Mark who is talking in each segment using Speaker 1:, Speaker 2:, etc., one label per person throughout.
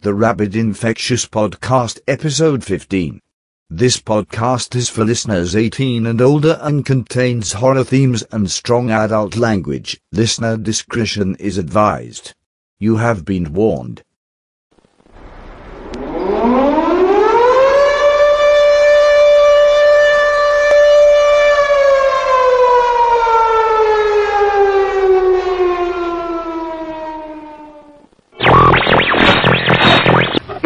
Speaker 1: The Rabid Infectious Podcast, Episode 15. This podcast is for listeners 18 and older and contains horror themes and strong adult language. Listener discretion is advised. You have been warned.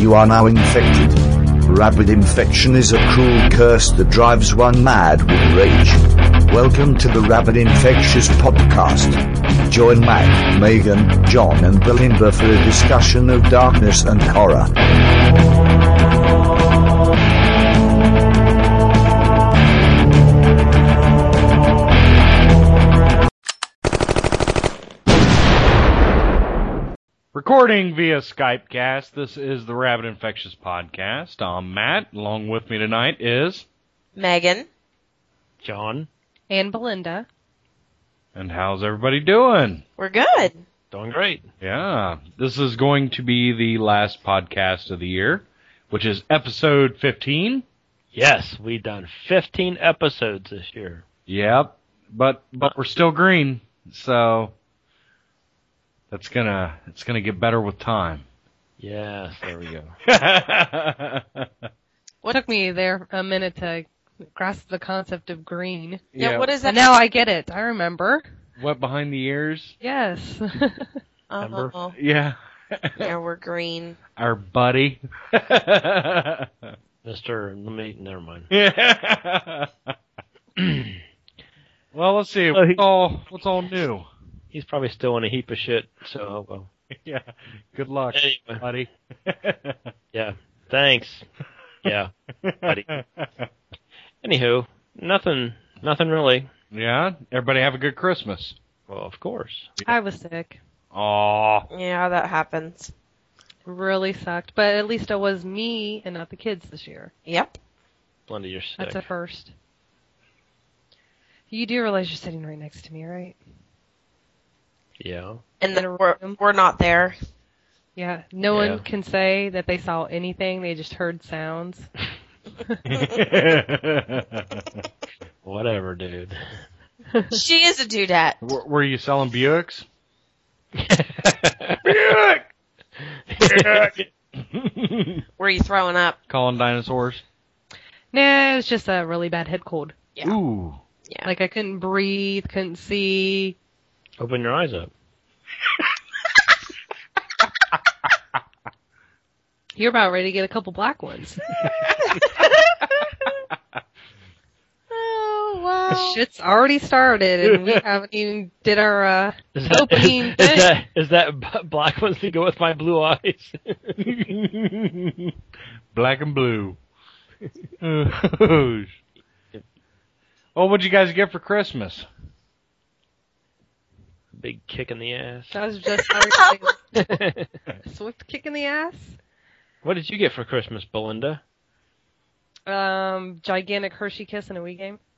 Speaker 1: You are now infected. Rabid infection is a cruel curse that drives one mad with rage. Welcome to the Rabid Infectious Podcast. Join Mac, Megan, John, and Belinda for a discussion of darkness and horror.
Speaker 2: Recording via Skypecast, this is the Rabbit Infectious Podcast. I'm Matt. Along with me tonight is.
Speaker 3: Megan.
Speaker 4: John,
Speaker 5: and Belinda.
Speaker 2: And how's everybody doing?
Speaker 3: We're good.
Speaker 4: doing great.
Speaker 2: Yeah. This is going to be the last podcast of the year, which is episode 15.
Speaker 4: Yes, we've done 15 episodes this year.
Speaker 2: Yep. But, but we're still green, so. That's gonna, it's gonna get better with time.
Speaker 4: Yes, there we go.
Speaker 2: yeah,
Speaker 3: What-
Speaker 5: Took me there a minute to grasp the concept of green.
Speaker 3: Yeah. What is that?
Speaker 5: And now I get it. I remember.
Speaker 2: What behind the ears?
Speaker 5: Yes.
Speaker 3: Uh-huh.
Speaker 2: Yeah.
Speaker 3: Yeah, we're green.
Speaker 2: Our buddy.
Speaker 4: Mr. Let me, never mind.
Speaker 2: Yeah. well, let's see.
Speaker 4: Oh, he-
Speaker 2: What's all, what's all new?
Speaker 4: He's probably still in a heap of shit, so oh well.
Speaker 2: Yeah. Good luck,
Speaker 4: Anyway,
Speaker 2: buddy.
Speaker 4: yeah, thanks. Yeah. Buddy. Anywho, nothing, nothing really.
Speaker 2: yeah. Everybody have a good Christmas.
Speaker 4: Well, of course.
Speaker 5: I was sick.
Speaker 2: Aw.
Speaker 3: Yeah, that happens.
Speaker 5: Really sucked. But at least I was me and not the kids this year.
Speaker 3: Yep.
Speaker 4: Linda, you're sick.
Speaker 5: That's a first. You do realize you're sitting right next to me, right?
Speaker 4: yeah.
Speaker 3: And then we're, we're not there.
Speaker 5: Yeah. No
Speaker 4: Yeah.
Speaker 5: one can say that they saw anything. They just heard sounds.
Speaker 2: were,
Speaker 4: Whatever, dude.
Speaker 3: she is a dudette.
Speaker 2: were you selling Buicks?
Speaker 3: Were you throwing up?
Speaker 2: Calling dinosaurs?
Speaker 5: Nah, it was just a really bad head cold.
Speaker 3: Yeah.
Speaker 2: Ooh.
Speaker 3: Yeah.
Speaker 5: Like I couldn't breathe, couldn't see.
Speaker 4: Open your eyes up.
Speaker 5: You're about ready to get a couple black ones.
Speaker 3: oh, wow.
Speaker 5: Shit's already started, and we haven't even did our. uh
Speaker 4: Is that,
Speaker 5: Opening
Speaker 4: is,
Speaker 5: day.
Speaker 4: is that is that b- black ones to go with my blue eyes?
Speaker 2: Black and blue. well, what'd you guys get for Christmas?
Speaker 4: Big kick in the ass.
Speaker 5: That was just already swift kick in the ass.
Speaker 4: what did you get for Christmas, Belinda?
Speaker 5: Um, gigantic Hershey kiss in a wee game.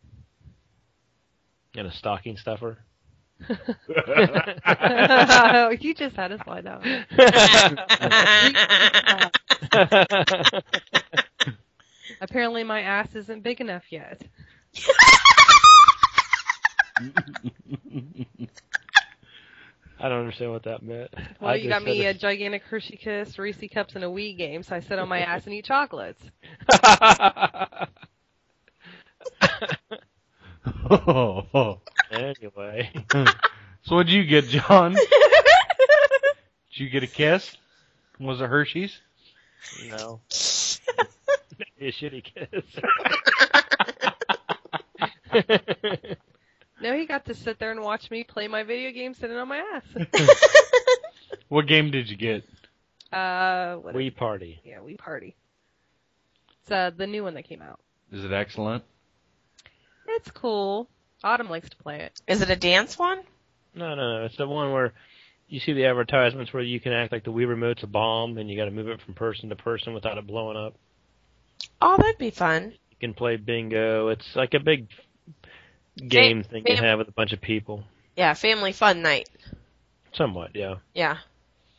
Speaker 4: And a stocking stuffer.
Speaker 5: you just had us slide out. Apparently, my ass isn't big enough yet.
Speaker 4: I don't understand what that meant.
Speaker 5: Well,
Speaker 4: I
Speaker 5: you
Speaker 4: just
Speaker 5: got me a
Speaker 4: said
Speaker 5: gigantic Hershey kiss, Reese cups, and a wee game. So I sit on my ass and eat chocolates.
Speaker 4: it. anyway.
Speaker 2: Mm. So what'd you get, John? Did you get a kiss? Was it Hershey's?
Speaker 4: No. a shitty kiss.
Speaker 5: No, he got to sit there and watch me play my video game sitting on my ass.
Speaker 2: What game did you get?
Speaker 5: uh, what
Speaker 4: We party.
Speaker 5: yeah, we party. It's uh, the new one that came out.
Speaker 2: Is it excellent?
Speaker 5: It's cool. Autumn likes to play it.
Speaker 3: Is it a dance one?
Speaker 4: No, no, no. It's the one where you see the advertisements where you can act like the Wii remote's a bomb and you got to move it from person to person without it blowing up.
Speaker 3: Oh, that'd be fun.
Speaker 4: You can play bingo. It's like a big game thing you
Speaker 3: game.
Speaker 4: have with a bunch of people.
Speaker 3: Yeah, family fun night.
Speaker 4: Somewhat, yeah.
Speaker 3: Yeah.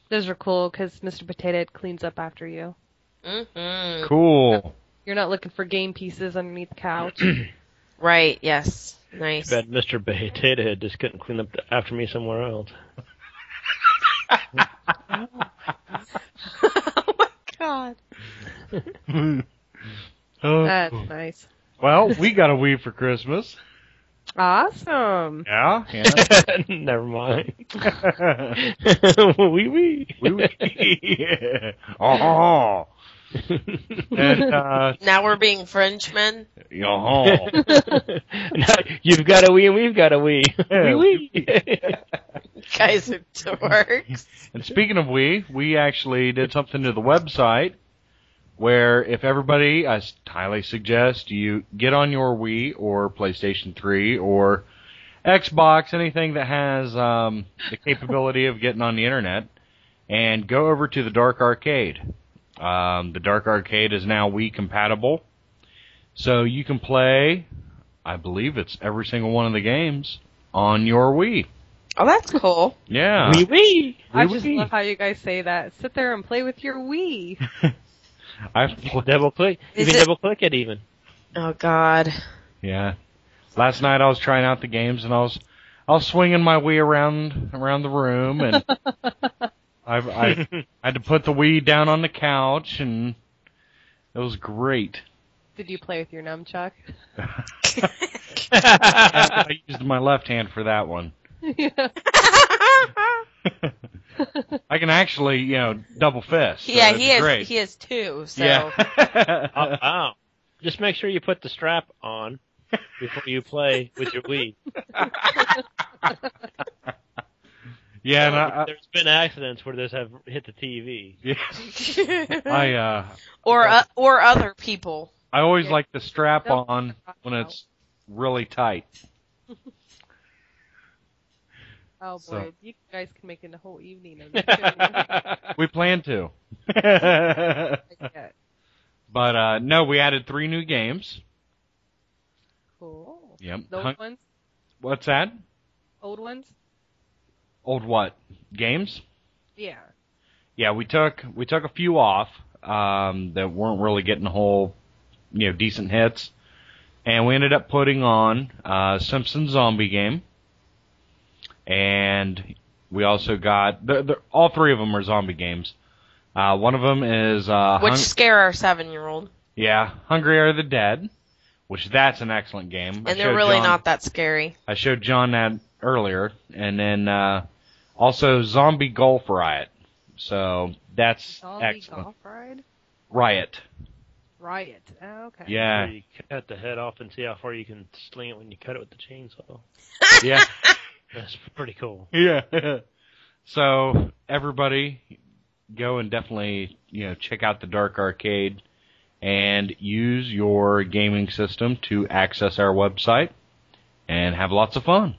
Speaker 5: Those are cool because Mr. Potato Head cleans up after you.
Speaker 3: hmm
Speaker 2: Cool.
Speaker 5: You're not looking for game pieces underneath the couch.
Speaker 3: Right. Yes. Nice.
Speaker 4: Bad Mr. Potato Head just couldn't clean up after me somewhere else.
Speaker 3: oh my god.
Speaker 2: Oh,
Speaker 5: That's nice.
Speaker 2: well, we got a Wii for Christmas.
Speaker 5: Awesome.
Speaker 2: Yeah.
Speaker 4: Never mind.
Speaker 2: yeah.
Speaker 4: wee wee.
Speaker 2: Wee wee. yeah. Oh. And, uh,
Speaker 3: Now we're being Frenchmen.
Speaker 2: yeah.
Speaker 4: Now, you've got a wee and we've got a wee.
Speaker 2: Yeah.
Speaker 4: wee wee.
Speaker 3: You guys are dorks.
Speaker 2: And speaking of we, we actually did something to the website where if everybody, I s- highly suggest you get on your Wii or PlayStation 3 or Xbox, anything that has um, the capability of getting on the internet, and go over to the Dark Arcade. Um, the Dark Arcade is now Wii compatible, so you can play. I believe it's every single one of the games on your Wii.
Speaker 3: Oh, that's cool.
Speaker 2: Yeah.
Speaker 4: wee wee.
Speaker 5: I
Speaker 2: Wee
Speaker 5: just
Speaker 2: wee.
Speaker 5: love how you guys say that. Sit there and play with your Wii.
Speaker 2: I've
Speaker 4: You
Speaker 2: played.
Speaker 4: Double click. You
Speaker 3: Is
Speaker 4: can
Speaker 3: it-
Speaker 4: double click it even.
Speaker 3: Oh god.
Speaker 2: Yeah. Last night I was trying out the games and I was I was swinging my Wii around around the room and I, I I had to put the Wii down on the couch and it was great.
Speaker 5: Did you play with your nunchuck?
Speaker 2: I used my left hand for that one.
Speaker 5: yeah.
Speaker 2: I can actually you know double fist. so
Speaker 3: yeah,
Speaker 2: it's
Speaker 3: he has
Speaker 2: Great.
Speaker 3: he has two. So
Speaker 4: Oh,
Speaker 2: Yeah.
Speaker 4: wow. Just make sure you put the strap on before you play with your Wii.
Speaker 2: yeah, and I, I,
Speaker 4: There's been accidents where those have hit the TV.
Speaker 2: yeah, I uh
Speaker 3: or uh, or other people.
Speaker 2: I always like the strap
Speaker 5: Don't
Speaker 2: on when it's really tight.
Speaker 5: Oh boy,
Speaker 2: So-
Speaker 5: you guys can make it a whole evening of it.
Speaker 2: We plan to. But uh, no, we added three new games.
Speaker 5: cool.
Speaker 2: Yep.
Speaker 5: The
Speaker 2: Hun-
Speaker 5: old ones,
Speaker 2: What's that?
Speaker 5: old ones.
Speaker 2: Old what? Games?
Speaker 5: Yeah.
Speaker 2: Yeah, we took we took a few off um, that weren't really getting whole, you know, decent hits, and we ended up putting on uh, Simpsons Zombie game, and we also got the, the, all three of them are zombie games. Uh, one of them is uh,
Speaker 3: Which
Speaker 2: Hun-
Speaker 3: scare our seven year old.
Speaker 2: yeah, Hungry Are the Dead, which that's an excellent game. I
Speaker 3: And they're
Speaker 2: showed
Speaker 3: really
Speaker 2: John-
Speaker 3: not that scary.
Speaker 2: I showed John that earlier, and then uh, also Zombie Golf Riot. So that's
Speaker 5: Zombie
Speaker 2: excellent.
Speaker 5: golf ride.
Speaker 2: Riot.
Speaker 5: Riot. Oh, okay.
Speaker 4: Where
Speaker 2: Yeah,
Speaker 4: You cut the head off and see how far you can sling it when you cut it with the chainsaw.
Speaker 2: yeah,
Speaker 4: That's pretty cool.
Speaker 2: yeah. so everybody, go and definitely you know check out the Dark Arcade, and use your gaming system to access our website, and have lots of fun.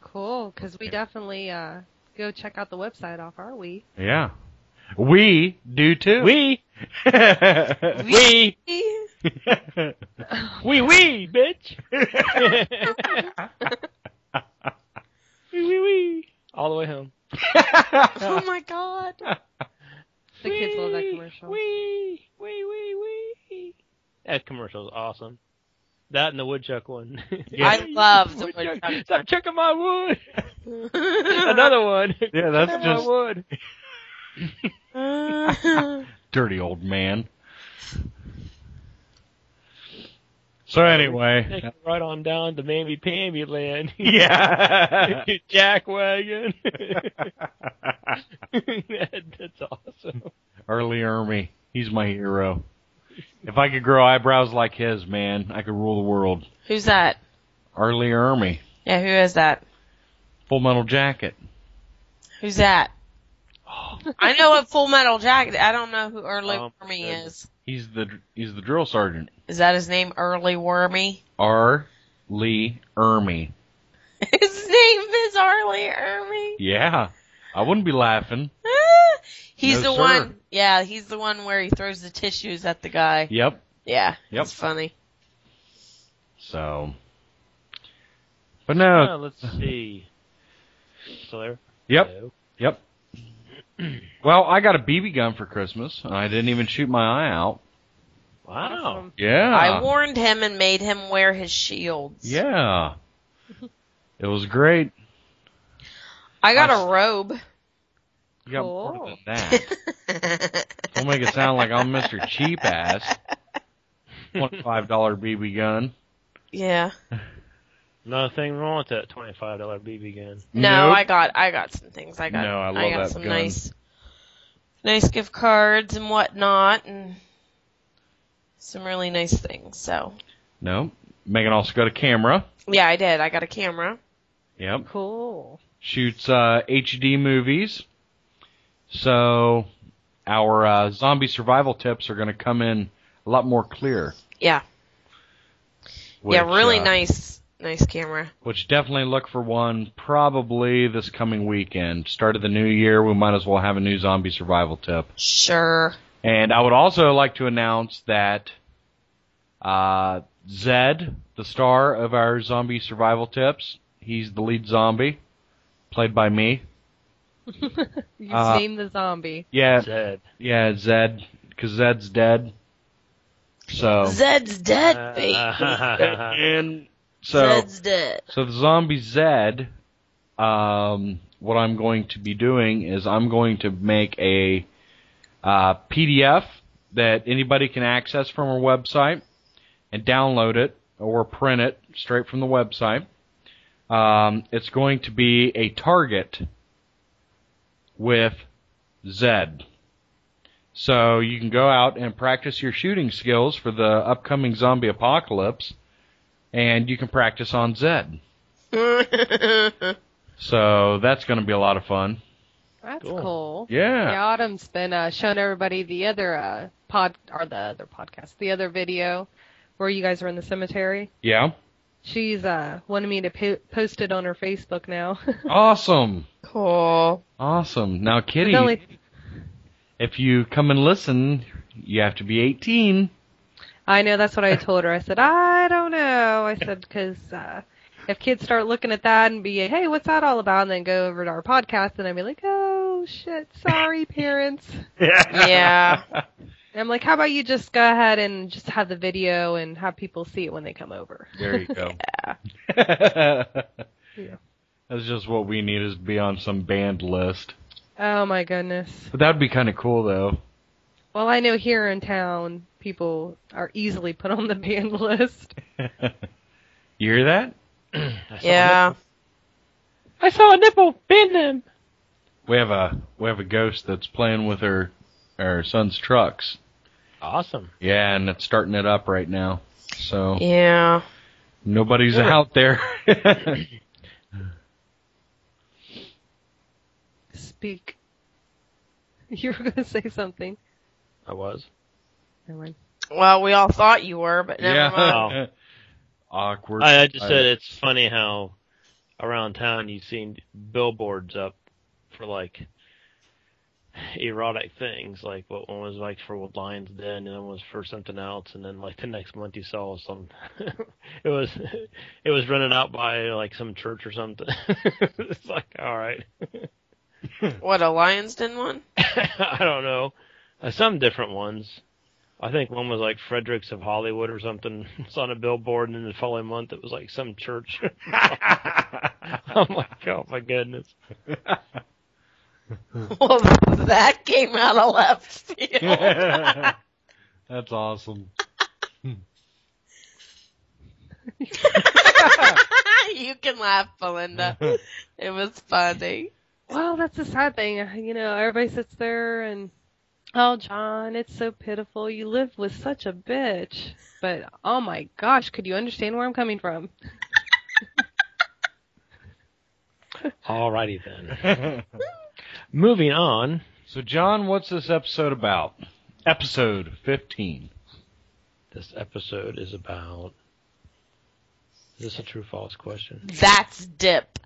Speaker 5: Cool. Because we definitely uh, go check out the website off our Wii.
Speaker 2: Yeah, we do too.
Speaker 4: Wee! Wee! Wee wee, bitch! wee wee wee! All the way home.
Speaker 3: oh my god.
Speaker 5: The kids love that
Speaker 4: Wee,
Speaker 5: commercial.
Speaker 4: Wee, wee, wee, wee. That commercial's awesome. That and the woodchuck one.
Speaker 3: I love the woodchuck.
Speaker 4: Stop chucking my wood. Another one.
Speaker 2: yeah, that's
Speaker 4: Chuck
Speaker 2: just
Speaker 4: my wood.
Speaker 2: dirty old man. So anyway,
Speaker 4: Take it right on down to Mammy Pammy land.
Speaker 2: yeah,
Speaker 4: You Jack wagon. That- that's awesome.
Speaker 2: early Ermy, he's my hero. If I could grow eyebrows like his, man, I could rule the world.
Speaker 3: Who's that?
Speaker 2: Arlie Ermy.
Speaker 3: Yeah, who is that?
Speaker 2: Full Metal Jacket.
Speaker 3: Who's that? I know what Full Metal Jacket. I don't know who Early
Speaker 2: Oh
Speaker 4: Um,
Speaker 3: Wormy
Speaker 4: good.
Speaker 3: is.
Speaker 2: He's the he's the drill sergeant.
Speaker 3: Is that his name? Early Wormy.
Speaker 2: R. Lee Ermy.
Speaker 3: His name is Early Wormy.
Speaker 2: Yeah, I wouldn't be laughing.
Speaker 3: Ah, he's
Speaker 2: No,
Speaker 3: the
Speaker 2: sir.
Speaker 3: one. Yeah, he's the one where he throws the tissues at the guy.
Speaker 2: Yep.
Speaker 3: Yeah,
Speaker 2: Yep.
Speaker 3: it's funny.
Speaker 2: So, but no.
Speaker 4: Uh, let's see. Still there?
Speaker 2: Yep.
Speaker 4: Hello?
Speaker 2: Yep. Well, I got a BB gun for Christmas, and I didn't even shoot my eye out.
Speaker 4: Wow.
Speaker 5: Awesome.
Speaker 2: Yeah.
Speaker 3: I warned him and made him wear his shields.
Speaker 2: Yeah. It was great.
Speaker 3: I got
Speaker 2: I-
Speaker 3: a robe.
Speaker 2: You got more
Speaker 5: Cool.
Speaker 2: than that. Don't make it sound like I'm Mr. Cheap Ass. Twenty-five dollar BB gun.
Speaker 3: yeah.
Speaker 4: Nothing wrong with that twenty-five dollar BB gun.
Speaker 3: No,
Speaker 2: Nope.
Speaker 3: I got I got some things. I got
Speaker 2: No, I love
Speaker 3: got
Speaker 2: that
Speaker 3: some
Speaker 2: gun.
Speaker 3: nice nice gift cards and whatnot and some really nice things. So
Speaker 2: No. Megan also got a camera.
Speaker 3: yeah, I did. I got a camera.
Speaker 2: Yep.
Speaker 5: Cool.
Speaker 2: Shoots uh, HD movies. So our uh, zombie survival tips are going to come in a lot more clear.
Speaker 3: Yeah.
Speaker 2: which,
Speaker 3: yeah, really
Speaker 2: uh,
Speaker 3: nice nice camera.
Speaker 2: Which definitely look for one probably this coming weekend. Start of the new year, we might as well have a new zombie survival tip.
Speaker 3: Sure.
Speaker 2: And I would also like to announce that uh, Zed, the star of our zombie survival tips, he's the lead zombie, played by me.
Speaker 5: You
Speaker 2: Uh,
Speaker 5: named the zombie.
Speaker 2: Yeah,
Speaker 4: Zed.
Speaker 2: yeah, Zed, because Zed's dead. So
Speaker 3: Zed's dead, baby.
Speaker 2: and Uh, so
Speaker 3: Zed's dead.
Speaker 2: so the zombie Zed. Um, what I'm going to be doing is I'm going to make a uh, PDF that anybody can access from our website and download it or print it straight from the website. Um, it's going to be a target with Zed. So you can go out and practice your shooting skills for the upcoming zombie apocalypse, and you can practice on Zed. So that's going to be a lot of fun.
Speaker 5: That's
Speaker 4: Cool.
Speaker 5: cool.
Speaker 2: Yeah.
Speaker 5: Yeah, Autumn's been uh, showing everybody the other uh, pod or the other podcast, the other video where you guys were in the cemetery.
Speaker 2: Yeah.
Speaker 5: She's uh, wanted me to po- post it on her Facebook now.
Speaker 2: Awesome.
Speaker 3: cool.
Speaker 2: Awesome. Now, Kitty,
Speaker 5: It's only-
Speaker 2: if you come and listen, you have to be 18.
Speaker 5: I know that's what I told her. I said I don't know. I said because uh, if kids start looking at that and be hey, what's that all about, and then go over to our podcast, and I'd be like, oh shit, sorry parents.
Speaker 3: Yeah.
Speaker 5: And I'm like, how about you just go ahead and just have the video and have people see it when they come over.
Speaker 2: There you go. yeah. That's just what we need is to be on some band list.
Speaker 5: Oh my goodness.
Speaker 2: But that would be kind of cool, though.
Speaker 5: Well, I know here in town, people are easily put on the banned list.
Speaker 2: You hear that?
Speaker 3: yeah.
Speaker 4: I saw a nipple. Bend them.
Speaker 2: We have a we have a ghost that's playing with her her son's trucks.
Speaker 4: Awesome.
Speaker 2: Yeah, and it's starting it up right now. So
Speaker 3: Yeah.
Speaker 2: nobody's
Speaker 4: Sure.
Speaker 2: out there.
Speaker 5: Speak. You were going to say something.
Speaker 4: I was.
Speaker 5: Never mind.
Speaker 3: Well, we all thought you were, but never mind.
Speaker 4: mind.
Speaker 2: Awkward.
Speaker 4: I, I just said
Speaker 2: silence.
Speaker 4: it's funny how around town you've seen billboards up for like erotic things. Like what one was like for Lion's Den, and one was for something else, and then like the next month you saw some. it was it was rented out by like some church or something. it's like all right,
Speaker 3: What a Lions Den one?
Speaker 4: I don't know, uh, some different ones. I think one was like Fredericks of Hollywood or something. It's on a billboard, and then the following month it was like some church. I'm like, oh my goodness.
Speaker 3: Well, that came out of left field.
Speaker 2: That's awesome.
Speaker 3: you can laugh, Belinda. It was funny.
Speaker 5: Well, that's the sad thing. You know, everybody sits there and, oh, John, it's so pitiful. You live with such a bitch. But, oh my gosh, could you understand where I'm coming from?
Speaker 4: Alrighty then. Moving on.
Speaker 2: so, John, what's this episode about? Episode 15.
Speaker 4: This episode is about. Is this a true false question?
Speaker 3: That's dip.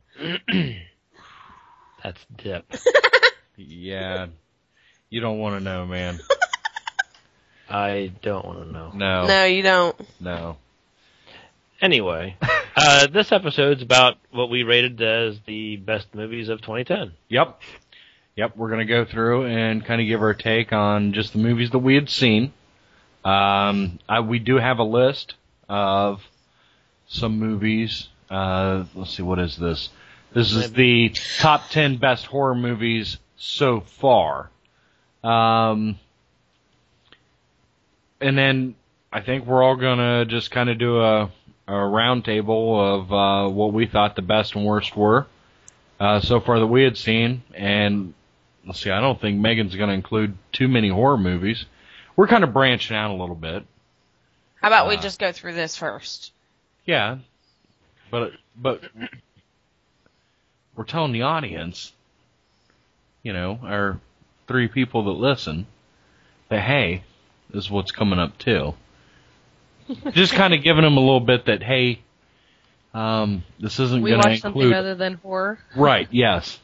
Speaker 4: That's dip.
Speaker 2: Yeah. You don't want to know, man.
Speaker 4: I don't want to know.
Speaker 2: No.
Speaker 3: No, you don't.
Speaker 2: No.
Speaker 4: Anyway, uh, this episode's about what we rated as the best movies of 2010.
Speaker 2: Yep. Yep, we're going to go through and kind of give our take on just the movies that we had seen. Um, I, we do have a list of some movies. Uh, let's see, what is this? This is the top 10 best horror movies so far. Um, and then I think we're all going to just kind of do a, a round table of uh, what we thought the best and worst were uh, so far that we had seen. And let's see, I don't think Megan's going to include too many horror movies. We're kind of branching out a little bit.
Speaker 3: How about
Speaker 2: Uh.
Speaker 3: we just go through this first?
Speaker 2: Yeah, but but we're telling the audience, you know, our three people that listen, that hey, this is what's coming up too. Just kind of giving them a little bit that hey, um, this isn't
Speaker 5: We
Speaker 2: going to
Speaker 5: watched something
Speaker 2: include
Speaker 5: other than horror.
Speaker 2: right. Yes.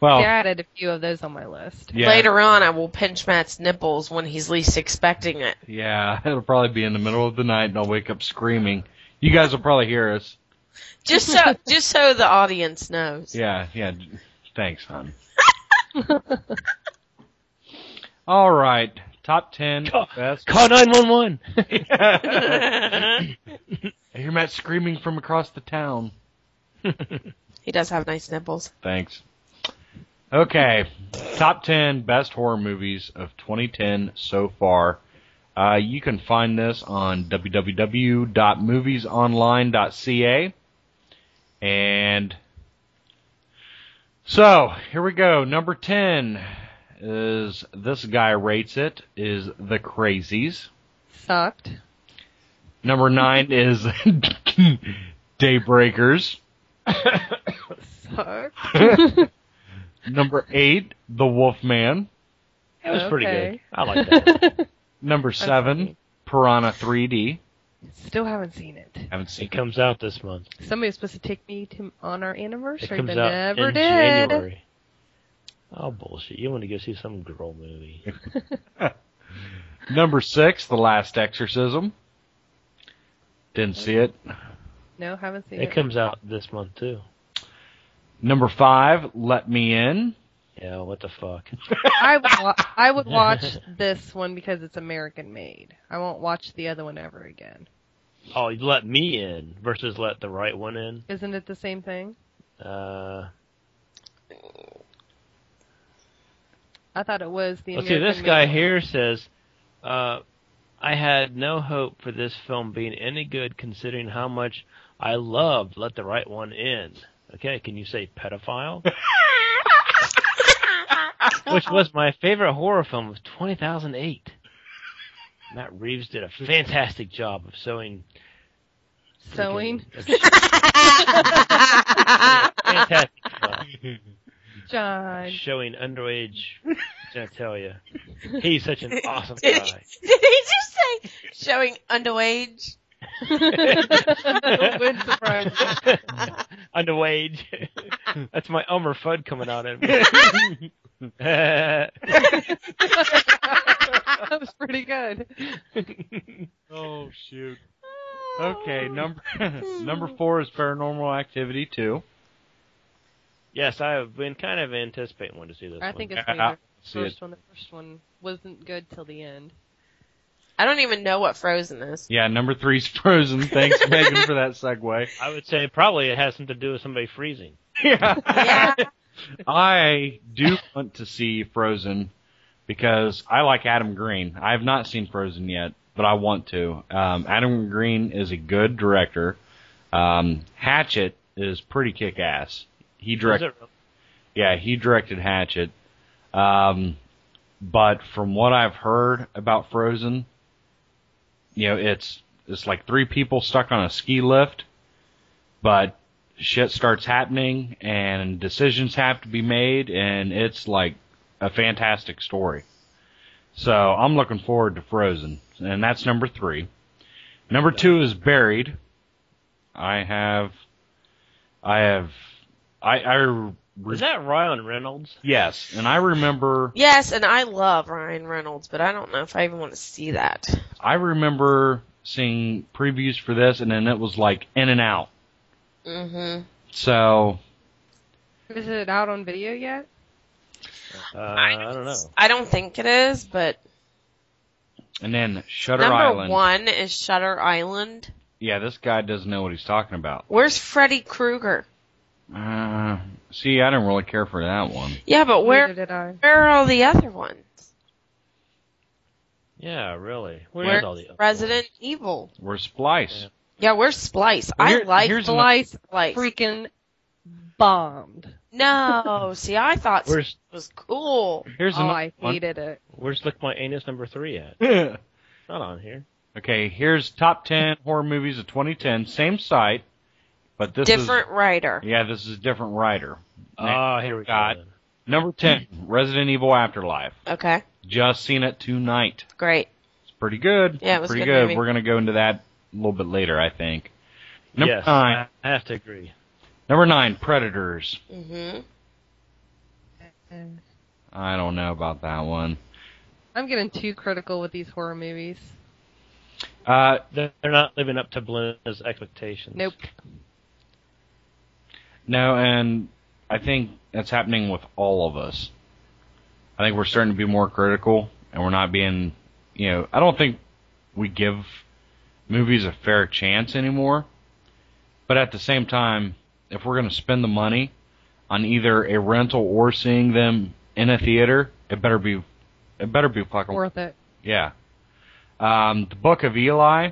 Speaker 2: Well,
Speaker 4: Oh.
Speaker 5: I added a few of those on my list.
Speaker 2: yeah,
Speaker 3: Later on, I will pinch Matt's nipples when he's least expecting it.
Speaker 2: Yeah, it'll probably be in the middle of the night, and I'll wake up screaming. You guys will probably hear us.
Speaker 3: Just so, just so the audience knows.
Speaker 2: Yeah, yeah. Thanks, hon. All right, top ten
Speaker 4: Ca-
Speaker 2: best.
Speaker 4: Call 911!
Speaker 2: I hear Matt screaming from across the town.
Speaker 3: He does have nice nipples.
Speaker 2: Thanks. Okay, top ten best horror movies of 2010 so far. Uh, you can find this on www.moviesonline.ca. And so here we go. Number ten is this guy rates it is The Crazies.
Speaker 5: Sucked.
Speaker 2: Number nine is Daybreakers.
Speaker 5: Sucked.
Speaker 2: Number eight, The Wolfman.
Speaker 4: That was pretty good.
Speaker 5: Okay.
Speaker 4: I like that. one.
Speaker 2: Number seven, Piranha 3D.
Speaker 5: Still haven't seen it.
Speaker 2: Haven't seen
Speaker 4: It comes out this month.
Speaker 5: Somebody was supposed to take me to on our anniversary,
Speaker 4: It comes
Speaker 5: but
Speaker 4: out
Speaker 5: never
Speaker 4: in
Speaker 5: did.
Speaker 4: January. Oh bullshit! You want to go see some girl movie?
Speaker 2: Number six, The Last Exorcism. Didn't see it.
Speaker 5: No, haven't seen
Speaker 4: It
Speaker 5: it.
Speaker 4: comes out this month too.
Speaker 2: Number five, Let Me In.
Speaker 4: Yeah, what the fuck?
Speaker 5: I would, wa- I would watch this one because it's American made. I won't watch the other one ever again.
Speaker 4: Oh, you let me in versus let the right one in.
Speaker 5: Isn't it the same thing?
Speaker 4: Uh,
Speaker 5: I thought it was the.
Speaker 4: let's see.
Speaker 5: American
Speaker 4: This guy
Speaker 5: made
Speaker 4: here says, uh, "I had no hope for this film being any good, considering how much I loved Let the Right One In." Okay, can you say pedophile? Which was my favorite horror film of 2008. Matt Reeves did a fantastic job of sewing
Speaker 5: one. Sewing.
Speaker 4: fantastic job.
Speaker 5: John.
Speaker 4: showing underage genitalia. He's such an awesome
Speaker 3: Did
Speaker 4: guy.
Speaker 3: he just say showing underage?
Speaker 5: Would surprise me.
Speaker 4: Underage. That's my Elmer Fudd coming out of
Speaker 5: that was pretty good.
Speaker 2: Oh shoot. Okay, number number four is Paranormal Activity two.
Speaker 4: yes, I've been kind of anticipating one to see this
Speaker 5: I
Speaker 4: one.
Speaker 5: think
Speaker 2: Yeah,
Speaker 5: it's maybe the
Speaker 2: see
Speaker 5: first
Speaker 2: it.
Speaker 5: one. The first one wasn't good till the end.
Speaker 3: I don't even know what Frozen is.
Speaker 2: Yeah, number three's Frozen. Thanks, Megan, for that segue.
Speaker 4: I would say probably it has something to do with somebody freezing.
Speaker 3: Yeah.
Speaker 2: I do want to see Frozen because I like Adam Green. I have not seen Frozen yet, but I want to. Um, Adam Green is a good director. Um, Hatchet is pretty kick ass. He
Speaker 4: Is
Speaker 2: directed,
Speaker 4: it real?
Speaker 2: yeah, he directed Hatchet. Um, but from what I've heard about Frozen, you know, it's it's like three people stuck on a ski lift, but shit starts happening and decisions have to be made and it's like a fantastic story. So I'm looking forward to Frozen and that's number three. Number two is Buried. I have, I have, I, I, re-
Speaker 4: Is that Ryan Reynolds?
Speaker 2: yes, and I remember,
Speaker 3: Yes, and I love Ryan Reynolds, but I don't know if I even want to see that.
Speaker 2: I remember seeing previews for this and then it was like in and out.
Speaker 5: Mm-hmm.
Speaker 3: hmm
Speaker 2: So
Speaker 5: Is it out on video yet?
Speaker 4: Uh, I don't know.
Speaker 3: I don't think it is, but
Speaker 2: And then Shutter
Speaker 3: number
Speaker 2: Island.
Speaker 3: one is Shutter Island.
Speaker 2: Yeah, this guy doesn't know what he's talking about.
Speaker 3: Where's Freddy Krueger?
Speaker 2: Uh, see, I didn't really care for that one.
Speaker 3: Yeah, but
Speaker 5: Neither
Speaker 3: where
Speaker 5: did I?
Speaker 3: where are all the other ones?
Speaker 4: Yeah, really. Where's
Speaker 3: Where's
Speaker 4: all the
Speaker 3: Resident Evil?
Speaker 2: Where's Splice?
Speaker 4: Yeah.
Speaker 3: Yeah, where's Splice?
Speaker 2: Well,
Speaker 3: I
Speaker 2: here-
Speaker 3: like
Speaker 2: here's
Speaker 3: Splice.
Speaker 5: Slice freaking bombed.
Speaker 3: No, see, I thought Splice
Speaker 4: Where's
Speaker 3: was cool.
Speaker 2: Here's
Speaker 5: Oh,
Speaker 2: ano-
Speaker 5: I hated it.
Speaker 4: Where's look my anus number three at? Not on here.
Speaker 2: okay, here's top ten horror movies of 2010. Same site, but this
Speaker 3: Different writer.
Speaker 2: is yeah, this is a different writer.
Speaker 4: Oh, here we
Speaker 2: God.
Speaker 4: go. then.
Speaker 2: Number ten, Resident Evil Afterlife.
Speaker 3: Okay,
Speaker 2: Just seen it tonight.
Speaker 3: great.
Speaker 2: It's pretty good.
Speaker 3: Yeah, it was
Speaker 2: pretty
Speaker 3: good
Speaker 2: good.
Speaker 3: movie.
Speaker 2: We're gonna go into that a little bit later, I think. Number
Speaker 4: yes,
Speaker 2: nine.
Speaker 4: I have to agree.
Speaker 2: Number nine, Predators.
Speaker 5: Mm-hmm.
Speaker 3: hmm
Speaker 2: I don't know about that one.
Speaker 5: I'm getting too critical with these horror movies.
Speaker 2: Uh,
Speaker 4: They're they're not living up to Belinda's expectations.
Speaker 5: Nope.
Speaker 2: No, and I think that's happening with all of us. I think we're starting to be more critical, and we're not being, you know, I don't think we give movies a fair chance anymore. But at the same time, if we're going to spend the money on either a rental or seeing them in a theater, it better be, it better be
Speaker 4: Oh.
Speaker 2: fucking
Speaker 5: Worth it.
Speaker 2: yeah. Um, the Book of Eli,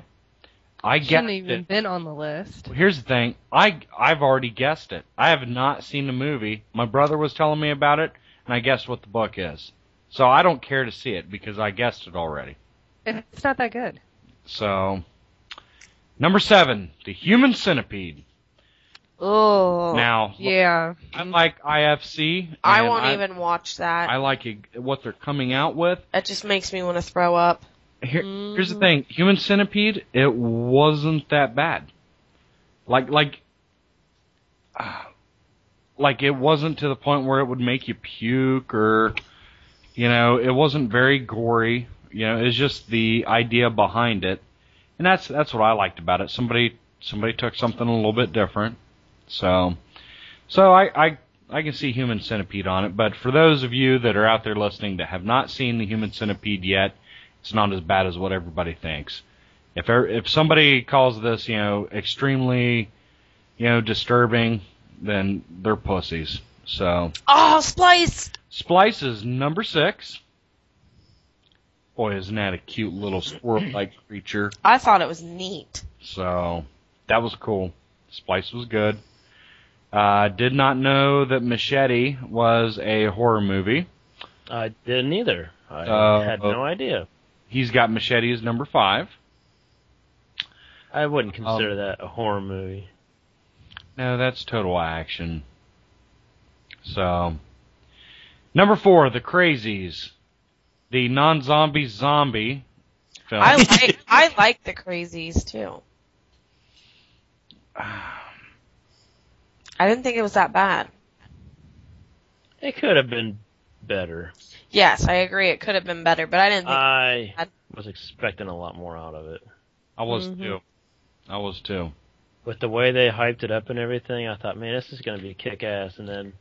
Speaker 2: I get
Speaker 5: Shouldn't have even been on the list.
Speaker 2: Here's the thing. I I've already guessed it. I have not seen the movie. My brother was telling me about it, and I guessed what the book is. So I don't care to see it because I guessed it already.
Speaker 5: It's not that good.
Speaker 2: So number seven, the human centipede.
Speaker 3: Oh,
Speaker 2: Now
Speaker 5: Yeah.
Speaker 2: I like IFC.
Speaker 3: I
Speaker 2: and
Speaker 3: won't even watch that.
Speaker 2: I like it- what they're coming out with.
Speaker 3: That just makes me want to throw up.
Speaker 2: Here, here's the thing: Human Centipede. It wasn't that bad. Like, like, uh, like it wasn't to the point where it would make you puke, or you know, it wasn't very gory. You know, it's just the idea behind it, and that's that's what I liked about it. Somebody somebody took something a little bit different. So, so I. I I can see Human Centipede on it, but for those of you that are out there listening that have not seen the Human Centipede yet, it's not as bad as what everybody thinks. If er- if somebody calls this, you know, extremely, you know, disturbing, then they're pussies. So
Speaker 3: Oh, Splice!
Speaker 2: Splice is number six. Boy, isn't that a cute little squirrel-like creature?
Speaker 3: I thought it was neat.
Speaker 2: So that was cool. Splice was good. Uh, did not know that Machete was a horror movie.
Speaker 4: I didn't either. I
Speaker 2: Uh,
Speaker 4: had no idea.
Speaker 2: He's got Machete as number five.
Speaker 4: I wouldn't consider that a horror movie.
Speaker 2: No, that's total action. So, number four, The Crazies, the non-zombie zombie film.
Speaker 3: I like I like the crazies too. I didn't think it was that bad.
Speaker 4: It could have been better.
Speaker 3: Yes, I agree. It could have been better, but I didn't.
Speaker 2: Uh,
Speaker 3: Think,
Speaker 4: I
Speaker 3: I-
Speaker 4: was expecting a lot more out of it.
Speaker 2: I was
Speaker 3: Mm-hmm.
Speaker 5: Mhm.
Speaker 2: too. I was too.
Speaker 4: With the way they hyped it up and everything, I thought, man, this is going to be kick ass. And then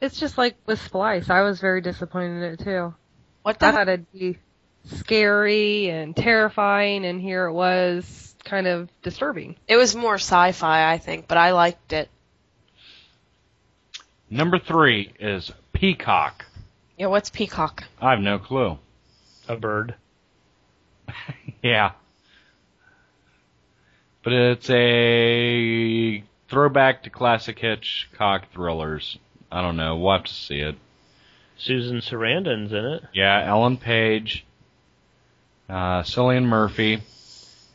Speaker 5: It's just like with Splice. I was very disappointed in it too.
Speaker 3: what
Speaker 5: I
Speaker 3: the?
Speaker 5: thought it'd be scary and terrifying, and here it was kind of disturbing.
Speaker 3: It was more sci-fi, I think, but I liked it.
Speaker 2: Number three is Peacock.
Speaker 3: Yeah, what's Peacock?
Speaker 2: I have no clue.
Speaker 4: a bird.
Speaker 2: Yeah, but it's a throwback to classic Hitchcock thrillers. I don't know. We'll have to see it.
Speaker 4: Susan Sarandon's in it.
Speaker 2: Yeah, Ellen Page, uh, Cillian Murphy.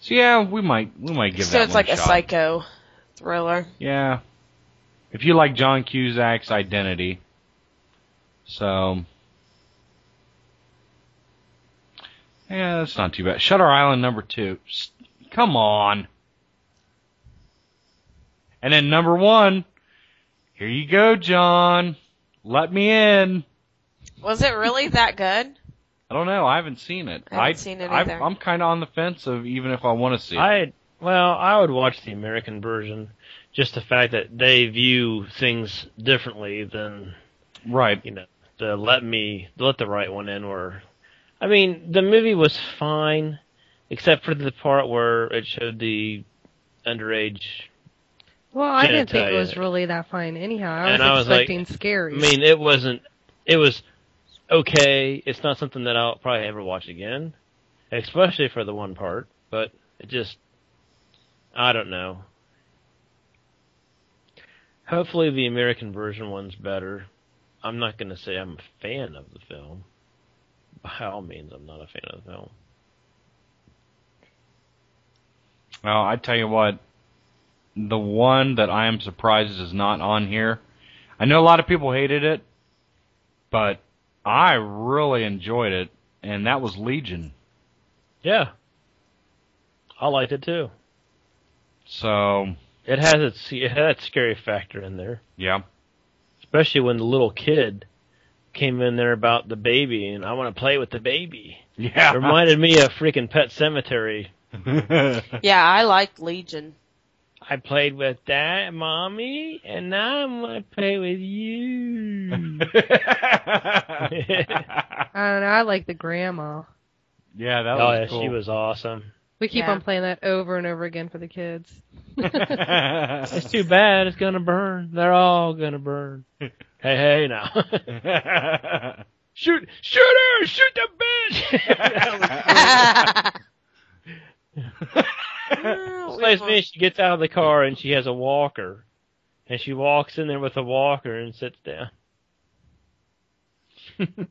Speaker 2: So yeah, we might we might give
Speaker 3: so
Speaker 2: that
Speaker 3: it's
Speaker 2: one
Speaker 3: like a
Speaker 2: shot.
Speaker 3: psycho thriller.
Speaker 2: Yeah, if you like John Cusack's identity. So Yeah, that's not too bad. Shutter Island number 2. S- Come on. And then number 1. Here you go, John. Let me in.
Speaker 3: Was it really that good?
Speaker 2: I don't know. I haven't seen it.
Speaker 3: I haven't seen it
Speaker 2: I-
Speaker 3: either.
Speaker 2: I'm kind of on the fence of even if I want to see it.
Speaker 4: I well, I would watch the American version. Just the fact that they view things differently than
Speaker 2: right.
Speaker 4: you know the let me let the right one in. Where I mean, the movie was fine, except for the part where it showed the underage.
Speaker 5: Well, I
Speaker 4: Can't
Speaker 5: didn't think
Speaker 4: tell
Speaker 5: it
Speaker 4: ya.
Speaker 5: was really that fine anyhow. I was
Speaker 4: And I was like-
Speaker 5: expecting
Speaker 4: I
Speaker 5: scary.
Speaker 4: mean, it wasn't. It was okay. It's not something that I'll probably ever watch again, especially for the one part. But it just, I don't know. Hopefully, the American version one's better. I'm not going to say I'm a fan of the film. By all means, I'm not a fan of the film.
Speaker 2: Well, I tell you what, the one that I am surprised is not on here. I know a lot of people hated it, but I really enjoyed it, and that was Legion.
Speaker 4: Yeah, I liked it too.
Speaker 2: So,
Speaker 4: It has its it had that scary factor in there.
Speaker 2: yeah.
Speaker 4: especially when the little kid came in there about the baby and I want to play with the baby.
Speaker 2: Yeah.
Speaker 4: Reminded me of freaking Pet Cemetery.
Speaker 3: Yeah, I liked Legion.
Speaker 4: I played with that mommy, and now I'm gonna play with you.
Speaker 5: I don't know. I like the grandma.
Speaker 2: yeah, that
Speaker 4: oh
Speaker 2: was
Speaker 4: yeah,
Speaker 2: cool.
Speaker 4: she was awesome.
Speaker 5: We keep
Speaker 3: Yeah.
Speaker 5: on playing that over and over again for the kids.
Speaker 4: It's too bad it's gonna burn. They're all gonna burn. hey hey now. shoot shoot her, shoot the bitch.
Speaker 3: Well,
Speaker 4: Slays
Speaker 3: we
Speaker 4: me. She gets out of the car and she has a walker, and she walks in there with a walker and sits down. and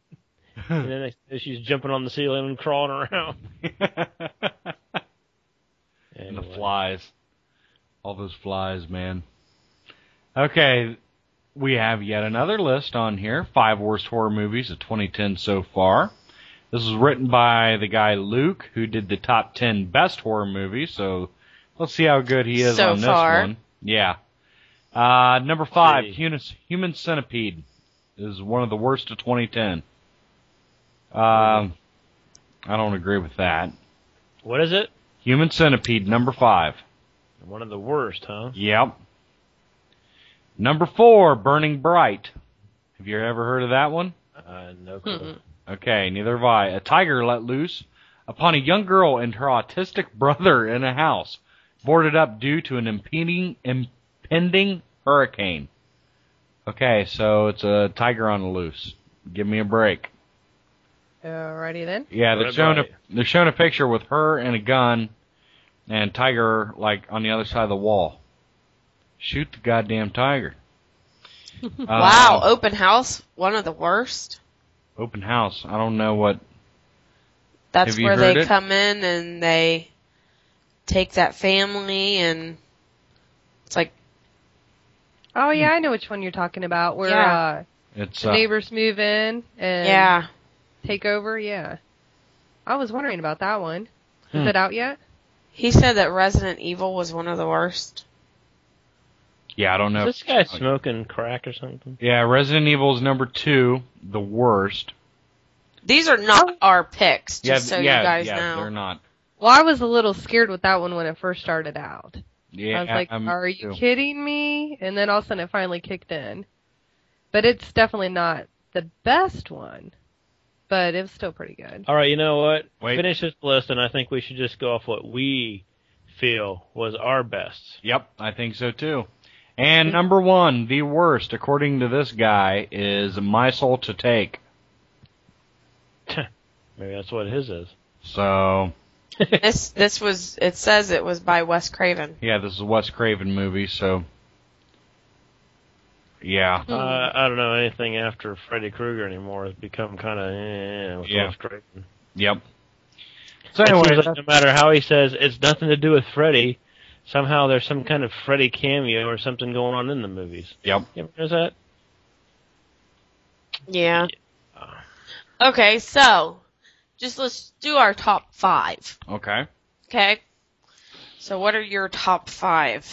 Speaker 4: then next thing she's jumping on the ceiling and crawling around.
Speaker 2: And the
Speaker 4: Anyway.
Speaker 2: flies. All those flies, man. Okay, we have yet another list on here. Five worst horror movies of 2010 so far. This was written by the guy Luke, who did the top 10 best horror movies, so let's see how good he is
Speaker 3: So
Speaker 2: on this
Speaker 3: far.
Speaker 2: one. Yeah. Uh, number five,
Speaker 4: see.
Speaker 2: Human, Human Centipede is one of the worst of 2010. Um, I don't agree with that.
Speaker 4: What is it?
Speaker 2: Human Centipede, number five.
Speaker 4: One of the worst, huh?
Speaker 2: Yep. Number four, Burning Bright. Have you ever heard of that one?
Speaker 4: Uh, no clue.
Speaker 2: Okay, neither have I. A tiger let loose upon a young girl and her autistic brother in a house, boarded up due to an impending, impending hurricane. Okay, so it's a tiger on the loose. Give me a break.
Speaker 5: Alrighty then.
Speaker 2: Yeah,
Speaker 4: Burning
Speaker 2: they're showing a,
Speaker 4: Bright.
Speaker 2: they're showing a picture with her and a gun, and tiger like on the other side of the wall. Shoot the goddamn tiger! Uh,
Speaker 3: wow, open house, one of the worst.
Speaker 2: Open house. I don't know what.
Speaker 3: That's
Speaker 2: Have you
Speaker 3: where
Speaker 2: heard
Speaker 3: they
Speaker 2: it?
Speaker 3: come in and they take that family and it's like
Speaker 5: Oh yeah, I know which one you're talking about. Where
Speaker 3: Yeah.
Speaker 5: uh,
Speaker 2: It's
Speaker 5: the
Speaker 2: uh,
Speaker 5: neighbors move in and
Speaker 3: yeah.
Speaker 5: take over. Yeah. I was wondering about that one. Is
Speaker 2: Hmm.
Speaker 5: it out yet?
Speaker 3: He said that Resident Evil was one of the worst.
Speaker 2: yeah. I don't know.
Speaker 4: Is this guy smoking crack or something?
Speaker 2: yeah, Resident Evil is number two, the worst.
Speaker 3: These are not our picks,
Speaker 2: Yeah,
Speaker 3: just so
Speaker 2: yeah,
Speaker 3: you guys
Speaker 2: yeah. They're
Speaker 3: know.
Speaker 2: not.
Speaker 5: Well, I was a little scared with that one when it first started out.
Speaker 2: Yeah,
Speaker 5: I was like,
Speaker 2: I'm-
Speaker 5: "Are you
Speaker 2: too.
Speaker 5: kidding me?" And then all of a sudden, it finally kicked in. But it's definitely not the best one, but it was still pretty good.
Speaker 4: All right, you know what?
Speaker 2: Wait.
Speaker 4: Finish this list, and I think we should just go off what we feel was our best.
Speaker 2: Yep, I think so too. And number one, the worst, according to this guy, is My Soul to Take.
Speaker 4: Maybe that's what his is.
Speaker 2: So
Speaker 3: This this was it says it was by Wes Craven.
Speaker 2: Yeah, this is a Wes Craven movie, so yeah,
Speaker 4: Uh,
Speaker 3: Mm-hmm.
Speaker 4: I don't know anything after Freddy Krueger anymore. It's become kind of eh, with
Speaker 2: Yeah.
Speaker 4: Wes Craven.
Speaker 2: yep. So
Speaker 4: It
Speaker 2: anyway,
Speaker 4: seems like no matter how he says it's nothing to do with Freddy, somehow there's some kind of Freddy cameo or something going on in the movies.
Speaker 2: Yep.
Speaker 4: You ever notice that?
Speaker 3: Yeah. Okay, so just let's do our top five.
Speaker 2: Okay.
Speaker 3: Okay. So what are your top five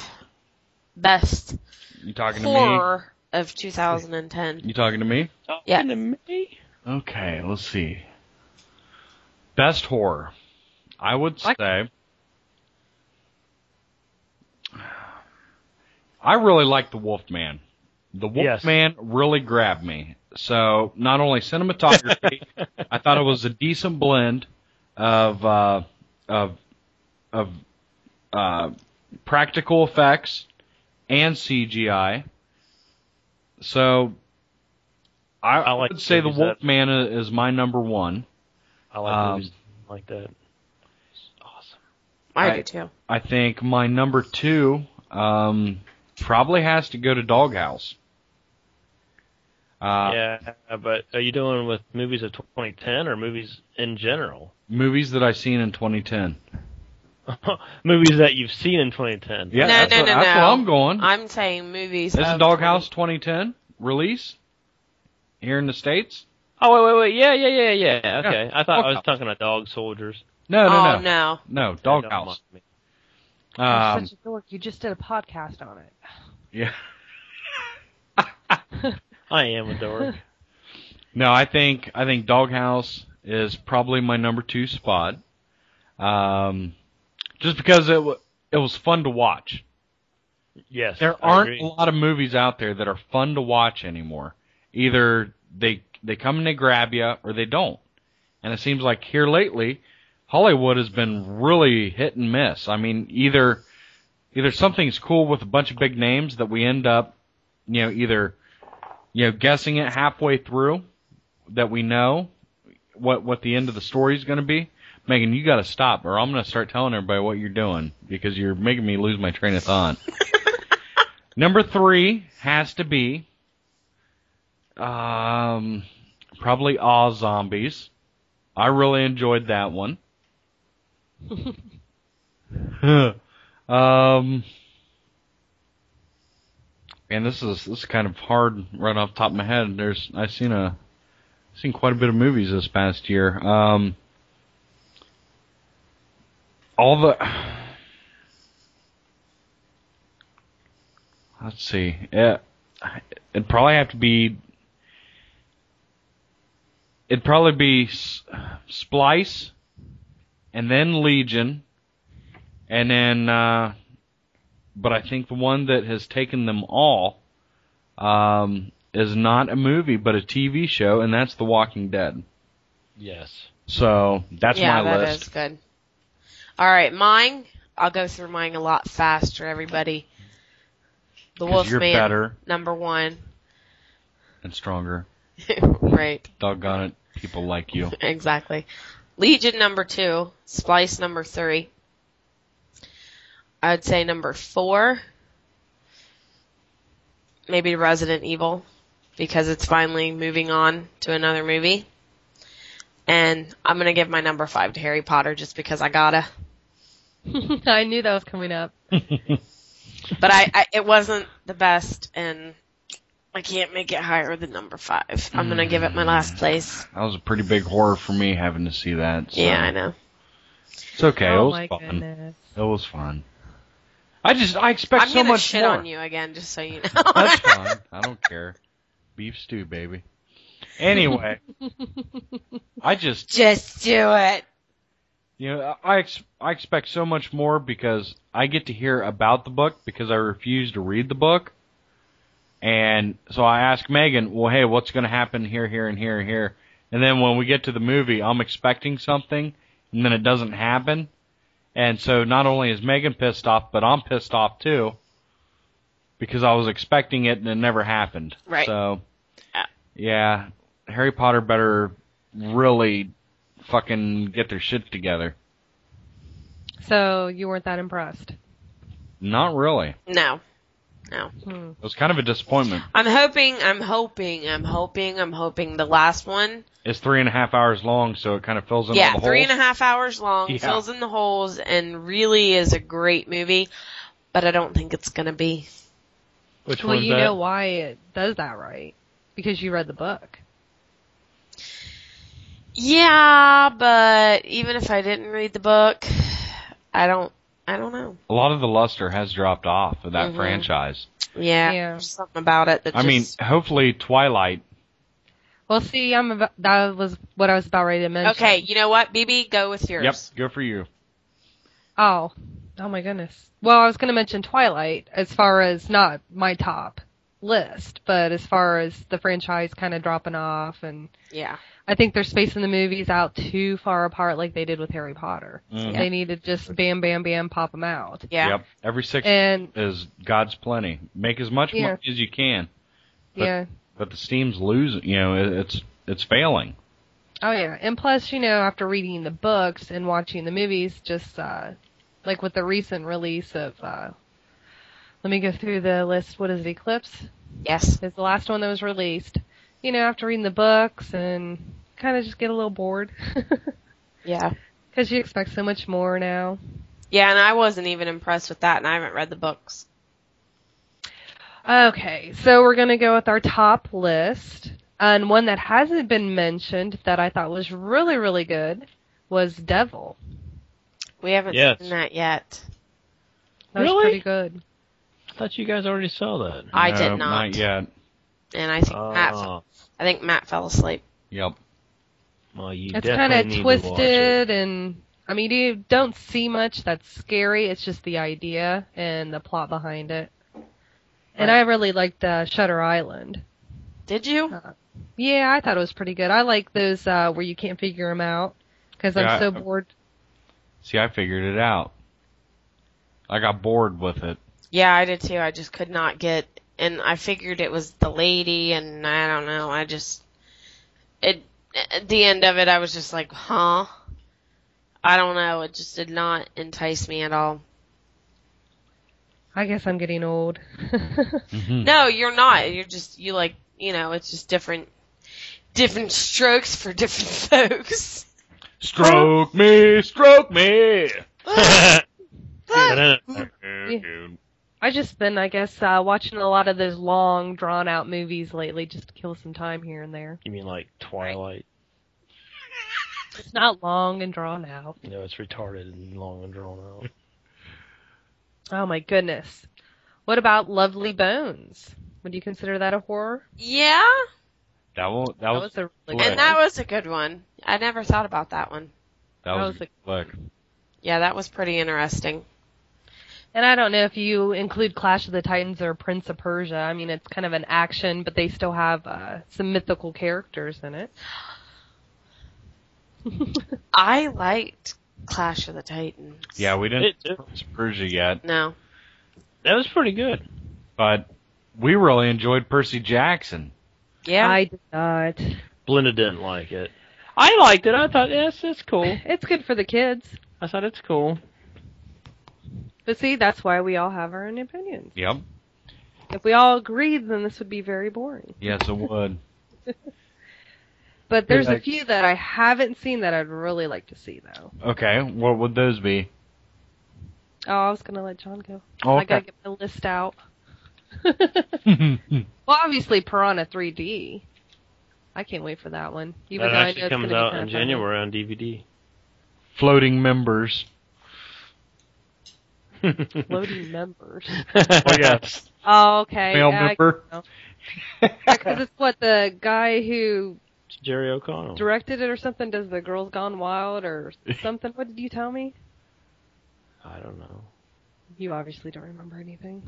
Speaker 3: best
Speaker 2: You talking to
Speaker 3: horror of 2010?
Speaker 2: me? You talking to me?
Speaker 3: Yeah.
Speaker 4: Talking to me?
Speaker 2: Okay, let's see. Best horror. I would
Speaker 5: I-
Speaker 2: say. I really like The Wolfman. The
Speaker 4: Yes.
Speaker 2: Wolfman really grabbed me. So, not only cinematography, I thought it was a decent blend of, uh, of, of, uh, practical effects and CGI. So, I,
Speaker 4: I like
Speaker 2: would say The
Speaker 4: movies that-
Speaker 2: Wolfman i- is my number one.
Speaker 4: I like
Speaker 2: Um,
Speaker 4: movies like that. It's awesome.
Speaker 3: I
Speaker 2: I-
Speaker 3: do too.
Speaker 2: I think my number two um, probably has to go to Doghouse. Uh,
Speaker 4: yeah, but are you doing with movies of 2010 or movies in general?
Speaker 2: Movies that I've seen in 2010.
Speaker 4: movies that you've seen in 2010.
Speaker 2: Yeah,
Speaker 3: No,
Speaker 2: that's,
Speaker 3: no,
Speaker 2: what,
Speaker 3: no,
Speaker 2: that's
Speaker 3: no.
Speaker 2: where I'm going.
Speaker 3: I'm saying movies.
Speaker 2: This is
Speaker 3: of
Speaker 2: Doghouse 2010 release here in the states.
Speaker 4: Oh wait, wait, wait. Yeah, yeah, yeah, yeah. Okay.
Speaker 2: Yeah.
Speaker 4: I thought I
Speaker 2: Doghouse.
Speaker 4: was talking about Dog Soldiers.
Speaker 2: No,
Speaker 3: 20
Speaker 2: no,
Speaker 3: Oh
Speaker 2: no,
Speaker 3: no.
Speaker 2: no,
Speaker 4: Don't
Speaker 2: Doghouse.
Speaker 4: mind me.
Speaker 5: You're
Speaker 2: Um,
Speaker 5: such a dork. You just did a podcast on it.
Speaker 2: yeah.
Speaker 4: I am a dork.
Speaker 2: No, I think I think Doghouse is probably my number two spot. Um, just because it wa it was fun to watch.
Speaker 4: yes.
Speaker 2: There
Speaker 4: I
Speaker 2: aren't
Speaker 4: agree.
Speaker 2: a lot of movies out there that are fun to watch anymore. Either they they come and they grab you, or they don't. And it seems like here lately, Hollywood has been really hit and miss. I mean, either either something's cool with a bunch of big names that we end up, you know, either you know guessing it halfway through that we know what what the end of the story is going to be. Megan, you got to stop, or I'm going to start telling everybody what you're doing because you're making me lose my train of thought. Number three has to be um, probably All Zombies. I really enjoyed that one. um, and this is this is kind of hard right off the top of my head. There's I've seen a seen quite a bit of movies this past year. Um, all the let's see. It, it'd probably have to be. It'd probably be S- Splice, and then Legion, and then. Uh, but I think the one that has taken them all um, is not a movie, but a TV show, and that's The Walking Dead.
Speaker 4: Yes.
Speaker 2: So that's
Speaker 3: yeah,
Speaker 2: my
Speaker 3: that
Speaker 2: list.
Speaker 3: is good. All right, mine. I'll go through mine a lot faster. Everybody. The
Speaker 2: 'Cause
Speaker 3: Wolfman.
Speaker 2: you're better
Speaker 3: Number one.
Speaker 2: and stronger.
Speaker 3: right.
Speaker 2: Doggone it, people like you.
Speaker 3: Exactly. Legion number two, Splice number three. I'd say number four, maybe Resident Evil, because it's finally moving on to another movie. And I'm gonna give my number five to Harry Potter just because I gotta.
Speaker 5: I knew that was coming up.
Speaker 3: But I, I it wasn't the best, and I can't make it higher than number five. I'm gonna give it my last place.
Speaker 2: That was a pretty big horror for me having to see that. so-
Speaker 3: Yeah, I know.
Speaker 2: It's okay. it
Speaker 5: oh
Speaker 2: was
Speaker 5: my
Speaker 2: fun.
Speaker 5: goodness.
Speaker 2: It was fun. I just I expect
Speaker 3: I'm
Speaker 2: so
Speaker 3: gonna
Speaker 2: much
Speaker 3: shit
Speaker 2: more.
Speaker 3: on you again, just so you know.
Speaker 2: That's fine. I don't care. Beef stew, baby. Anyway, I just
Speaker 3: Just do it.
Speaker 2: you know I ex- I expect so much more because I get to hear about the book because I refuse to read the book, and so I ask Megan, well, hey, what's going to happen here, here, and here, and here, and then when we get to the movie, I'm expecting something, and then it doesn't happen, and so not only is Megan pissed off, but I'm pissed off too because I was expecting it and it never happened.
Speaker 3: Right.
Speaker 2: So,
Speaker 3: Yeah.
Speaker 2: yeah, Harry Potter better really fucking get their shit together.
Speaker 5: So you weren't that impressed.
Speaker 2: Not really.
Speaker 3: No. No.
Speaker 2: It was kind of a disappointment.
Speaker 3: I'm hoping, I'm hoping, I'm hoping, I'm hoping the last one.
Speaker 2: It's three and a half hours long, so it kind of fills in all
Speaker 3: yeah,
Speaker 2: the
Speaker 3: three
Speaker 2: holes.
Speaker 3: and a half hours long,
Speaker 2: Yeah.
Speaker 3: fills in the holes, and really is a great movie. But I don't think it's gonna be.
Speaker 4: Which
Speaker 5: well,
Speaker 4: one's
Speaker 5: you
Speaker 4: that?
Speaker 5: know why it does that, right? Because you read the book.
Speaker 3: Yeah, but even if I didn't read the book, I don't, I don't know.
Speaker 2: a lot of the luster has dropped off of that
Speaker 3: Mhm.
Speaker 2: franchise.
Speaker 3: Yeah,
Speaker 5: Yeah.
Speaker 3: there's something about it that
Speaker 2: I mean,
Speaker 3: just-
Speaker 2: hopefully Twilight.
Speaker 5: Well, see, I'm about, that was what I was about ready to mention.
Speaker 3: Okay, you know what, BB, go with yours.
Speaker 2: Yep, good for you.
Speaker 5: Oh, oh my goodness. Well, I was going to mention Twilight as far as not my top list, but as far as the franchise kind of dropping off, and
Speaker 3: Yeah.
Speaker 5: I think they're spacing the movies out too far apart, like they did with Harry Potter.
Speaker 2: Mhm.
Speaker 5: They need to just bam, bam, bam, pop them out.
Speaker 3: Yeah.
Speaker 2: Yep. Every six
Speaker 5: And
Speaker 2: is God's plenty. Make as much
Speaker 5: Yeah.
Speaker 2: money as you can, But-
Speaker 5: yeah,
Speaker 2: but the steam's losing. You know, it, it's it's failing.
Speaker 5: oh yeah, and plus, you know, after reading the books and watching the movies, just uh, like with the recent release of, uh, let me go through the list. What is it, Eclipse?
Speaker 3: Yes.
Speaker 5: is the last one that was released. You know, after reading the books and kind of just get a little bored
Speaker 3: Yeah.
Speaker 5: because you expect so much more now.
Speaker 3: Yeah, and I wasn't even impressed with that, and I haven't read the books.
Speaker 5: Okay, so we're gonna go with our top list, and one that hasn't been mentioned that I thought was really really good was Devil.
Speaker 3: We haven't
Speaker 4: Yes.
Speaker 3: seen that yet.
Speaker 5: That was
Speaker 4: Really?
Speaker 5: pretty good.
Speaker 4: I thought you guys already saw that.
Speaker 3: I
Speaker 2: No,
Speaker 3: did not.
Speaker 2: Not yet.
Speaker 3: And I think Matt,
Speaker 4: Oh,
Speaker 3: I think Matt fell asleep.
Speaker 2: Yep.
Speaker 4: well, you
Speaker 5: It's kind
Speaker 4: definitely need
Speaker 5: of
Speaker 4: to watch it.
Speaker 5: twisted, and I mean you don't see much that's scary. It's just the idea and the plot behind it. And
Speaker 3: Right.
Speaker 5: I really liked uh, Shutter Island.
Speaker 3: Did you?
Speaker 5: Yeah, I thought it was pretty good. I like those uh where you can't figure them out because I'm
Speaker 2: Yeah,
Speaker 5: so
Speaker 2: I-
Speaker 5: bored.
Speaker 2: See, I figured it out. I got bored with it.
Speaker 3: Yeah, I did too. I just could not get, and I figured it was the lady, and I don't know. I just, it, at the end of it, I was just like, huh? I don't know. It just did not entice me at all.
Speaker 5: I guess I'm getting old.
Speaker 3: No, you're not. You're just, you like, you know, it's just different, different strokes for different folks.
Speaker 2: Stroke me, stroke me.
Speaker 5: I just been, I guess, uh watching a lot of those long, drawn out movies lately just to kill some time here and there.
Speaker 4: you mean like Twilight?
Speaker 5: It's not long and drawn out.
Speaker 4: You know, it's retarded and long and drawn out.
Speaker 5: Oh my goodness. What about Lovely Bones? Would you consider that a horror?
Speaker 3: Yeah,
Speaker 2: That was that
Speaker 5: That
Speaker 2: was
Speaker 5: was a really
Speaker 2: Right.
Speaker 3: and that was a good one. I never thought about that one.
Speaker 2: that was,
Speaker 5: was
Speaker 2: look.
Speaker 3: Yeah, that was pretty interesting.
Speaker 5: And I don't know if you include Clash of the Titans or Prince of Persia. I mean, it's kind of an action, but they still have uh, some mythical characters in it.
Speaker 3: I liked Clash of the Titans.
Speaker 2: Yeah, we didn't
Speaker 4: It-
Speaker 2: Prince of Persia yet,
Speaker 3: No.
Speaker 4: That was pretty good.
Speaker 2: but we really enjoyed Percy Jackson.
Speaker 3: Yeah.
Speaker 5: I did not.
Speaker 4: Blenda didn't like it. I liked it. I thought, yes, that's cool.
Speaker 5: It's good for the kids.
Speaker 4: I thought it's cool.
Speaker 5: But see, that's why we all have our own opinions.
Speaker 2: Yep.
Speaker 5: If we all agreed, then this would be very boring.
Speaker 2: Yes, it would.
Speaker 5: But there's a
Speaker 2: Like-
Speaker 5: few that I haven't seen that I'd really like to see, though.
Speaker 2: Okay, what would those be?
Speaker 5: Oh, I was gonna let John go. I
Speaker 2: Oh, Okay.
Speaker 5: gotta get my list out. well, obviously, Piranha 3D. I can't wait for that one. Even
Speaker 4: that
Speaker 5: though I know
Speaker 4: actually
Speaker 5: it's
Speaker 4: comes
Speaker 5: gonna be
Speaker 4: out
Speaker 5: kinda
Speaker 4: in
Speaker 5: funny.
Speaker 4: January on DVD.
Speaker 2: Floating members.
Speaker 5: Loading members.
Speaker 2: Oh yes.
Speaker 5: Oh, okay.
Speaker 2: Male
Speaker 5: yeah, I-
Speaker 2: member.
Speaker 5: Because it's what the guy who
Speaker 4: Jerry O'Connell.
Speaker 5: directed it or something does the Girls Gone Wild or something. What did you tell me?
Speaker 4: I don't know.
Speaker 5: You obviously don't remember anything.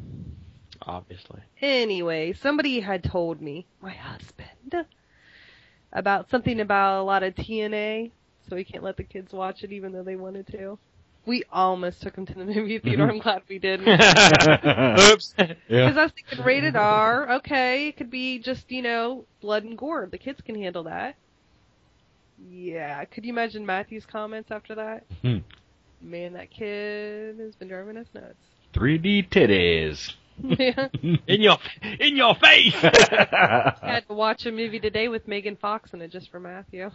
Speaker 4: Obviously.
Speaker 5: Anyway, somebody had told me, my husband, about something about a lot of TNA, so we can't let the kids watch it even though they wanted to. We almost took them to the movie theater. I'm glad we didn't.
Speaker 4: Oops.
Speaker 2: Yeah.
Speaker 5: Because I was thinking rated R, okay, it could be just, you know, blood and gore. The kids can handle that. Yeah, could you imagine Matthew's comments after that?
Speaker 2: Hmm.
Speaker 5: Man, that kid has been driving us nuts.
Speaker 2: 3D titties.
Speaker 5: yeah.
Speaker 4: In your in your face.
Speaker 2: Uh,
Speaker 5: I had to watch a movie today with Megan Fox in it just for Matthew.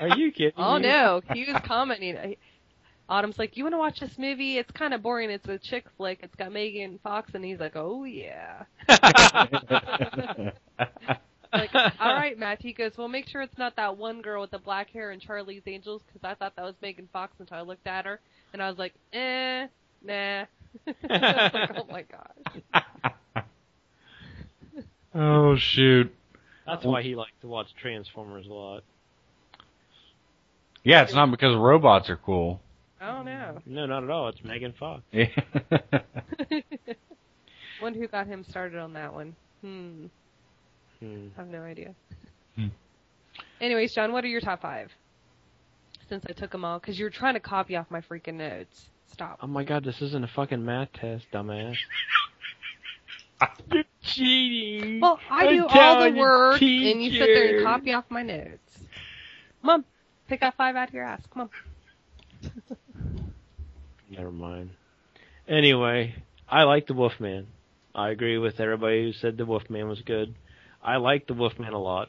Speaker 4: Are you kidding?
Speaker 5: Oh
Speaker 4: me?
Speaker 5: no, Q's commenting. I- Autumn's like, you want to watch this movie? It's kind of boring. It's a chick flick. It's got Megan Fox, and he's like, oh yeah. like, all right, Matt. He goes, well, make sure it's not that one girl with the black hair and Charlie's Angels, because I thought that was Megan Fox until I looked at her, and I was like, eh, nah. I was like, oh my gosh.
Speaker 2: Oh shoot.
Speaker 4: That's why he likes to watch Transformers a lot.
Speaker 2: Yeah, it's not because robots are cool.
Speaker 5: I don't know.
Speaker 4: No, not at all. It's Megan Fox.
Speaker 5: Wonder who got him started on that one. Hmm.
Speaker 4: Hmm.
Speaker 5: I have no idea.
Speaker 2: Hmm.
Speaker 5: Anyways, John, what are your top five? Since I took them all, because you're trying to copy off my freaking notes.
Speaker 4: Oh
Speaker 5: Stop.
Speaker 4: my god, this isn't a fucking math test, dumbass. You're cheating.
Speaker 5: Well, I do all the work, and you sit there and copy off my notes. Mom, pick out five out of your ass. Come on.
Speaker 4: Never mind. Anyway, I like the Wolfman. I agree with everybody who said the Wolfman was good. I like the Wolfman a lot.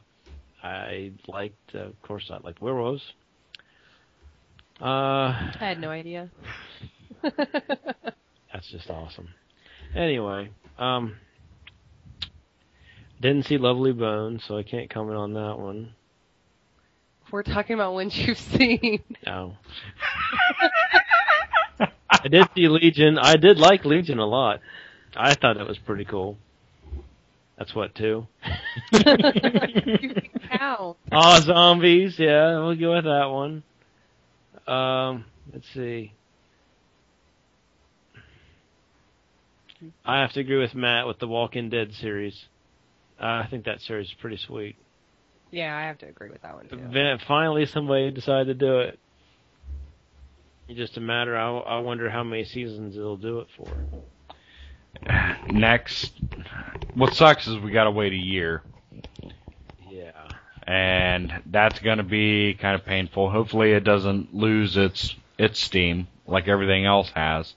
Speaker 4: I liked, uh, of course, I liked werewolves. Uh,
Speaker 5: I had no idea.
Speaker 4: that's just awesome. Anyway, um, didn't see Lovely Bones, so I can't comment on that one.
Speaker 5: We're talking about ones you've seen.
Speaker 4: No. I did see Legion. I did like Legion a lot. I thought it was pretty cool. That's what two.
Speaker 5: you can count.
Speaker 4: Ah, zombies. Yeah, we'll go with that one. Um, let's see. I have to agree with Matt with the Walking Dead series. Uh, I think that series is pretty sweet.
Speaker 5: Yeah, I have to agree with that one too.
Speaker 4: Then finally, somebody decided to do it. It's just a matter. I, I wonder how many seasons they'll do it for.
Speaker 2: Next, what sucks is we gotta wait a year,
Speaker 4: Yeah.
Speaker 2: and that's gonna be kind of painful. Hopefully, it doesn't lose its its steam like everything else has.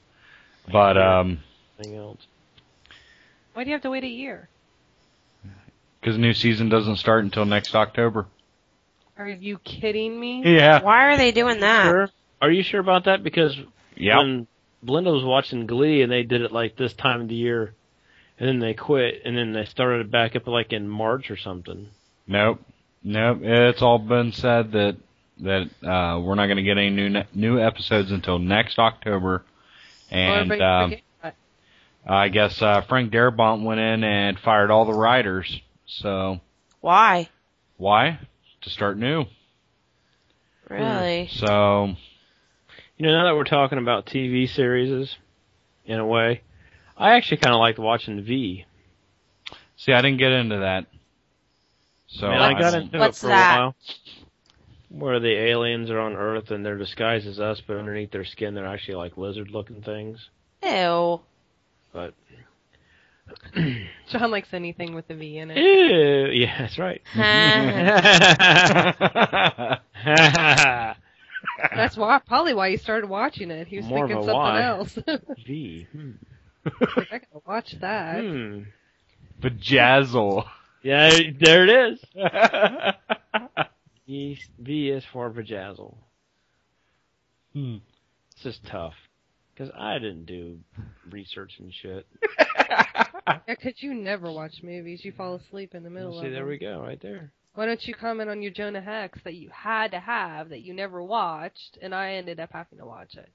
Speaker 2: But um,
Speaker 4: Anything else?
Speaker 5: Why do you have to wait a year?
Speaker 2: because new season doesn't start until next October.
Speaker 5: Are you kidding me?
Speaker 2: Yeah.
Speaker 3: Why are they doing that?
Speaker 4: Sure. Are you sure about that? Because
Speaker 2: Yeah.
Speaker 4: when Belinda was watching Glee and they did it like this time of the year, and then they quit, and then they started it back up like in March or something.
Speaker 2: Nope. Nope. It's all been said that that uh, we're not gonna get any new ne- new episodes until next October, and.
Speaker 5: Everybody
Speaker 2: um,
Speaker 5: forget that.
Speaker 2: I guess uh, Frank Darabont went in and fired all the writers. So
Speaker 3: Why?
Speaker 2: why? To start new.
Speaker 3: Hmm. Really?
Speaker 2: So
Speaker 4: You know, now that we're talking about TV series, in a way, I actually kind of liked watching V.
Speaker 2: see, I didn't get into that. So
Speaker 4: Man, I got
Speaker 2: I-
Speaker 4: into
Speaker 3: What's
Speaker 4: it for
Speaker 3: that?
Speaker 4: a while. Where the aliens are on Earth and they're disguised as us, but underneath their skin they're actually like lizard-looking things.
Speaker 3: Ew.
Speaker 4: But
Speaker 5: John likes anything with a V in it.
Speaker 4: ew, eh, yeah, that's right.
Speaker 3: Huh.
Speaker 5: That's why probably why he started watching it. He was
Speaker 4: More of
Speaker 5: thinking
Speaker 4: a
Speaker 5: something
Speaker 4: why.
Speaker 5: else.
Speaker 4: v. Hmm.
Speaker 5: I gotta watch that.
Speaker 4: Hmm.
Speaker 2: Bejazzle.
Speaker 4: Yeah, there it is. V, v is for vajazzle.
Speaker 2: Hmm.
Speaker 4: It's just tough because I didn't do research and shit.
Speaker 5: Yeah, 'cause you never watch movies. You fall asleep in the middle
Speaker 4: Well,
Speaker 5: of
Speaker 4: see, there
Speaker 5: them.
Speaker 4: we go, right there.
Speaker 5: Why don't you comment on your Jonah Hex that you had to have that you never watched, and I ended up having to watch it.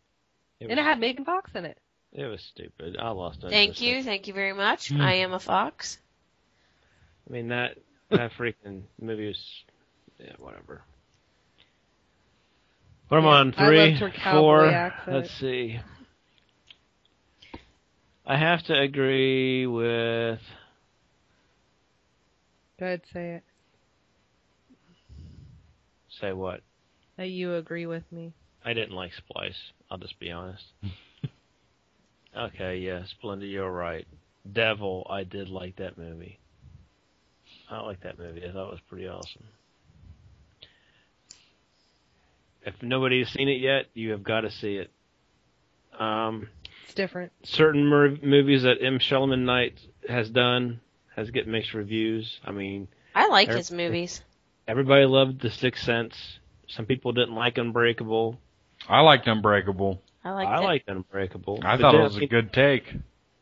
Speaker 4: It
Speaker 5: and it
Speaker 4: was,
Speaker 5: had Megan Fox in it.
Speaker 4: it was stupid. I lost.
Speaker 3: Thank
Speaker 4: interest.
Speaker 3: you. Thank you very much. I am a fox.
Speaker 4: I mean that that freaking movie was yeah, whatever. But I'm
Speaker 5: Yeah,
Speaker 4: on
Speaker 5: I loved
Speaker 4: three,
Speaker 5: her cowboy
Speaker 4: four.
Speaker 5: accent.
Speaker 4: Let's see. I have to agree with
Speaker 5: Go ahead, say it.
Speaker 4: say what
Speaker 5: That you agree with me.
Speaker 4: I didn't like Splice. I'll just be honest. okay, yeah, Splendid, you're right. Devil, I did like that movie. I like that movie. I thought it was pretty awesome. If nobody's seen it yet, you have got to see it. Um,
Speaker 5: It's different.
Speaker 4: certain mer- movies that M. Shellman Knight has done has get mixed reviews. I mean,
Speaker 3: I like
Speaker 4: Er-
Speaker 3: his movies.
Speaker 4: everybody loved The Sixth Sense. Some people didn't like Unbreakable.
Speaker 2: I liked Unbreakable.
Speaker 3: I like.
Speaker 4: I
Speaker 3: that.
Speaker 4: liked Unbreakable.
Speaker 2: I
Speaker 4: But
Speaker 2: thought
Speaker 4: then,
Speaker 2: it was a
Speaker 4: mean,
Speaker 2: good take.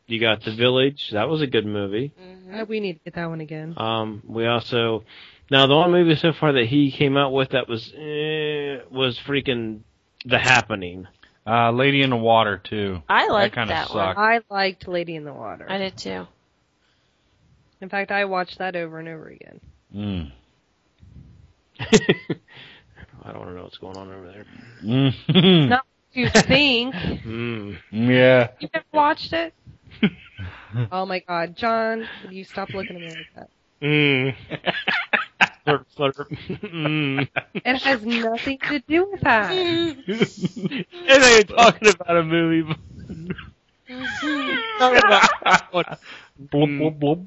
Speaker 4: You got The Village. That was a good movie.
Speaker 3: Mhm.
Speaker 5: Uh, we need to get that one again.
Speaker 4: Um, we also now the only movie so far that he came out with that was eh, was freaking The Happening.
Speaker 2: Uh, Lady in the Water too.
Speaker 3: I liked that,
Speaker 2: kinda
Speaker 3: one.
Speaker 2: sucked.
Speaker 5: Uh, I liked Lady in the Water.
Speaker 3: I did too.
Speaker 5: In fact, I watched that over and over again.
Speaker 2: Mm.
Speaker 4: I don't know what's going on over there.
Speaker 2: Mm.
Speaker 4: Hmm.
Speaker 5: No. You think
Speaker 4: Mm.
Speaker 2: yeah.
Speaker 5: you have watched it? oh my God, John, would you stop looking at me like that?
Speaker 4: Mm. slurp, slurp. Mm.
Speaker 5: It has nothing to do with that.
Speaker 4: and they were talking about a movie. Talking about what-
Speaker 2: Mm-hmm. Blub, blub, blub.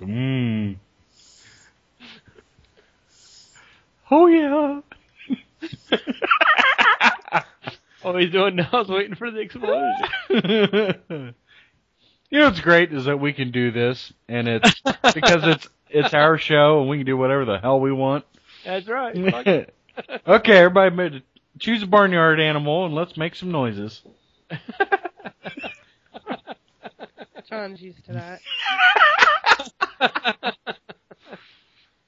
Speaker 2: mm. Oh yeah.
Speaker 4: what he's doing now is waiting for the explosion.
Speaker 2: you know what's great is that we can do this, and it's because it's it's our show, and we can do whatever the hell we want.
Speaker 4: That's right. Fuck it.
Speaker 2: okay, everybody, made, choose a barnyard animal, and let's make some noises.
Speaker 5: John's used to that.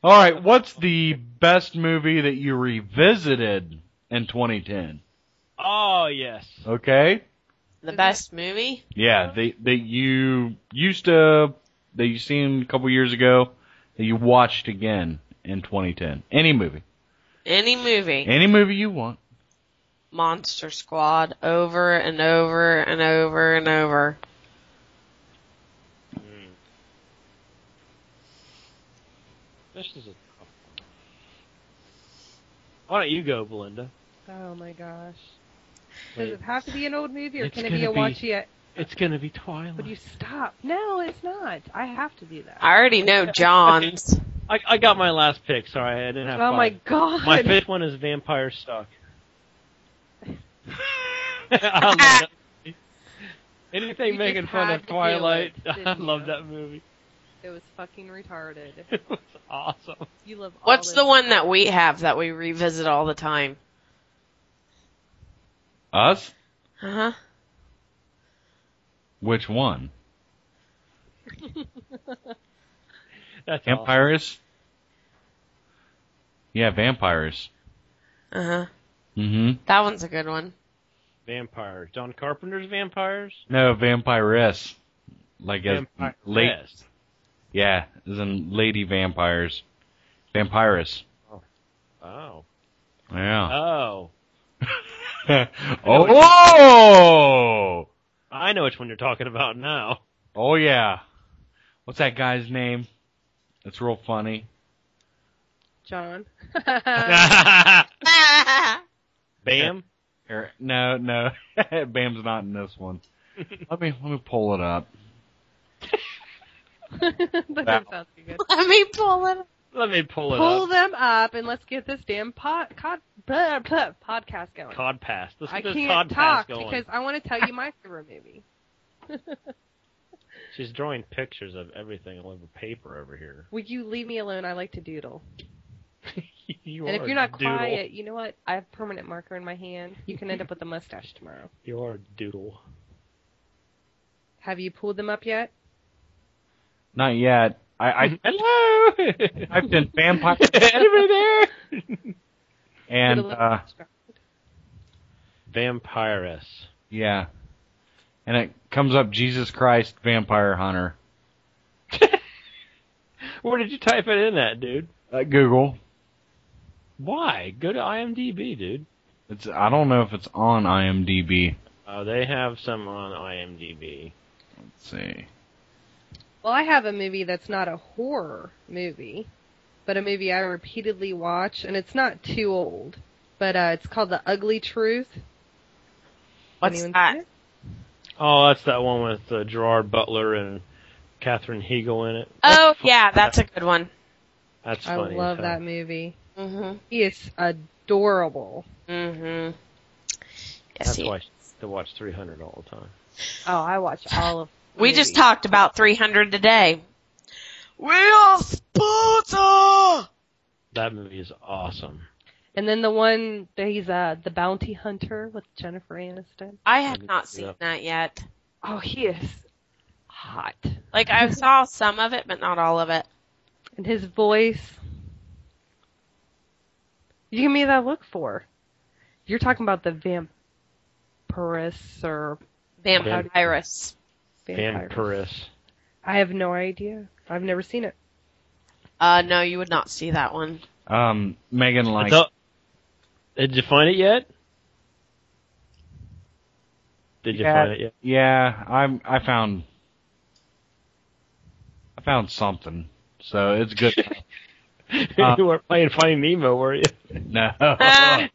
Speaker 2: All right, what's the best movie that you revisited in 2010?
Speaker 4: oh yes.
Speaker 2: Okay,
Speaker 3: The best movie?
Speaker 2: yeah, they that you used to that you seen a couple years ago that you watched again in 2010. Any movie,
Speaker 3: Any movie.
Speaker 2: any movie you want.
Speaker 3: Monster Squad over and over and over and over.
Speaker 4: Hmm. This is a. Why don't you go, Belinda?
Speaker 5: Oh my gosh. Does
Speaker 4: Wait,
Speaker 5: it have to be an old movie, or
Speaker 4: It's
Speaker 5: can it be
Speaker 4: gonna
Speaker 5: a
Speaker 4: be-
Speaker 5: watch yet?
Speaker 4: it's gonna be Twilight.
Speaker 5: Would you stop? No, it's not. I have to do that.
Speaker 3: I already know John's.
Speaker 4: I, I got my last pick. Sorry, I didn't have.
Speaker 5: Oh my
Speaker 4: five.
Speaker 5: God.
Speaker 4: My fifth one is Vampire Stock. I love that. Anything
Speaker 5: You
Speaker 4: making
Speaker 5: just
Speaker 4: fun
Speaker 5: had
Speaker 4: of
Speaker 5: to do
Speaker 4: Twilight,
Speaker 5: it,
Speaker 4: I
Speaker 5: didn't
Speaker 4: love
Speaker 5: you?
Speaker 4: that movie.
Speaker 5: It was fucking retarded.
Speaker 4: It was awesome.
Speaker 5: You love. all
Speaker 3: What's
Speaker 5: this-
Speaker 3: the one that we have that we revisit all the time?
Speaker 2: Us?
Speaker 3: Uh huh.
Speaker 2: Which one?
Speaker 4: That's awesome.
Speaker 2: Vampires? Yeah, vampires.
Speaker 3: Uh huh.
Speaker 2: Mm-hmm.
Speaker 3: That one's a good one.
Speaker 4: Vampires. John Carpenter's vampires.
Speaker 2: No, vampires. Like as
Speaker 4: Vampire-
Speaker 2: late.
Speaker 4: Yes.
Speaker 2: Yeah, as in lady vampires. Vampires.
Speaker 4: Oh.
Speaker 2: Yeah.
Speaker 4: Oh.
Speaker 2: oh, oh!
Speaker 4: I know which one you're talking about now.
Speaker 2: Oh yeah. What's that guy's name? It's real funny.
Speaker 5: John.
Speaker 4: Bam.
Speaker 2: Here- No, no. Bam's not in this one. let me let me pull it up.
Speaker 5: that
Speaker 2: Wow.
Speaker 5: doesn't sound too good.
Speaker 3: Let me pull it. up.
Speaker 4: Let me pull it
Speaker 5: Pull
Speaker 4: up.
Speaker 5: them up and let's get this damn pod, cod, blah, blah, podcast going.
Speaker 4: Cod pass. Let's
Speaker 5: I
Speaker 4: get this
Speaker 5: can't
Speaker 4: cod pass
Speaker 5: talk
Speaker 4: going.
Speaker 5: because I want to tell you my favorite movie.
Speaker 4: She's drawing pictures of everything all over paper over here.
Speaker 5: Would you leave me alone? I like to doodle.
Speaker 4: you
Speaker 5: and
Speaker 4: are
Speaker 5: if you're not
Speaker 4: a doodle.
Speaker 5: quiet, you know what? I have permanent marker in my hand. You can end up with a mustache tomorrow.
Speaker 4: you are a doodle.
Speaker 5: Have you pulled them up yet?
Speaker 2: Not yet. I, I
Speaker 4: Hello.
Speaker 2: typed in vampire
Speaker 4: Over there.
Speaker 2: and
Speaker 5: Doodle-
Speaker 2: uh
Speaker 4: Vampiress.
Speaker 2: yeah. And it comes up Jesus Christ vampire hunter.
Speaker 4: Where did you type it in at, dude?
Speaker 2: Uh, Google.
Speaker 4: Why? Go to IMDb, dude.
Speaker 2: It's I don't know if it's on IMDb.
Speaker 4: Oh, they have some on IMDb.
Speaker 2: Let's see.
Speaker 5: Well, I have a movie that's not a horror movie, but a movie I repeatedly watch, and it's not too old, but uh, it's called The Ugly Truth.
Speaker 3: What's
Speaker 5: Anyone
Speaker 3: that?
Speaker 5: seen it?
Speaker 4: Oh, that's that one with uh, Gerard Butler and Catherine Hegel in it.
Speaker 3: Oh yeah, that's a good one.
Speaker 4: That's
Speaker 5: I
Speaker 4: funny.
Speaker 5: love
Speaker 4: as hell.
Speaker 5: that movie.
Speaker 3: Mhm.
Speaker 5: He is adorable.
Speaker 3: Mhm. Yes,
Speaker 4: That's
Speaker 3: he.
Speaker 4: why to watch 300 all the time.
Speaker 5: Oh, I watch all of.
Speaker 3: We just talked about 300 today. We are Sparta!
Speaker 4: That movie is awesome.
Speaker 5: And then the one that he's uh the bounty hunter with Jennifer Aniston.
Speaker 3: I have not seen that yet.
Speaker 5: Oh, he is hot.
Speaker 3: Like, I saw some of it, but not all of it.
Speaker 5: And his voice. You give me that look for. You're talking about the vampirus or
Speaker 3: Vampirus.
Speaker 4: Van
Speaker 5: vampire.
Speaker 4: Paris.
Speaker 5: I have no idea. I've never seen it.
Speaker 3: Uh, no, you would not see that one.
Speaker 2: Um, Megan like
Speaker 4: Did you find it yet? Did you
Speaker 2: yeah,
Speaker 4: find it yet?
Speaker 2: yeah, I'm. I found. I found something, so it's good. Uh,
Speaker 4: you weren't playing Finding Nemo, were you?
Speaker 2: no,
Speaker 3: Ah,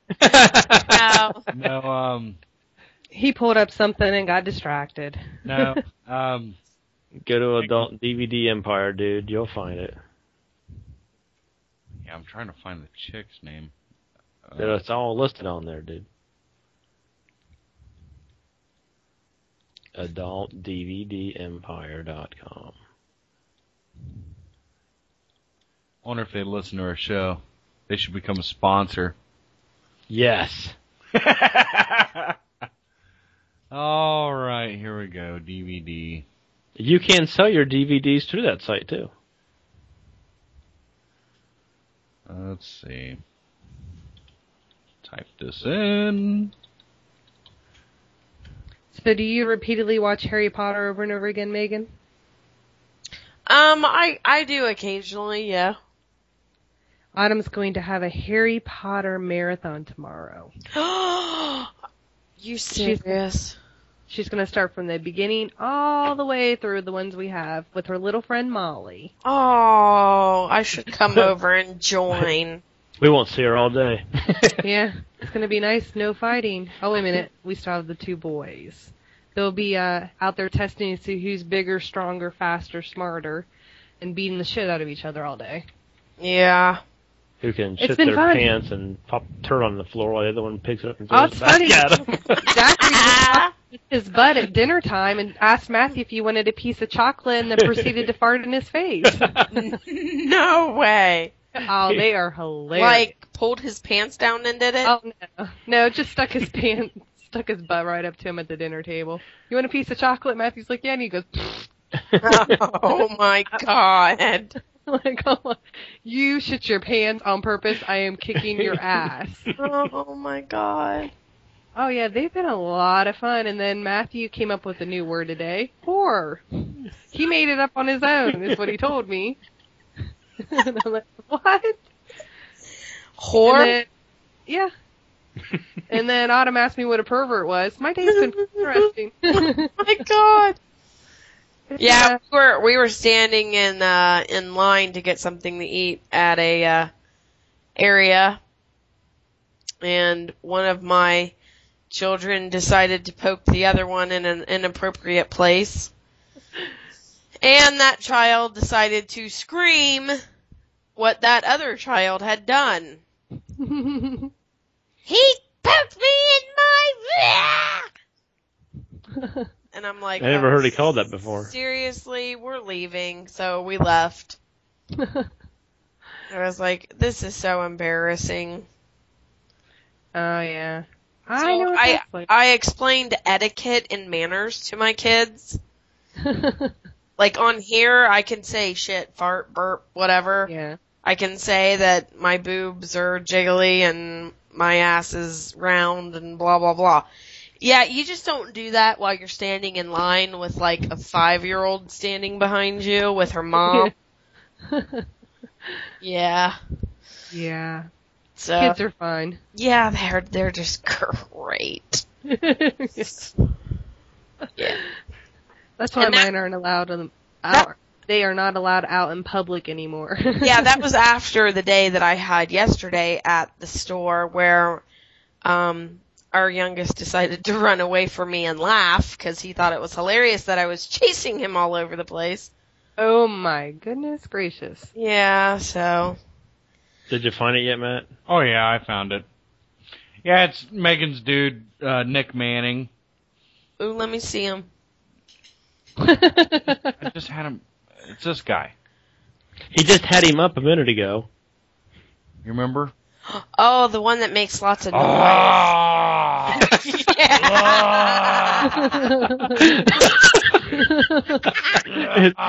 Speaker 3: no.
Speaker 2: no, um,
Speaker 5: He pulled up something and got distracted.
Speaker 2: no, um,
Speaker 4: Go to Adult DVD Empire, dude. You'll find it.
Speaker 2: yeah, I'm trying to find the chick's name. Uh,
Speaker 4: It's all listed on there, dude. AdultDVDEmpire.com.
Speaker 2: wonder if they listen to our show. They should become a sponsor.
Speaker 4: Yes.
Speaker 2: All right, here we go. DVD.
Speaker 4: You can sell your DVDs through that site, too.
Speaker 2: Let's see. Type this in.
Speaker 5: So, do you repeatedly watch Harry Potter over and over again, Megan?
Speaker 3: Um, I, I do occasionally, yeah.
Speaker 5: Autumn's going to have a Harry Potter marathon tomorrow.
Speaker 3: you serious?
Speaker 5: She's going to start from the beginning all the way through the ones we have with her little friend Molly.
Speaker 3: Oh, I should come over and join.
Speaker 4: We won't see her all day.
Speaker 5: yeah, it's going to be nice. No fighting. Oh, wait a minute. We still have the two boys. They'll be uh, out there testing to see who's bigger, stronger, faster, smarter, and beating the shit out of each other all day.
Speaker 3: Yeah.
Speaker 4: Who can
Speaker 5: It's
Speaker 4: shit
Speaker 5: been
Speaker 4: their
Speaker 5: fun.
Speaker 4: pants and pop turd on the floor while the other one picks it up and
Speaker 5: Oh,
Speaker 4: throws
Speaker 5: it's
Speaker 4: it back
Speaker 5: funny.
Speaker 4: at 'em.
Speaker 5: Zachary just popped his butt at dinner time and asked Matthew if he wanted a piece of chocolate and then proceeded to fart in his face.
Speaker 3: no way.
Speaker 5: Oh, they are hilarious.
Speaker 3: Like pulled his pants down and did it.
Speaker 5: Oh no, no, just stuck his pants, stuck his butt right up to him at the dinner table. You want a piece of chocolate? Matthew's like, yeah, and he goes,
Speaker 3: oh my god.
Speaker 5: like, oh, you shit your pants on purpose. I am kicking your ass.
Speaker 3: Oh my god.
Speaker 5: oh yeah, they've been a lot of fun. And then Matthew came up with a new word today, whore. He made it up on his own, is what he told me. and I'm like, what?
Speaker 3: Whore.
Speaker 5: And then- yeah. and then Autumn asked me what a pervert was. My day's been interesting.
Speaker 3: oh my god. Yeah, we were we were standing in uh in line to get something to eat at a uh area and one of my children decided to poke the other one in an inappropriate place. And that child decided to scream what that other child had done. He poked me in my And I'm like,
Speaker 4: I never
Speaker 3: "Oh,
Speaker 4: heard it called that before.
Speaker 3: Seriously, we're leaving, so we left. I was like, this is so embarrassing.
Speaker 5: Oh yeah.
Speaker 3: So
Speaker 5: I know what
Speaker 3: I-
Speaker 5: that's like.
Speaker 3: I explained etiquette and manners to my kids. Like on here, I can say shit, fart, burp, whatever.
Speaker 5: yeah.
Speaker 3: I can say that my boobs are jiggly and my ass is round and blah blah blah. Yeah, you just don't do that while you're standing in line with like a five year old standing behind you with her mom. yeah.
Speaker 5: Yeah.
Speaker 3: So
Speaker 5: Kids are fun.
Speaker 3: yeah, they're they're just great.
Speaker 5: that's
Speaker 3: Yeah.
Speaker 5: why
Speaker 3: And that-
Speaker 5: mine aren't allowed on out. they are not allowed out in public anymore.
Speaker 3: yeah, that was after the day that I had yesterday at the store where um, our youngest decided to run away from me and laugh because he thought it was hilarious that I was chasing him all over the place.
Speaker 5: oh my goodness gracious.
Speaker 3: Yeah, so
Speaker 4: Did you find it yet, Matt?
Speaker 2: Oh yeah, I found it. Yeah, it's Megan's dude, uh, Nick Manning.
Speaker 3: Ooh, let me see him.
Speaker 2: I just had him. It's this guy.
Speaker 4: He just had him up a minute ago.
Speaker 2: You remember?
Speaker 3: Oh, the one that makes lots of noise.
Speaker 2: Ah!
Speaker 3: yeah.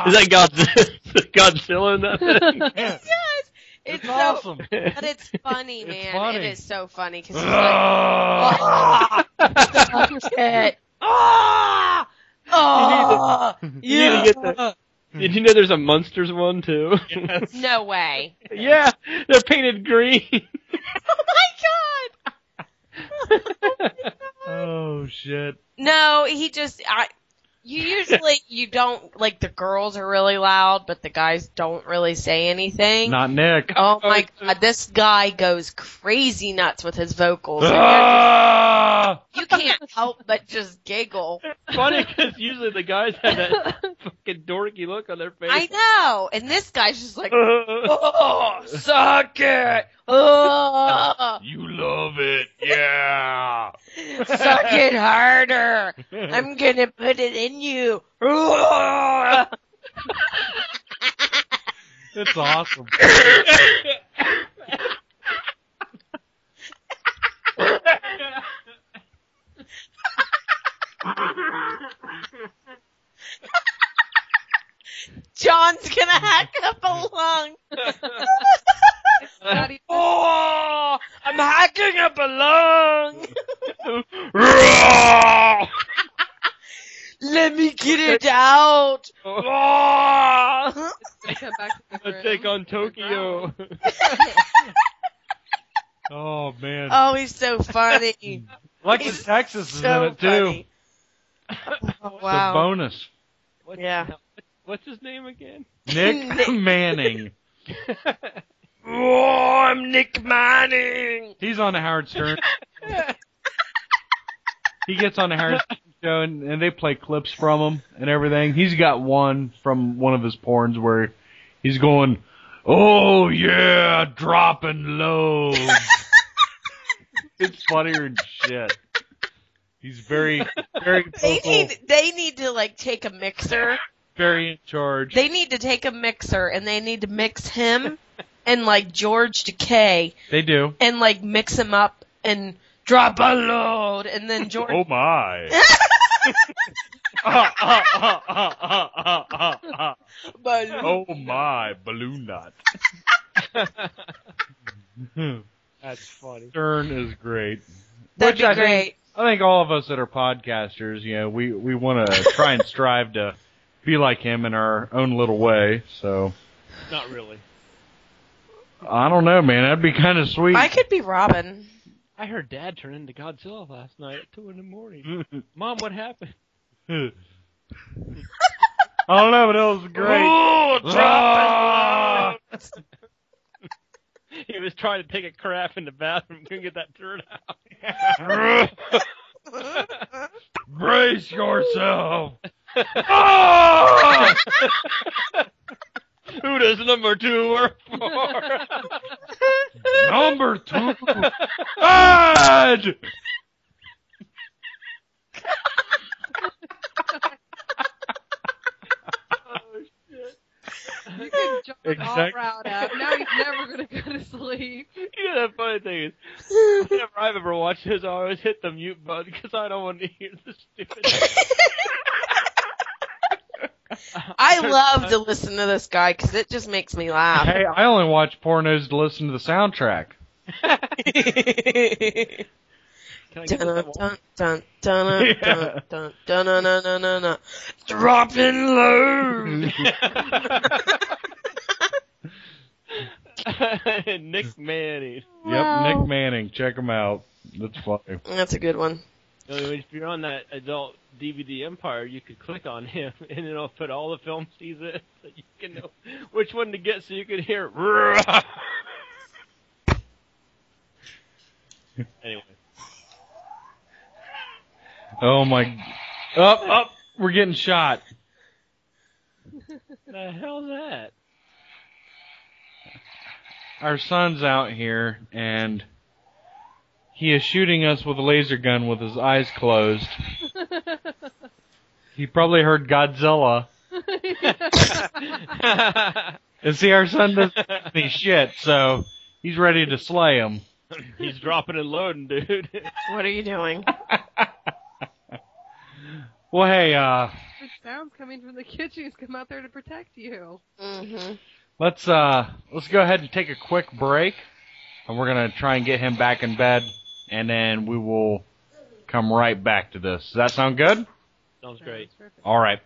Speaker 4: Is that Godzilla, Godzilla in that
Speaker 3: Yes. It's, so,
Speaker 2: awesome.
Speaker 4: thing?
Speaker 3: but it's funny, Ah. man.
Speaker 2: funny.
Speaker 3: It is so funny because like, shit. Ah! Ah!
Speaker 4: You need to get that. Did you know there's a Munsters one too?
Speaker 3: No way.
Speaker 4: yeah, they're painted green.
Speaker 3: Oh my god.
Speaker 2: Oh shit!
Speaker 3: No, he just I you usually you don't like the girls are really loud, but the guys don't really say anything.
Speaker 2: Not Nick.
Speaker 3: oh my god, this guy goes crazy nuts with his vocals. And you're-
Speaker 2: Ah!
Speaker 3: you can't help but just giggle.
Speaker 4: Funny because usually the guys have that fucking dorky look on their face.
Speaker 3: I know. And this guy's just like
Speaker 4: oh, suck it!
Speaker 3: "Ugh,
Speaker 2: You love it, yeah.
Speaker 3: suck it harder. I'm gonna put it in you. Ugh."
Speaker 2: It's awesome.
Speaker 3: John's gonna hack up a lung.
Speaker 5: Not even-
Speaker 4: Oh, I'm hacking up a lung.
Speaker 3: Let me get it out.
Speaker 4: Oh,
Speaker 5: come back to the
Speaker 4: a take
Speaker 5: room.
Speaker 4: on Tokyo.
Speaker 2: Oh man,
Speaker 3: Oh, he's so funny.
Speaker 2: Lexus
Speaker 3: he's
Speaker 2: Texas is in
Speaker 3: so
Speaker 2: it too.
Speaker 3: funny. Oh,
Speaker 2: The
Speaker 3: wow.
Speaker 2: bonus.
Speaker 4: What-
Speaker 3: Yeah.
Speaker 4: What's his name again?
Speaker 2: Nick
Speaker 3: Nick.
Speaker 2: Manning.
Speaker 4: oh, I'm Nick Manning.
Speaker 2: He's on the Howard Stern. he gets on the Howard Stern show and, and they play clips from him and everything. He's got one from one of his porns where he's going, "Oh yeah, dropping low." it's funnier than shit. He's very, very
Speaker 3: They
Speaker 2: vocal,
Speaker 3: need they need to like take a mixer.
Speaker 2: very in charge.
Speaker 3: They need to take a mixer and they need to mix him and like George Decay
Speaker 2: They do.
Speaker 3: and like mix him up and drop a load and then George
Speaker 2: Oh my.
Speaker 3: Baloo.
Speaker 2: Oh my, balloon knot.
Speaker 4: That's funny.
Speaker 2: Stern is great.
Speaker 3: That'd
Speaker 2: Which I
Speaker 3: be great.
Speaker 2: think, I think all of us that are podcasters, you know, we, we want to try and strive to be like him in our own little way. So
Speaker 4: Not really.
Speaker 2: I don't know, man. That'd be kind of sweet.
Speaker 3: I could be Robin.
Speaker 4: I heard Dad turn into Godzilla last night at two in the morning. Mom, what happened?
Speaker 2: I don't know, but that was great.
Speaker 4: He was trying to take a crap in the bathroom, couldn't get that turd out.
Speaker 2: Brace yourself. Ah!
Speaker 4: Who does number two work for?
Speaker 2: Number two. Dad!
Speaker 5: You could jump all
Speaker 2: Exact-
Speaker 5: route up. Now he's never gonna go to sleep.
Speaker 4: you know the funny thing is, whenever I've ever watched this, I always hit the mute button because I don't want to hear the stupid.
Speaker 3: I love to listen to this guy because it just makes me laugh.
Speaker 2: Hey, I only watch pornos to listen to the soundtrack.
Speaker 4: Can I get
Speaker 3: Dun,
Speaker 4: that one?
Speaker 3: dun, dun, dun,
Speaker 2: Yeah.
Speaker 3: dun, dun, dun, dun, dun, dun, dun, dun. Dropping low.
Speaker 4: Nick Manning.
Speaker 2: Yep, Nick Manning. Check him out. That's funny.
Speaker 3: That's a good one.
Speaker 4: You know, if you're on that adult DVD Empire, you could click on him, and it'll put all the films he's in, so you can know which one to get, so you can hear. anyway,
Speaker 2: Oh my. Up, up. We're getting shot.
Speaker 4: the hell's that?
Speaker 2: Our son's out here and he is shooting us with a laser gun with his eyes closed. He probably heard Godzilla. And see, our son doesn't give any shit, so he's ready to slay him.
Speaker 4: He's dropping and loading, dude.
Speaker 3: What are you doing?
Speaker 2: Well, hey, uh,
Speaker 5: The sounds coming from the kitchen has come out there to protect you.
Speaker 3: hmm
Speaker 2: let's uh, let's go ahead and take a quick break, and we're gonna try and get him back in bed, and then we will come right back to this. Does that sound good?
Speaker 4: Sounds great.
Speaker 5: Sounds terrific.
Speaker 2: All right.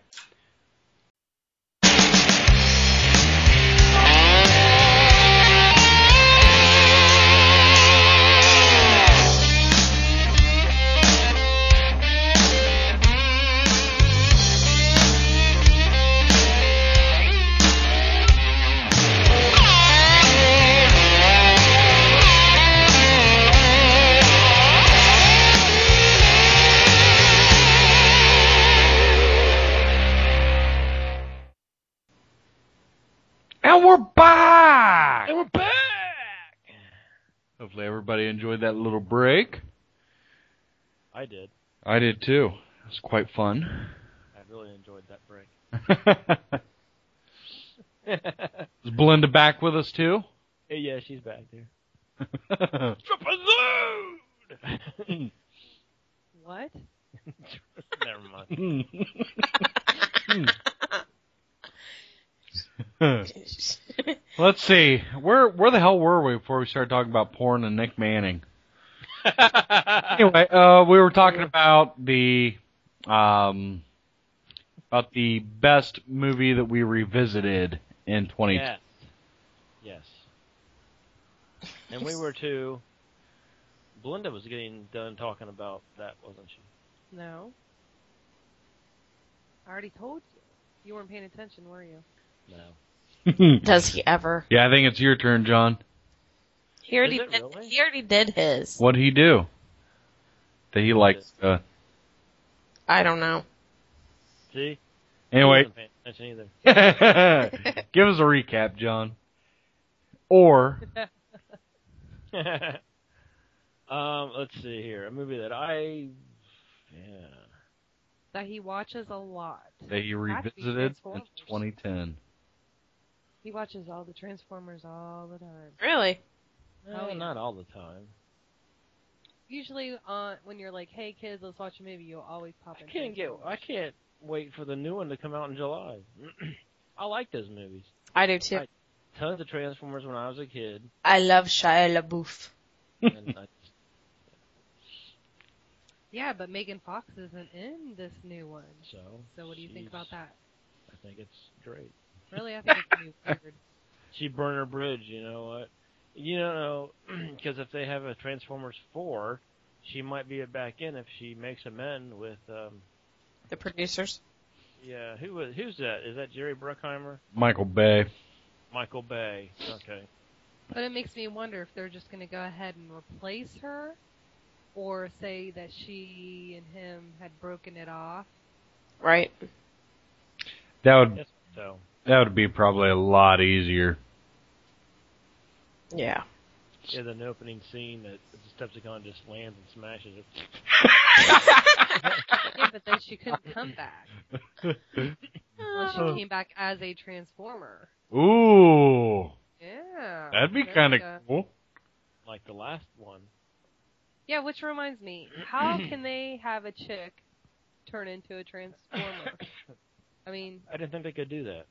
Speaker 2: And we're back.
Speaker 4: And we're back.
Speaker 2: Hopefully, everybody enjoyed that little break.
Speaker 4: I did.
Speaker 2: I did too. It was quite fun.
Speaker 4: I really enjoyed that break.
Speaker 2: Is Belinda back with us too?
Speaker 4: Hey, yeah, she's back there.
Speaker 2: All
Speaker 4: Drop a load.
Speaker 5: What?
Speaker 4: Never mind.
Speaker 2: Let's see. Where where the hell were we before we started talking about porn and Nick Manning? anyway, uh, we were talking about the um, about the best movie that we revisited in 20.
Speaker 4: Yes. Yes. And we were to. Belinda was getting done talking about that, wasn't she?
Speaker 5: No. I already told you. You weren't paying attention, were you?
Speaker 4: No.
Speaker 3: Does he ever?
Speaker 2: yeah, I think it's your turn, John.
Speaker 3: He already
Speaker 4: it
Speaker 3: did,
Speaker 4: really?
Speaker 3: he already did his.
Speaker 2: What would he do? That he likes. Uh,
Speaker 3: I don't know.
Speaker 4: See?
Speaker 2: anyway,
Speaker 4: She wasn't paying attention either.
Speaker 2: give us a recap, John. Or
Speaker 4: um, let's see here. A movie that I. Yeah.
Speaker 5: That he watches a lot.
Speaker 2: that he revisited in 2010.
Speaker 5: He watches all the Transformers all the time.
Speaker 3: Really?
Speaker 4: No,
Speaker 5: Oh, yeah.
Speaker 4: Eh, not all the time.
Speaker 5: Usually, uh, when you're like, "Hey kids, let's watch a movie," you'll always pop
Speaker 4: I
Speaker 5: in.
Speaker 4: can't get.
Speaker 5: Transformers.
Speaker 4: I can't wait for the new one to come out in July. I like those movies.
Speaker 3: I do too.
Speaker 4: I- Tons of Transformers when I was a kid.
Speaker 3: I love Shia LaBeouf.
Speaker 4: And I,
Speaker 5: Yeah, but Megan Fox isn't in this new one.
Speaker 4: so.
Speaker 5: So what do you think
Speaker 4: she's-
Speaker 5: about that?
Speaker 4: I think it's great.
Speaker 5: Really, I think it's new weird.
Speaker 4: She burned her bridge. You know what? You don't know because if they have a Transformers four, she might be back in if she makes amend with. um
Speaker 3: The producers.
Speaker 4: Yeah, who was who's that? Is that Jerry Bruckheimer?
Speaker 2: Michael Bay.
Speaker 4: Michael Bay. Okay.
Speaker 5: But it makes me wonder if they're just going to go ahead and replace her, or say that she and him had broken it off.
Speaker 3: Right.
Speaker 2: That would
Speaker 4: Yes. So
Speaker 2: that would be probably a lot easier.
Speaker 3: Yeah.
Speaker 4: yeah, then the opening scene that the Decepticon just lands and smashes it.
Speaker 5: Yeah, but then she couldn't come back unless she came back as a Transformer.
Speaker 2: Ooh,
Speaker 5: Yeah,
Speaker 2: that'd be
Speaker 5: there
Speaker 2: kind
Speaker 5: we
Speaker 2: of
Speaker 5: go.
Speaker 2: cool.
Speaker 4: Like the last one.
Speaker 5: Yeah, which reminds me, how can they have a chick turn into a transformer? I mean,
Speaker 4: I didn't think they could do that.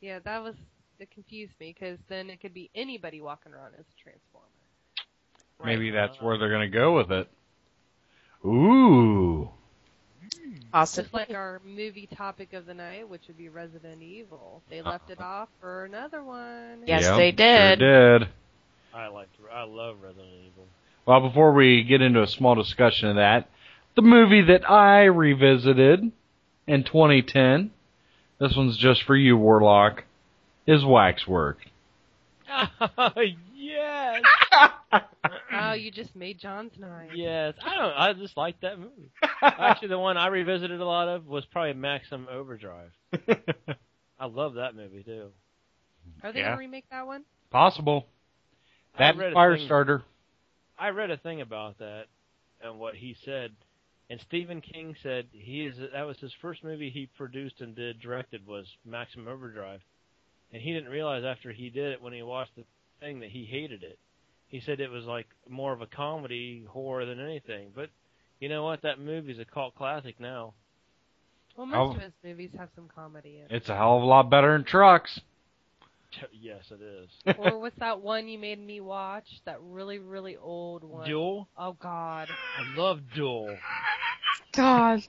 Speaker 5: yeah, that was it confused me because then it could be anybody walking around as a transformer.
Speaker 2: Maybe that's where they're gonna go with it. Ooh,
Speaker 3: Awesome.
Speaker 5: Just like our movie topic of the night, which would be Resident Evil. They
Speaker 2: Uh-huh.
Speaker 5: left it off for another one.
Speaker 3: Yes,
Speaker 2: Yep,
Speaker 3: they
Speaker 2: sure
Speaker 3: did.
Speaker 2: did.
Speaker 4: I liked. I love Resident Evil.
Speaker 2: Well, before we get into a small discussion of that, the movie that I revisited in 2010, this one's just for you, Warlock, is Waxwork.
Speaker 4: yes.
Speaker 5: Oh, you just made John's night.
Speaker 4: Yes. I don't. I just like that movie. Actually, the one I revisited a lot of was probably Maximum Overdrive. I love that movie too.
Speaker 5: Are they
Speaker 2: Yeah.
Speaker 5: gonna remake that one?
Speaker 2: Possible. That
Speaker 4: I read a thing-
Speaker 2: Firestarter.
Speaker 4: I read a thing about that and what he said. And Stephen King said he is that was his first movie he produced and did directed was Maximum Overdrive, and he didn't realize after he did it when he watched the thing that he hated it. He said it was like more of a comedy horror than anything, but you know what? That movie's a cult classic now.
Speaker 5: Well,
Speaker 2: I'll-
Speaker 5: most of his movies have some comedy in.
Speaker 2: It's a hell of a lot better than trucks.
Speaker 4: Yes, it is.
Speaker 5: it. or what's that one you made me watch? That really, really old one.
Speaker 4: Duel.
Speaker 5: Oh God,
Speaker 4: I love Duel.
Speaker 3: God.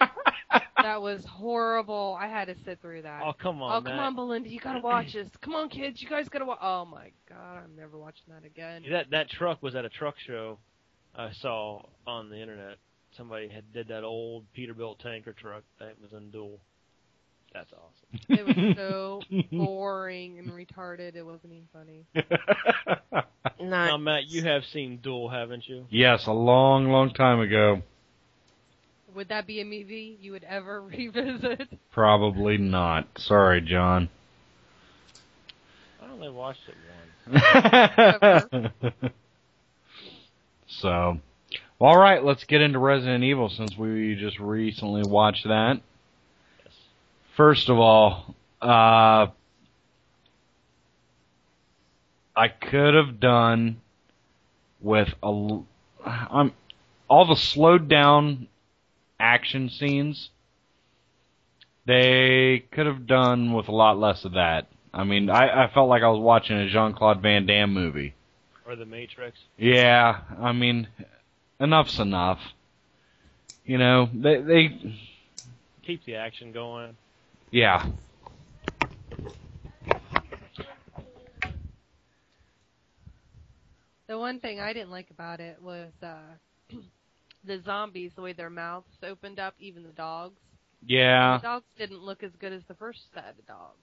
Speaker 5: that was horrible. I had to sit through that.
Speaker 4: Oh come on,
Speaker 5: oh come
Speaker 4: Matt.
Speaker 5: on, Belinda, you gotta watch this. Come on, kids, you guys gotta watch. Oh my God, I'm never watching that again.
Speaker 4: That that truck was at a truck show I saw on the internet. Somebody had did that old Peterbilt tanker truck that was in dual. That's awesome.
Speaker 5: It was so boring and retarded. It wasn't even funny.
Speaker 4: Now
Speaker 3: Not.
Speaker 4: Matt, you have seen Duel, haven't you?
Speaker 2: yes, a long, long time ago.
Speaker 5: Would that be a movie you would ever revisit?
Speaker 2: Probably not. Sorry, John.
Speaker 4: I only watched it once.
Speaker 2: so, all right, let's get into Resident Evil since we just recently watched that.
Speaker 4: Yes.
Speaker 2: First of all, uh, I could have done with a. l- I'm all the slowed down action scenes. They could have done with a lot less of that. I mean, I, I felt like I was watching a Jean Claude Van Damme movie.
Speaker 4: Or The Matrix.
Speaker 2: Yeah, I mean, enough's enough. You know, they they
Speaker 4: Keep the action going.
Speaker 2: yeah.
Speaker 5: The one thing I didn't like about it was uh, the zombies, the way their mouths opened up, even the dogs.
Speaker 2: Yeah,
Speaker 5: The dogs didn't look as good as the first set of dogs.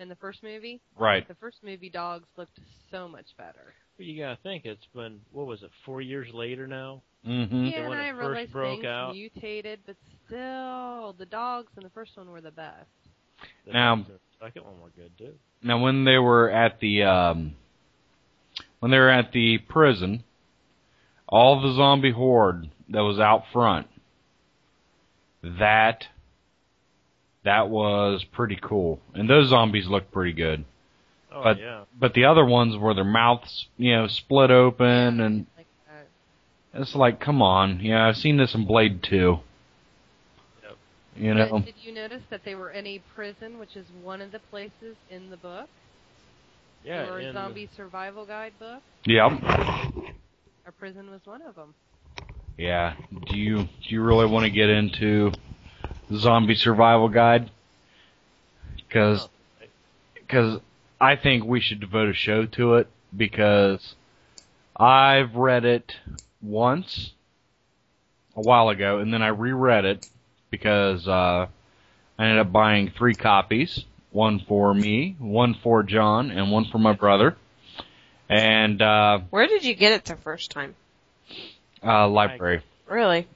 Speaker 5: In the first movie,
Speaker 2: right.
Speaker 5: the first movie dogs looked so much better.
Speaker 4: But you gotta think it's been what was it? Four years later now.
Speaker 2: Mhm.
Speaker 5: Yeah,
Speaker 4: when
Speaker 5: and
Speaker 4: it
Speaker 5: I
Speaker 4: first
Speaker 5: realized
Speaker 4: broke
Speaker 5: things
Speaker 4: out.
Speaker 5: mutated, but still, the dogs in the first one were the best.
Speaker 4: The
Speaker 2: Now-
Speaker 4: the second one were good too.
Speaker 2: Now when they were at the um when they were at the prison, all the zombie horde that was out front that that was pretty cool. And those zombies looked pretty good.
Speaker 4: Oh
Speaker 2: But-
Speaker 4: yeah.
Speaker 2: But the other ones were their mouths, you know, split open and
Speaker 5: Like that.
Speaker 2: It's like, come on. Yeah, I've seen this in Blade 2.
Speaker 4: Yep.
Speaker 2: You
Speaker 5: But
Speaker 2: know?
Speaker 5: did you notice that they were in a prison, which is one of the places in the book,
Speaker 4: Yeah.
Speaker 5: your
Speaker 4: and- uh,
Speaker 5: zombie survival guide book?
Speaker 2: Yep.
Speaker 5: A prison was one of them.
Speaker 2: Yeah. Do you do you really want to get into Zombie Survival Guide? Cuz cuz I think we should devote a show to it because I've read it once a while ago and then I reread it because uh I ended up buying three copies, one for me, one for John, and one for my brother. And uh,
Speaker 3: Where did you get it the first time?
Speaker 2: uh library.
Speaker 3: Really?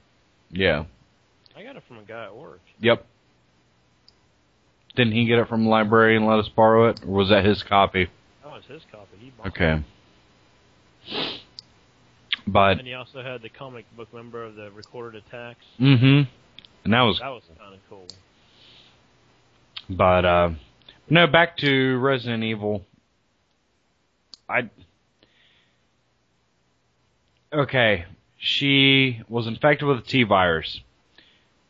Speaker 2: Yeah.
Speaker 4: I got it from a guy at work.
Speaker 2: Yep. Didn't he get it from the library and let us borrow it, or was that his copy?
Speaker 4: That was his copy. He bought it.
Speaker 2: Okay. But
Speaker 4: And he also had the comic book member of the recorded attacks.
Speaker 2: mm-hmm. And that was
Speaker 4: That was kind of cool.
Speaker 2: But uh, no, back to Resident Evil. I okay. She was infected with the T virus.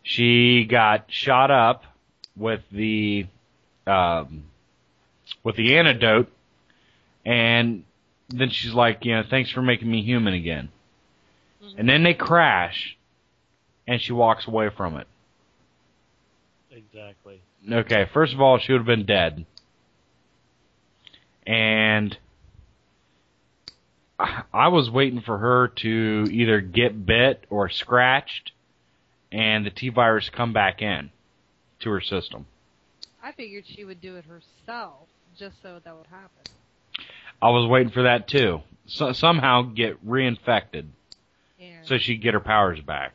Speaker 2: She got shot up with the um, with the antidote, and then she's like, you know, thanks for making me human again. And then they crash, and she walks away from it.
Speaker 4: Exactly.
Speaker 2: Okay, first of all, she would have been dead. And I I was waiting for her to either get bit or scratched and the T virus come back in to her system.
Speaker 5: I figured she would do it herself, just so that would happen.
Speaker 2: I was waiting for that too. So, somehow get reinfected
Speaker 5: And
Speaker 2: so she'd get her powers back.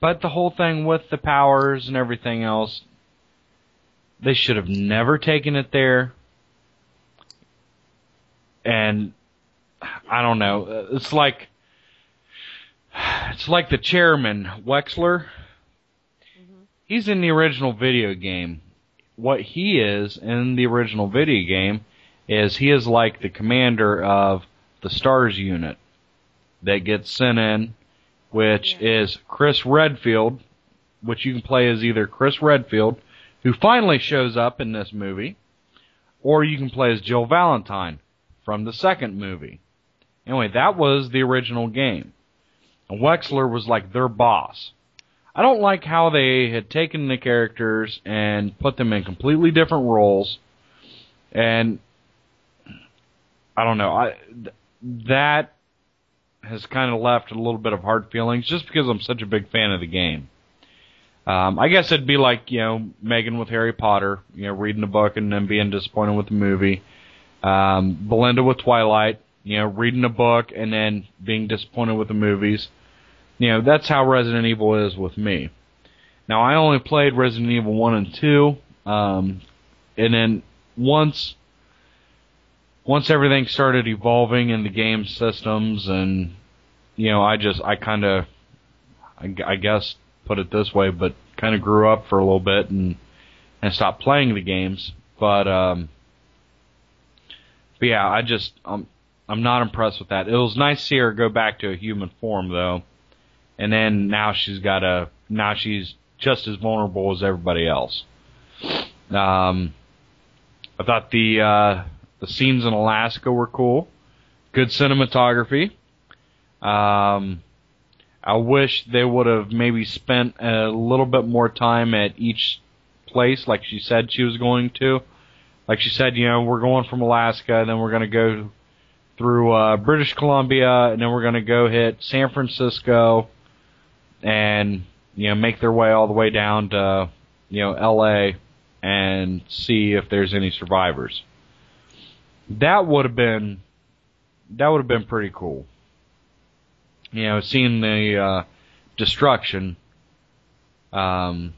Speaker 2: But the whole thing with the powers and everything else, they should have never taken it there. And I don't know. It's like uh, it's like the chairman Wexler. He's in the original video game. What he is in the original video game is he is like the commander of the stars unit that gets sent in, which is Chris Redfield, which you can play as either Chris Redfield, who finally shows up in this movie, or you can play as Jill Valentine from the second movie. Anyway, that was the original game. And Wexler was like their boss. I don't like how they had taken the characters and put them in completely different roles. And I don't know. I th- that has kind of left a little bit of hard feelings just because I'm such a big fan of the game. Um, I guess it'd be like you know Megan with Harry Potter, you know, reading the book and then being disappointed with the movie. Um, Belinda with Twilight, you know, reading the book and then being disappointed with the movies. You know, that's how Resident Evil is with me. Now I only played Resident Evil one and two, um, and then once once everything started evolving in the game systems and you know i just i kind of I, gu- I guess put it this way but kind of grew up for a little bit and and stopped playing the games but um but yeah i just i'm i'm not impressed with that it was nice to see her go back to a human form though and then now she's got a now she's just as vulnerable as everybody else um i thought the uh the scenes in Alaska were cool. Good cinematography. Um, I wish they would have maybe spent a little bit more time at each place, like she said she was going to. Like she said, you know, we're going from Alaska, then we're going to go through uh, British Columbia, and then we're going to go hit San Francisco, and you know, make their way all the way down to you know L.A. and see if there's any survivors that would have been that would have been pretty cool. You know, seeing the uh, destruction, um,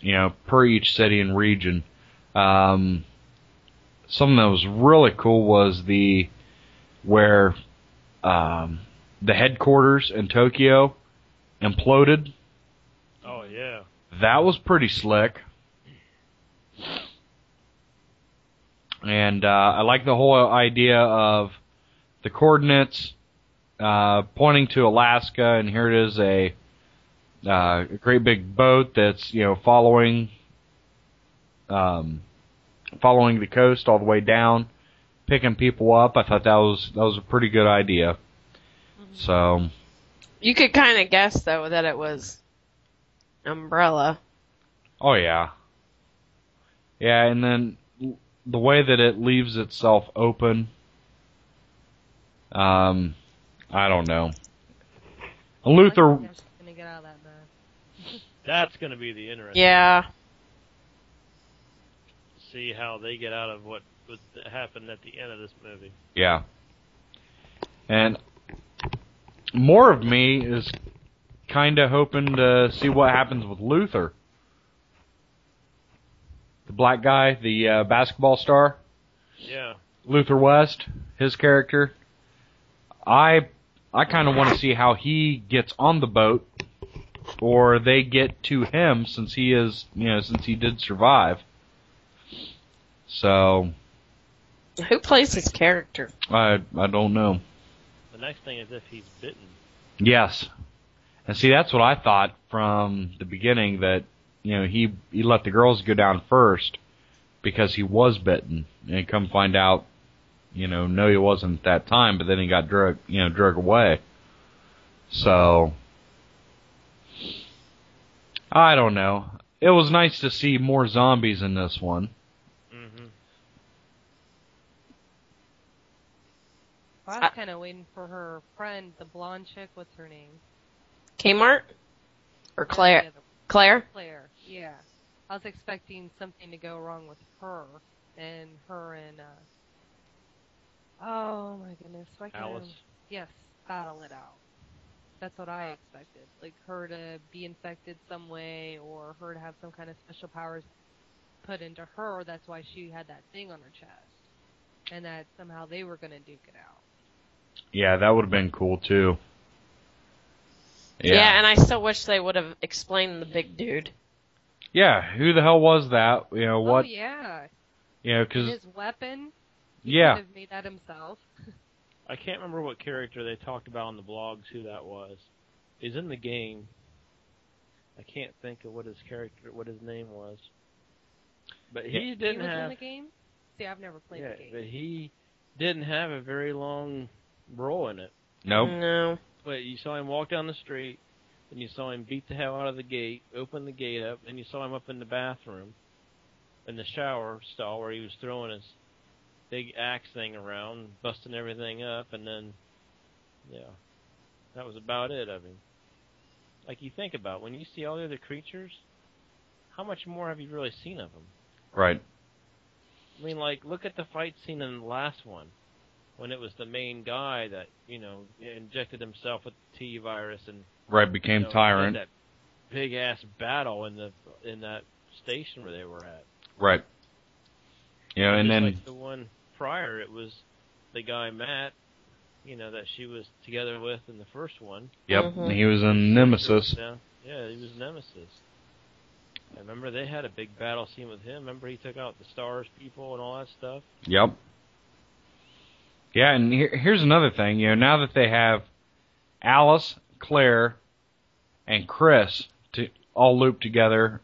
Speaker 2: you know, per each city and region. Um, something that was really cool was the where um, the headquarters in Tokyo imploded.
Speaker 4: Oh yeah.
Speaker 2: That was pretty slick. And uh, I like the whole idea of the coordinates uh, pointing to Alaska, and here it is a, uh, a great big boat that's you know following um, following the coast all the way down, picking people up. I thought that was that was a pretty good idea. So
Speaker 3: You could kind of guess though that it was umbrella.
Speaker 2: Oh yeah. Yeah, and then l- the way that it leaves itself open. Um, I don't know. Luther,
Speaker 5: gonna get out of that mess.
Speaker 4: That's going to be the interesting.
Speaker 3: Yeah.
Speaker 4: See how they get out of what what happened at the end of this movie.
Speaker 2: yeah. And more of me is kind of hoping to see what happens with Luther, the black guy, the uh, basketball star.
Speaker 4: Yeah.
Speaker 2: Luther West, his character. I I kind of want to see how he gets on the boat, or they get to him since he is you know since he did survive. So
Speaker 3: Who plays his character?
Speaker 2: I I don't know.
Speaker 4: The next thing is if he's bitten.
Speaker 2: Yes, and see that's what I thought from the beginning that you know he he let the girls go down first because he was bitten, and come find out, you know, no, he wasn't at that time, but then he got drug you know drug away. So I don't know. It was nice to see more zombies in this one.
Speaker 4: Mm-hmm.
Speaker 5: Well, I was kind of waiting for her friend, the blonde chick. What's her name?
Speaker 3: Kmart or
Speaker 5: The
Speaker 3: Claire?
Speaker 5: other-
Speaker 3: Claire?
Speaker 5: Claire. Yeah. I was expecting something to go wrong with her and her and uh. Oh my goodness! Why can't I
Speaker 4: Alice.
Speaker 5: rem- Yes, battle it out. That's what I expected. Like her to be infected some way, or her to have some kind of special powers put into her. That's why she had that thing on her chest, and that somehow they were going to duke it out.
Speaker 2: Yeah, that would have been cool too.
Speaker 3: Yeah. and I still wish they would have explained the big dude.
Speaker 2: Yeah, who the hell was that? You know what?
Speaker 5: Oh yeah,
Speaker 2: You know, because
Speaker 5: his weapon.
Speaker 2: yeah,
Speaker 5: Could have made that himself.
Speaker 4: I can't remember what character they talked about on the blogs who that was. He's in the game. I can't think of what his character, what his name was. But he
Speaker 5: he
Speaker 4: didn't
Speaker 5: was in
Speaker 4: have.
Speaker 5: the game. See, I've never played
Speaker 4: yeah,
Speaker 5: the game.
Speaker 4: but he didn't have a very long role in it.
Speaker 2: no,
Speaker 3: No.
Speaker 4: But you saw him walk down the street, and you saw him beat the hell out of the gate, open the gate up, and you saw him up in the bathroom, in the shower stall where he was throwing his big axe thing around, busting everything up, and then, yeah, that was about it of him. Like you think about when you see all the other creatures, how much more have you really seen of them?
Speaker 2: right,
Speaker 4: I mean, like, look at the fight scene in the last one, when it was the main guy that you know injected himself with the T virus and
Speaker 2: right became
Speaker 4: you know,
Speaker 2: tyrant,
Speaker 4: had That big ass battle in the in that station where they were at.
Speaker 2: right. You know, and
Speaker 4: Just
Speaker 2: then
Speaker 4: like the one prior, it was the guy Matt, you know, that she was together with in the first one.
Speaker 2: yep,
Speaker 4: mm-hmm.
Speaker 3: Mhm.
Speaker 2: he was in Nemesis.
Speaker 4: Yeah, yeah, he was Nemesis. I remember they had a big battle scene with him. Remember he took out the stars people and all that stuff.
Speaker 2: Yep. Yeah, and here, here's another thing. You know, now that they have Alice, Claire, and Chris to all loop together,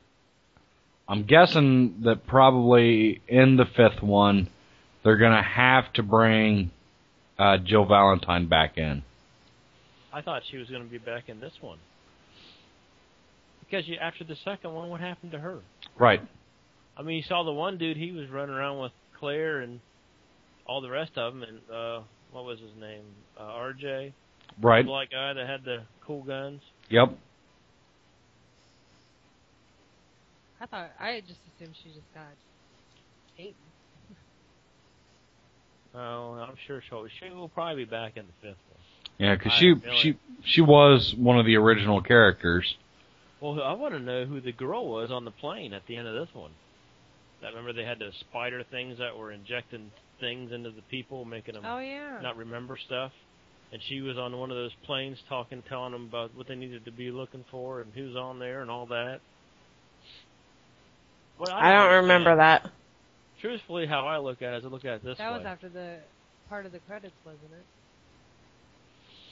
Speaker 2: I'm guessing that probably in the fifth one, they're gonna have to bring uh, Jill Valentine back in.
Speaker 4: I thought she was going to be back in this one. Because you, after the second one, what happened to her?
Speaker 2: Right.
Speaker 4: I mean, you saw the one dude; he was running around with Claire and all the rest of them, and uh, what was his name? Uh, RJ, the
Speaker 2: Right.
Speaker 4: black guy that had the cool guns.
Speaker 2: Yep.
Speaker 5: I thought I just assumed she just got eight.
Speaker 4: Oh, I'm sure she'll she will probably be back in the fifth one.
Speaker 2: Yeah, because
Speaker 4: I
Speaker 2: she
Speaker 4: really-
Speaker 2: she she was one of the original characters.
Speaker 4: Well, I want to know who the girl was on the plane at the end of this one. I remember they had those spider things that were injecting things into the people, making them
Speaker 5: Oh yeah.
Speaker 4: not remember stuff. And she was on one of those planes talking, telling them about what they needed to be looking for and who's on there and all that. Well,
Speaker 3: I don't remember that.
Speaker 4: Truthfully, how I look at it is I look at it this
Speaker 5: that
Speaker 4: way.
Speaker 5: was after the part of the credits, wasn't it?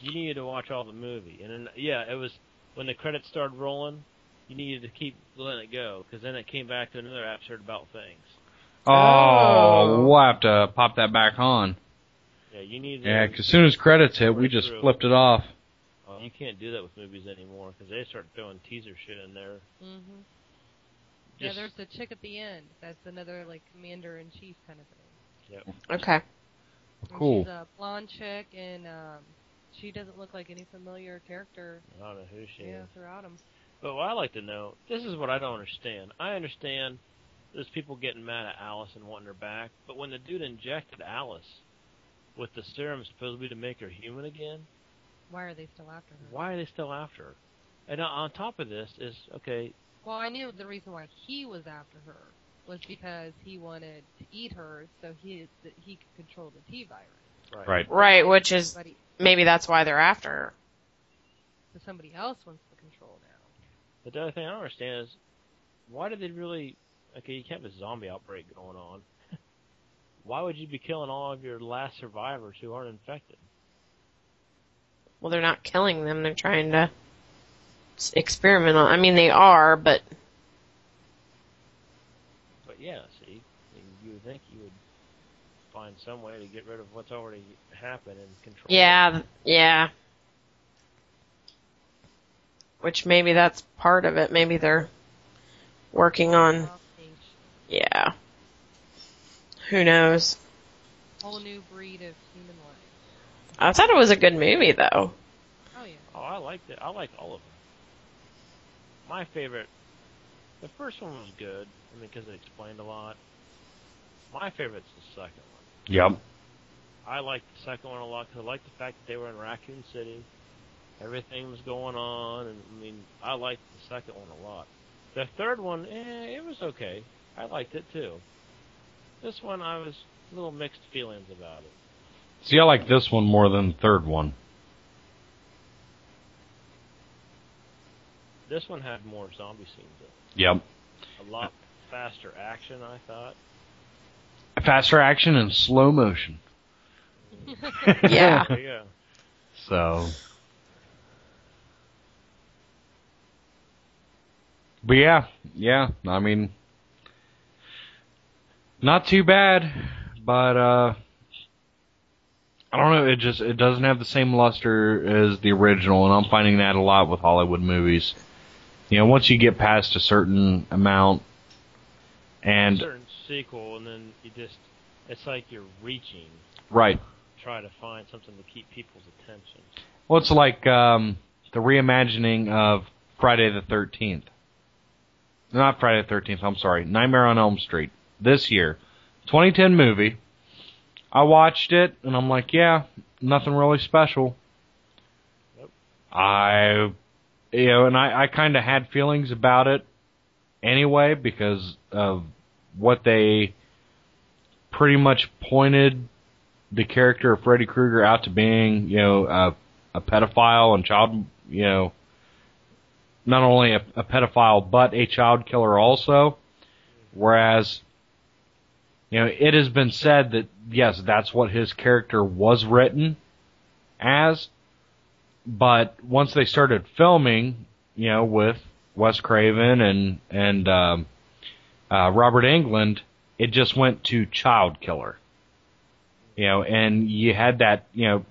Speaker 4: you needed to watch all the movie. And then, yeah, it was when the credits started rolling, you needed to keep letting it go because then it came back to another absurd about things.
Speaker 2: Oh,
Speaker 3: Oh.
Speaker 2: we'll have to pop that back on.
Speaker 4: Yeah, you needed
Speaker 2: Yeah, 'cause soon as credits hit, we just flipped it off.
Speaker 4: Oh, you can't do that with movies anymore because they start throwing teaser shit in there.
Speaker 5: Mm-hmm. Yeah,
Speaker 4: Just,
Speaker 5: there's the chick at the end. That's another like commander in chief kind of thing.
Speaker 3: Okay.
Speaker 5: And
Speaker 2: Cool.
Speaker 5: She's a blonde chick, and um, she doesn't look like any familiar character
Speaker 4: I don't know who she
Speaker 5: you
Speaker 4: is.
Speaker 5: know, throughout them.
Speaker 4: But what I like to know, this is what I don't understand. I understand there's people getting mad at Alice and wanting her back, but when the dude injected Alice with the serum supposedly to make her human again,
Speaker 5: Why are they still after her?
Speaker 4: why are they still after her? And on- on top of this is okay,
Speaker 5: Well, I knew the reason why he was after her was because he wanted to eat her so he that he could control the T virus.
Speaker 4: right?
Speaker 2: Right.
Speaker 3: Right, which is
Speaker 5: But he,
Speaker 3: maybe that's why they're after her.
Speaker 5: so somebody else wants the control now.
Speaker 4: But the other thing I don't understand is why did they really? Okay, you have a zombie outbreak going on. why would you be killing all of your last survivors who aren't infected?
Speaker 3: Well, they're not killing them. They're trying to s- experiment on. I mean, they are, but
Speaker 4: But yeah, see, you- you would think you would find some way to get rid of what's already happened and control. it.
Speaker 3: yeah, th- yeah. Which maybe that's part of it. Maybe they're working on.
Speaker 5: Off being sh-
Speaker 3: Yeah. Who knows?
Speaker 5: Whole new breed of human life.
Speaker 3: I thought it was a good movie, though.
Speaker 5: Oh yeah.
Speaker 4: Oh, I liked it. I liked all of them. My favorite, the first one was good. I mean, because it explained a lot. My favorite's the second one.
Speaker 2: Yep.
Speaker 4: I liked the second one a lot because I liked the fact that they were in Raccoon City. Everything was going on, and I mean, I liked the second one a lot. The third one, eh, it was okay. I liked it too. This one, I was a little mixed feelings about it.
Speaker 2: See, I like this one more than the third one.
Speaker 4: this one had more zombie scenes.
Speaker 2: Yep.
Speaker 4: A lot faster action, I thought.
Speaker 2: Faster action and slow motion.
Speaker 3: Yeah.
Speaker 4: There you go.
Speaker 2: So. But yeah, yeah, I mean, not too bad, but, uh, I don't know, it just, it doesn't have the same luster as the original, and I'm finding that a lot with Hollywood movies. You know, once you get past a certain amount, and,
Speaker 4: certain sequel, and then you just, it's like you're reaching,
Speaker 2: right,
Speaker 4: try to find something to keep people's attention.
Speaker 2: Well, it's like um, the reimagining of Friday the 13th. Not Friday the 13th, I'm sorry. Nightmare on Elm Street. This year. 2010 movie. I watched it and I'm like, yeah, nothing really special.
Speaker 4: Nope.
Speaker 2: I, you know, and I, I kind of had feelings about it anyway because of what they pretty much pointed the character of Freddy Krueger out to being, you know, a, a pedophile and child, you know, not only a, a pedophile but a child killer also. Whereas, you know, it has been said that yes, that's what his character was written as, but once they started filming, you know, with Wes Craven and and um, uh, Robert England, it just went to child killer you know, and you had that, you know,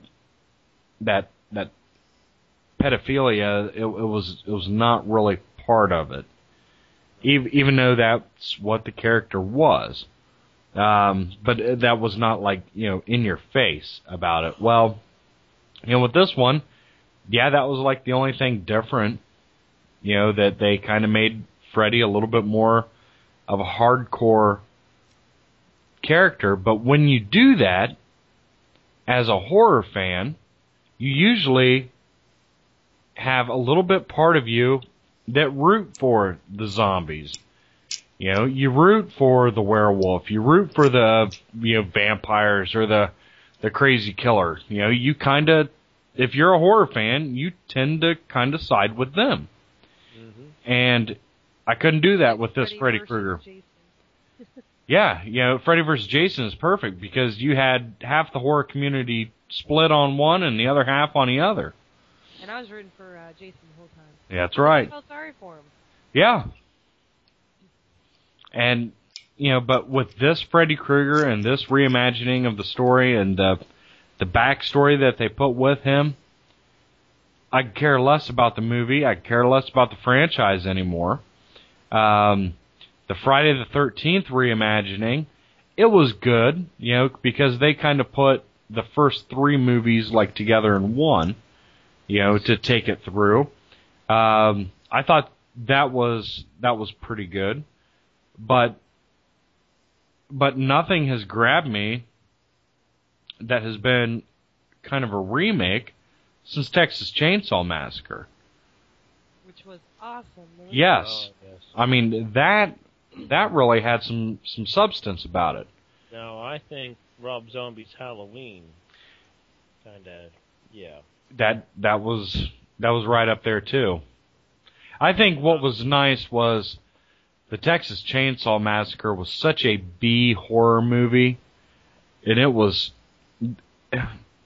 Speaker 2: that that pedophilia. It, it was it was not really part of it, even even though that's what the character was. Um, but that was not like you know in your face about it. Well, you know, with this one, yeah, that was like the only thing different. You know that they kind of made Freddy a little bit more of a hardcore character, but when you do that as a horror fan, you usually have a little bit part of you that root for the zombies. You know, you root for the werewolf, you root for the you know vampires or the the crazy killer. You know, you kind of if you're a horror fan, you tend to kind of side with them. And I couldn't do that with this Freddy
Speaker 5: versus
Speaker 2: Krueger.
Speaker 5: Jason.
Speaker 2: Yeah, you know, Freddy vs. Jason is perfect because you had half the horror community split on one and the other half on the other.
Speaker 5: And I was rooting for uh, Jason the whole time.
Speaker 2: That's right.
Speaker 5: I felt sorry for him.
Speaker 2: Yeah. And you know, but with this Freddy Krueger and this reimagining of the story and the the backstory that they put with him, I could care less about the movie. I could care less about the franchise anymore. Um, the Friday the Thirteenth reimagining, it was good, you know, because they kind of put the first three movies like together in one, you know, to take it through. Um, I thought that was that was pretty good, but but nothing has grabbed me that has been kind of a remake since Texas Chainsaw Massacre.
Speaker 5: which was awesome. Really.
Speaker 2: Yes,
Speaker 4: Oh, yes.
Speaker 2: I mean that that really had some some substance about it.
Speaker 4: Now I think Rob Zombie's Halloween, kind of, yeah.
Speaker 2: That that was that was right up there too. I think what was nice was the Texas Chainsaw Massacre was such a B horror movie, and it was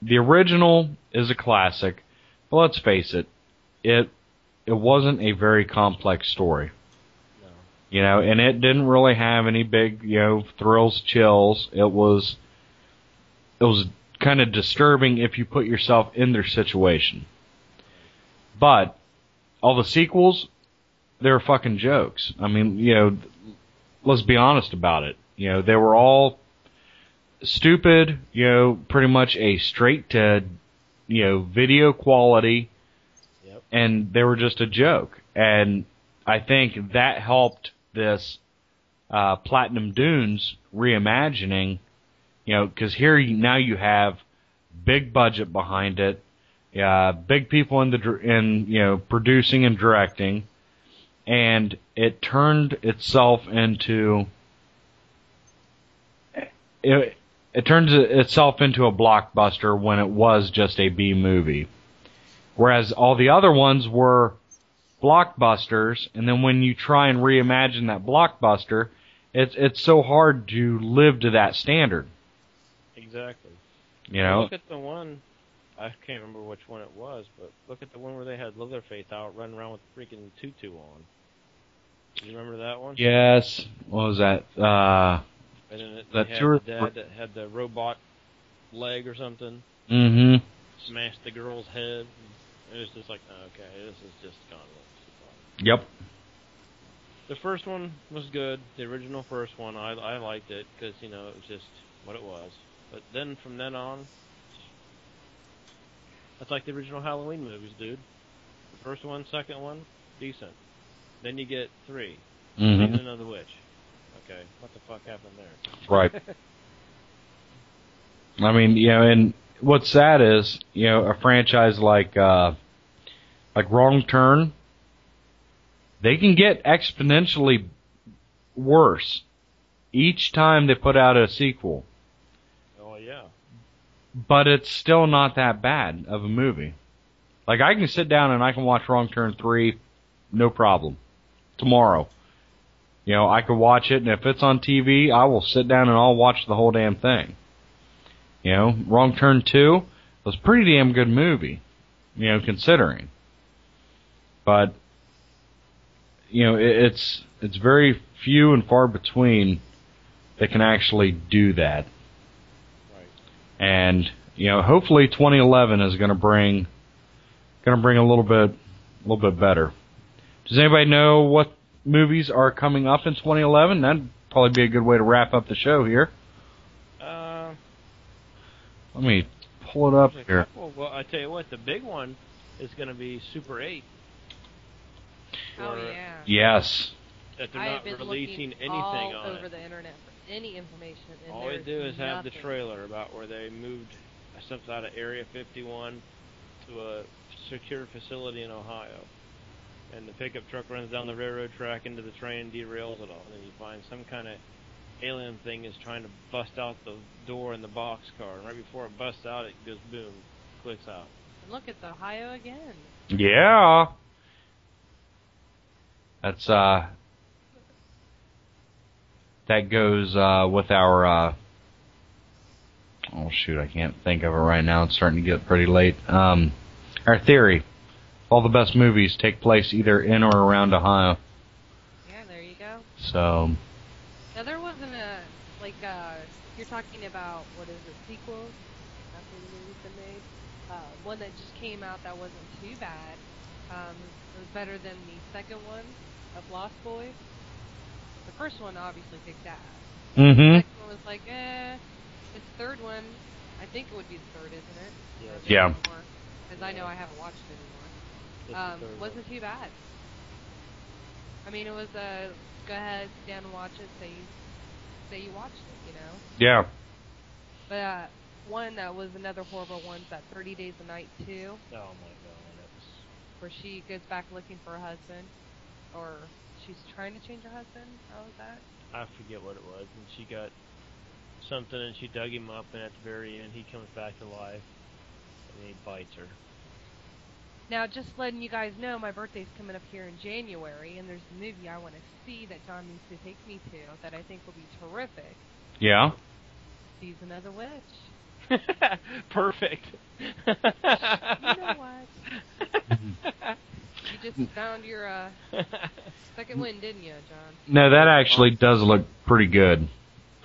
Speaker 2: the original is a classic, but let's face it, it it wasn't a very complex story.
Speaker 4: No.
Speaker 2: You know, and it didn't really have any big, you know, thrills, chills. It was it was kind of disturbing if you put yourself in their situation. But all the sequels, they're fucking jokes. I mean, you know, let's be honest about it. You know, they were all stupid, you know, pretty much a straight to, you know, video quality,
Speaker 4: Yep.
Speaker 2: and they were just a joke. And I think that helped this uh, Platinum Dunes reimagining, you know, because here you, now you have big budget behind it, uh, big people in the dir- in you know producing and directing, and it turned itself into it, it turns itself into a blockbuster when it was just a B movie. Whereas all the other ones were blockbusters, and then when you try and reimagine that blockbuster, it's it's so hard to live to that standard.
Speaker 4: Exactly.
Speaker 2: You know,
Speaker 4: Look at the one. I can't remember which one it was, but look at the one where they had Leatherface out running around with freaking tutu on. You remember that one?
Speaker 2: yes. What was that? Uh,
Speaker 4: And then it,
Speaker 2: That
Speaker 4: they had
Speaker 2: tour-
Speaker 4: the dad that had the robot leg or something
Speaker 2: mm-hmm.
Speaker 4: smashed the girl's head. It was just like, okay, this is just gone a little too far.
Speaker 2: Yep.
Speaker 4: The first one was good. The original first one, I I liked it because you know it was just what it was. But then from then on, that's like the original Halloween movies, dude. The first one, second one, decent. Then you get three,
Speaker 2: Mm-hmm.
Speaker 4: Season of the Witch. Okay, what the fuck happened there?
Speaker 2: Right. I mean, you know, and what's sad is, you know, a franchise like uh like Wrong Turn, they can get exponentially worse each time they put out a sequel,
Speaker 4: Oh yeah,
Speaker 2: but it's still not that bad of a movie. Like I can sit down and I can watch Wrong Turn 3 no problem tomorrow. You know, I could watch it and if it's on TV, I will sit down and I'll watch the whole damn thing. You know, Wrong Turn 2 was a pretty damn good movie, you know, considering. But you know, it, it's it's very few and far between that can actually do that.
Speaker 4: right.
Speaker 2: And you know, hopefully 2011 is going to bring going to bring a little bit a little bit better. Does anybody know what movies are coming up in 2011? That'd probably be a good way to wrap up the show here.
Speaker 4: Uh,
Speaker 2: Let me pull it up
Speaker 4: there's a
Speaker 2: here.
Speaker 4: couple- Well, I tell you what, the big one is going to be Super Eight.
Speaker 5: Oh
Speaker 4: Or-
Speaker 5: yeah.
Speaker 2: Yes.
Speaker 4: That they're
Speaker 5: I have
Speaker 4: not
Speaker 5: been
Speaker 4: releasing
Speaker 5: looking
Speaker 4: anything
Speaker 5: all
Speaker 4: on
Speaker 5: over
Speaker 4: it.
Speaker 5: the internet for any information. And
Speaker 4: All they
Speaker 5: there's
Speaker 4: do is have the
Speaker 5: nothing.
Speaker 4: trailer about where they moved something out of Area 51 to a secure facility in Ohio. And the pickup truck runs down the railroad track into the train, derails it all. And then you find some kind of alien thing is trying to bust out the door in the box car. And right before it busts out, it goes boom, clicks out.
Speaker 5: Look, it's Ohio again.
Speaker 2: Yeah. That's uh that goes uh with our uh oh shoot, I can't think of it right now. It's starting to get pretty late. Um our theory. All the best movies take place either in or around Ohio.
Speaker 5: Yeah, there you go.
Speaker 2: So
Speaker 5: Now there wasn't a like uh, you're talking about what is it sequels after the movie's been made. Uh, one that just came out that wasn't too bad. Um, it was better than the second one of Lost Boys. The first one obviously kicked ass. The
Speaker 2: Mhm.
Speaker 5: second one was like, eh. This third one, I think it would be the third, isn't it?
Speaker 4: Yeah.
Speaker 2: Yeah.
Speaker 5: Because I know I haven't watched it anymore
Speaker 4: That's the
Speaker 5: um,
Speaker 4: third one.
Speaker 5: wasn't too bad. I mean, it was a go ahead, sit down and watch it. Say you, say you watched it, you know.
Speaker 2: Yeah.
Speaker 5: But uh, one that was another horrible one is that Thirty Days a Night too,
Speaker 4: Oh my god, that's
Speaker 5: where she goes back looking for a husband, or she's trying to change her husband. How was that?
Speaker 4: I forget what it was. And she got something and she dug him up, and at the very end, he comes back to life and he bites her.
Speaker 5: Now, just letting you guys know, my birthday's coming up here in January, and there's a movie I want to see that John needs to take me to that I think will be terrific.
Speaker 2: Yeah.
Speaker 5: Season of the Witch.
Speaker 4: Perfect.
Speaker 5: You know what? you just found your uh, second win, didn't you, John?
Speaker 2: No, that actually does look pretty good.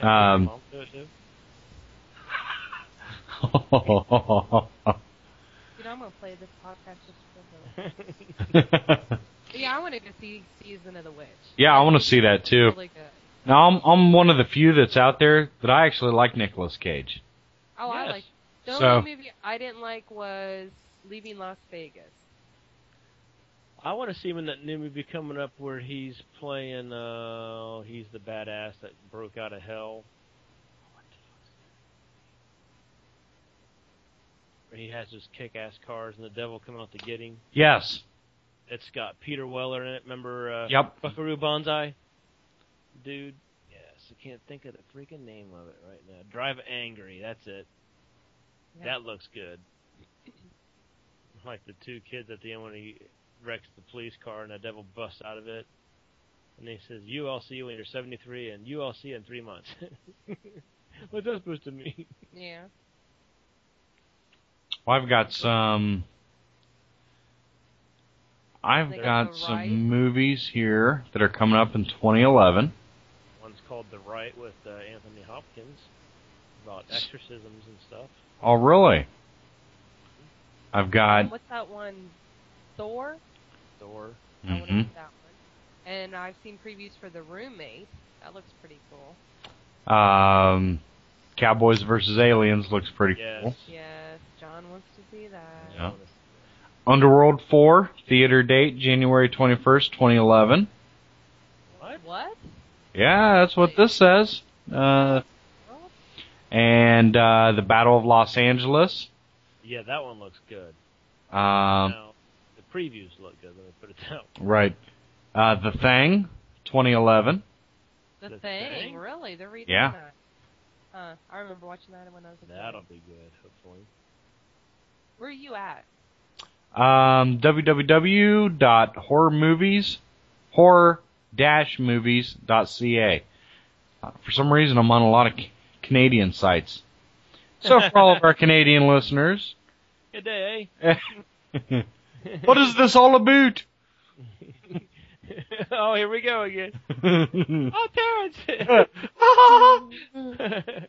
Speaker 2: Um,
Speaker 5: Dude, I'm gonna play this podcast just for the. Yeah, I want to go see season of the witch.
Speaker 2: yeah, I want to see that too.
Speaker 5: Really good.
Speaker 2: Now I'm I'm one of the few that's out there that I actually like Nicolas Cage.
Speaker 5: Oh, I
Speaker 4: Yes.
Speaker 5: like. The
Speaker 2: So-
Speaker 5: only movie I didn't like was Leaving Las Vegas.
Speaker 4: I want to see when that new movie coming up where he's playing. Uh, he's the badass that broke out of hell. Where he has his kick-ass cars and the devil come out to get him.
Speaker 2: Yes.
Speaker 4: It's got Peter Weller in it. Remember uh,
Speaker 2: Yep.
Speaker 4: Buckaroo Banzai? Dude, yes. I can't think of the freaking name of it right now. Drive Angry. That's it.
Speaker 5: Yeah.
Speaker 4: That looks good. Like the two kids at the end when he wrecks the police car and the devil busts out of it. And he says, you, I'll see you when you're 73 and you, I'll see you in three months. What's that supposed to mean?
Speaker 5: Yeah.
Speaker 2: Well, I've got some. I've
Speaker 5: Like
Speaker 2: got
Speaker 5: the
Speaker 2: some
Speaker 5: right?
Speaker 2: movies here that are coming up in 2011.
Speaker 4: One's called The Right with uh, Anthony Hopkins about exorcisms and stuff.
Speaker 2: Oh, really? I've got.
Speaker 5: What's that one? Thor.
Speaker 4: Thor.
Speaker 5: I want to
Speaker 2: Mhm.
Speaker 5: see that one. And I've seen previews for The Roommate. That looks pretty cool.
Speaker 2: Um, Cowboys versus Aliens looks pretty
Speaker 4: Yes.
Speaker 2: cool.
Speaker 5: Yes, John wants to see that.
Speaker 2: Yeah. Underworld 4, theater date January 21st, 2011.
Speaker 4: What?
Speaker 5: What?
Speaker 2: Yeah, that's what this says. Uh, and uh, the Battle of Los Angeles.
Speaker 4: Yeah, that one looks good.
Speaker 2: Um,
Speaker 4: now, the previews look good. Let me put it down.
Speaker 2: Right. Uh, the Thing, 2011.
Speaker 5: The,
Speaker 4: The
Speaker 5: thing.
Speaker 4: Thing?
Speaker 5: Really? They're reading
Speaker 2: Yeah.
Speaker 5: that. Huh. I remember watching that when I was a kid.
Speaker 4: That'll be good, hopefully.
Speaker 5: Where are you at?
Speaker 2: Um, www.horrormovies, horror-movies.ca. Uh, for some reason, I'm on a lot of c- Canadian sites. So for all of our Canadian listeners,
Speaker 4: Good day,
Speaker 2: what is this all about?
Speaker 4: eh? oh, here we go again. Oh, Terrence!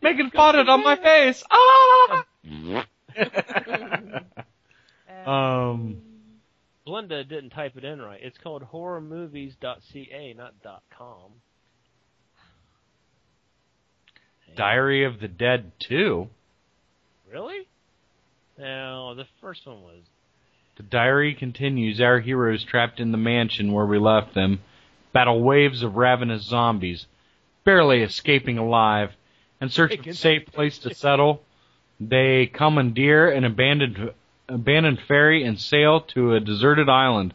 Speaker 2: Making fun of it on my face. Ah!
Speaker 5: Uh,
Speaker 2: um,
Speaker 4: Belinda didn't type it in right. It's called horrormovies.ca, not dot .com.
Speaker 2: Diary of the Dead 2.
Speaker 4: Really? No, the first one was.
Speaker 2: The diary continues. Our heroes trapped in the mansion where we left them battle waves of ravenous zombies, barely escaping alive. In search of a safe place to settle, they commandeer an abandoned abandoned ferry and sail to a deserted island,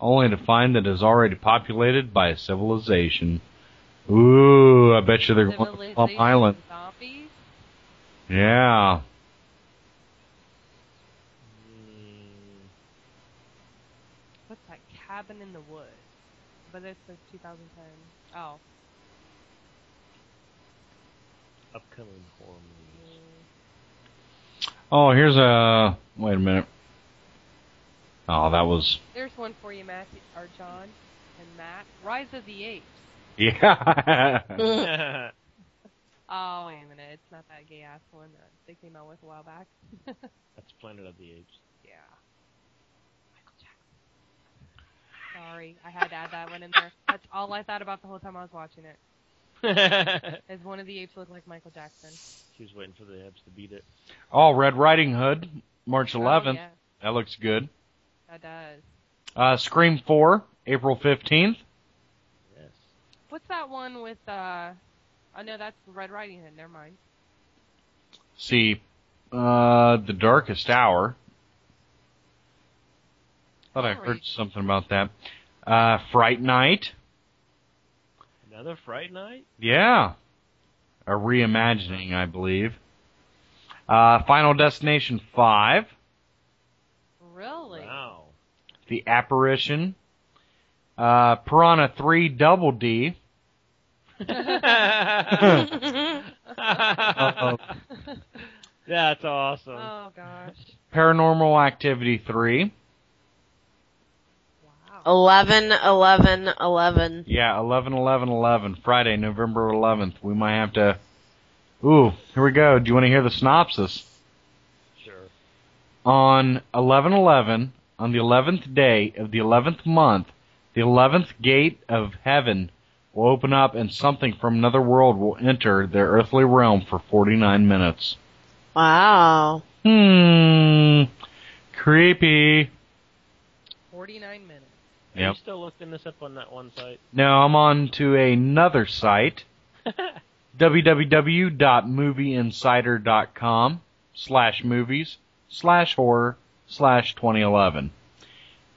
Speaker 2: only to find that it is already populated by a civilization. Ooh, I bet you they're going to
Speaker 5: Civilization
Speaker 2: Plum Island.
Speaker 5: Zombies?
Speaker 2: Yeah.
Speaker 4: Mm,
Speaker 5: What's that? Cabin in the Woods. But this is 2010. Oh.
Speaker 4: upcoming horror movies.
Speaker 2: Oh, here's a. Wait a minute. Oh, that was.
Speaker 5: There's one for you, Matthew, or John and Matt. Rise of the Apes.
Speaker 2: Yeah.
Speaker 3: Mm.
Speaker 5: Oh, wait a minute. It's not that gay ass one that they came out with a while back.
Speaker 4: That's Planet of the Apes.
Speaker 5: Yeah. Michael Jackson. Sorry, I had to add that one in there. That's all I thought about the whole time I was watching it. Is one of the apes looked like Michael Jackson?
Speaker 4: she was waiting for the apes to beat it.
Speaker 2: Oh, Red Riding Hood, March 11th.
Speaker 5: Oh, yeah,
Speaker 2: That looks good.
Speaker 5: that does.
Speaker 2: Uh, Scream 4, April 15th.
Speaker 4: Yes.
Speaker 5: What's that one with? uh Oh no, that's Red Riding Hood. Never mind.
Speaker 2: See, uh, The Darkest Hour. Thought I heard
Speaker 5: Alright.
Speaker 2: something about that. Uh, Fright Night.
Speaker 4: Another Fright Night?
Speaker 2: Yeah. A reimagining, I believe. Uh, Final Destination 5,
Speaker 5: Really?
Speaker 4: Wow.
Speaker 2: The Apparition. Uh, Piranha 3 Double D. Uh-oh.
Speaker 4: That's awesome.
Speaker 5: Oh gosh.
Speaker 2: Paranormal Activity 3.
Speaker 5: Wow.
Speaker 3: 11, 11, 11.
Speaker 2: Yeah, 11 11 11, Friday, November 11th. We might have to. Ooh, here we go. Do you want to hear the synopsis?
Speaker 4: Sure.
Speaker 2: On 11 11, on the 11th day of the 11th month, the 11th gate of heaven will open up and something from another world will enter their earthly realm for 49 minutes.
Speaker 3: Wow.
Speaker 2: Hmm. Creepy.
Speaker 5: Forty-nine minutes.
Speaker 4: Are
Speaker 2: Yep.
Speaker 4: you still looking this up on that one site?
Speaker 2: Now I'm on to another site, www.movieinsider.com slash movies slash horror slash 2011.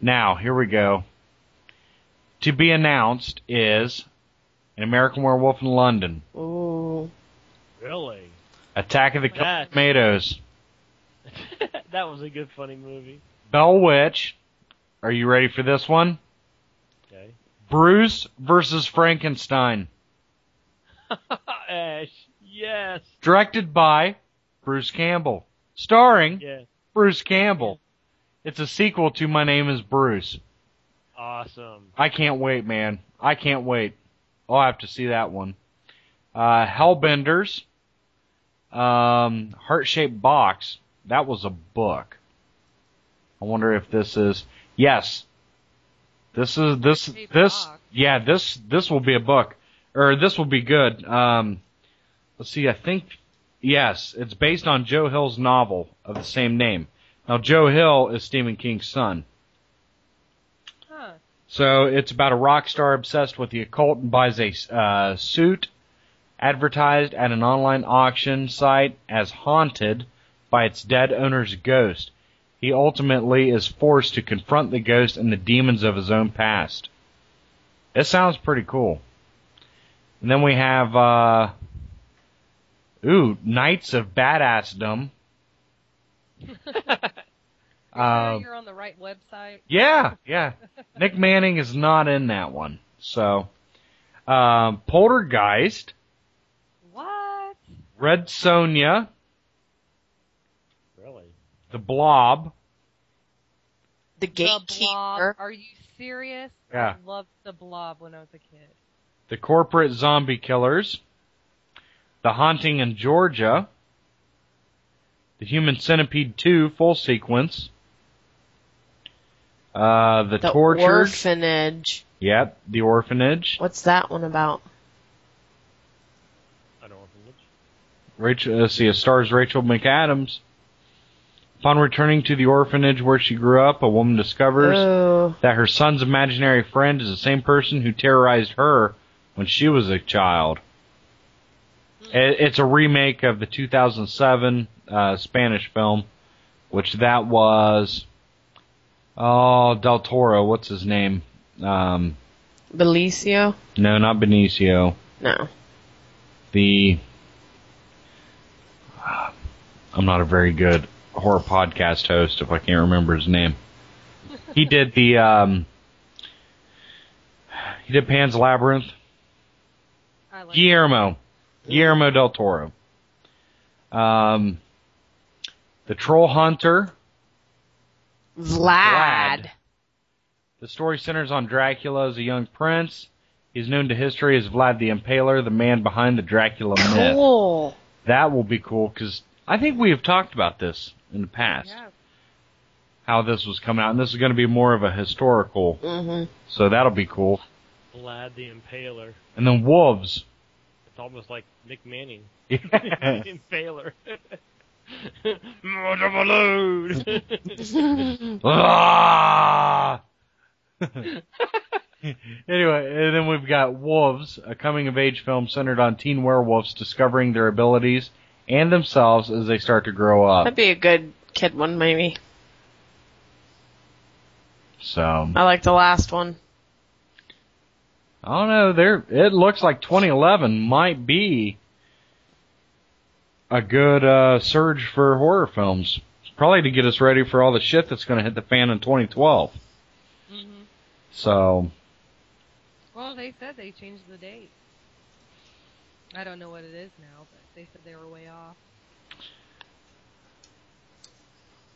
Speaker 2: Now, here we go. To be announced is An American Werewolf in London,
Speaker 3: Ooh.
Speaker 4: Really?
Speaker 2: Attack of the Killer
Speaker 4: Yes.
Speaker 2: Tomatoes,
Speaker 4: that was a good, funny movie.
Speaker 2: Bell Witch. Are you ready for this one?
Speaker 4: Okay.
Speaker 2: Bruce versus Frankenstein.
Speaker 4: Ash, yes,
Speaker 2: Directed by Bruce Campbell. Starring
Speaker 4: yeah,
Speaker 2: Bruce Campbell. It's a sequel to My Name is Bruce.
Speaker 4: awesome.
Speaker 2: I can't wait, man. I can't wait. I'll have to see that one. Uh, Hellbenders. Um, Heart Shaped Box. That was a book. I wonder if this is. Yes. This is this
Speaker 5: Heart-Shaped
Speaker 2: this
Speaker 5: Box.
Speaker 2: yeah this this will be a book or this will be good. Um, let's see. I think yes, it's based on Joe Hill's novel of the same name. Now Joe Hill is Stephen King's son.
Speaker 5: Huh.
Speaker 2: So it's about a rock star obsessed with the occult and buys a uh, suit advertised at an online auction site as haunted by its dead owner's ghost. He ultimately is forced to confront the ghost and the demons of his own past. It sounds pretty cool. And then we have, uh, ooh, Knights of Badassdom.
Speaker 5: Now
Speaker 2: Um,
Speaker 5: you're on the right website.
Speaker 2: yeah, yeah. Nick Manning is not in that one. So, um, Poltergeist,
Speaker 5: What?
Speaker 2: Red Sonja,
Speaker 4: Really?
Speaker 2: The Blob.
Speaker 3: The
Speaker 5: The Blob.
Speaker 3: gatekeeper.
Speaker 5: Are you serious?
Speaker 2: Yeah.
Speaker 5: I loved the Blob when I was a kid.
Speaker 2: The Corporate Zombie Killers, The Haunting in Georgia, The Human Centipede 2 full sequence, uh, The,
Speaker 3: The
Speaker 2: Tortured,
Speaker 3: orphanage.
Speaker 2: yep, The Orphanage,
Speaker 3: What's that one about?
Speaker 4: I don't want to look.
Speaker 2: Rachel, uh, let's see, it stars Rachel McAdams. Upon returning to the orphanage where she grew up, a woman discovers
Speaker 3: Oh,
Speaker 2: that her son's imaginary friend is the same person who terrorized her when she was a child. It- It's a remake of the 2007 uh, Spanish film, which that was oh Del Toro. What's his name? Um,
Speaker 3: Belicio?
Speaker 2: no, not Benicio.
Speaker 3: No.
Speaker 2: The I'm not a very good horror podcast host if I can't remember his name. He did the um, he did Pan's Labyrinth.
Speaker 5: I like
Speaker 2: Guillermo. Guillermo del Toro. Um, the Troll Hunter.
Speaker 3: Vlad.
Speaker 2: The story centers on Dracula as a young prince. He's known to history as Vlad the Impaler, the man behind the Dracula myth.
Speaker 3: Cool.
Speaker 2: That will be cool because I think we have talked about this in the past,
Speaker 5: Yeah.
Speaker 2: how this was coming out, and this is going to be more of a historical,
Speaker 3: hmm
Speaker 2: so that'll be cool.
Speaker 4: Vlad the Impaler.
Speaker 2: And then Wolves.
Speaker 4: It's almost like Nick Manning.
Speaker 2: Yeah.
Speaker 4: Impaler. Murder balloon.
Speaker 2: Ah! anyway, and then we've got Wolves, a coming of age film centered on teen werewolves discovering their abilities and themselves as they start to grow up.
Speaker 3: That'd be a good kid one, maybe.
Speaker 2: So
Speaker 3: I like the last one.
Speaker 2: I don't know. There, it looks like 2011 might be a good uh, surge for horror films. Probably to get us ready for all the shit that's going to hit the fan in 2012.
Speaker 5: Mhm.
Speaker 2: So
Speaker 5: Well, they said they changed the date. I don't know what it is now, but they said they were way off.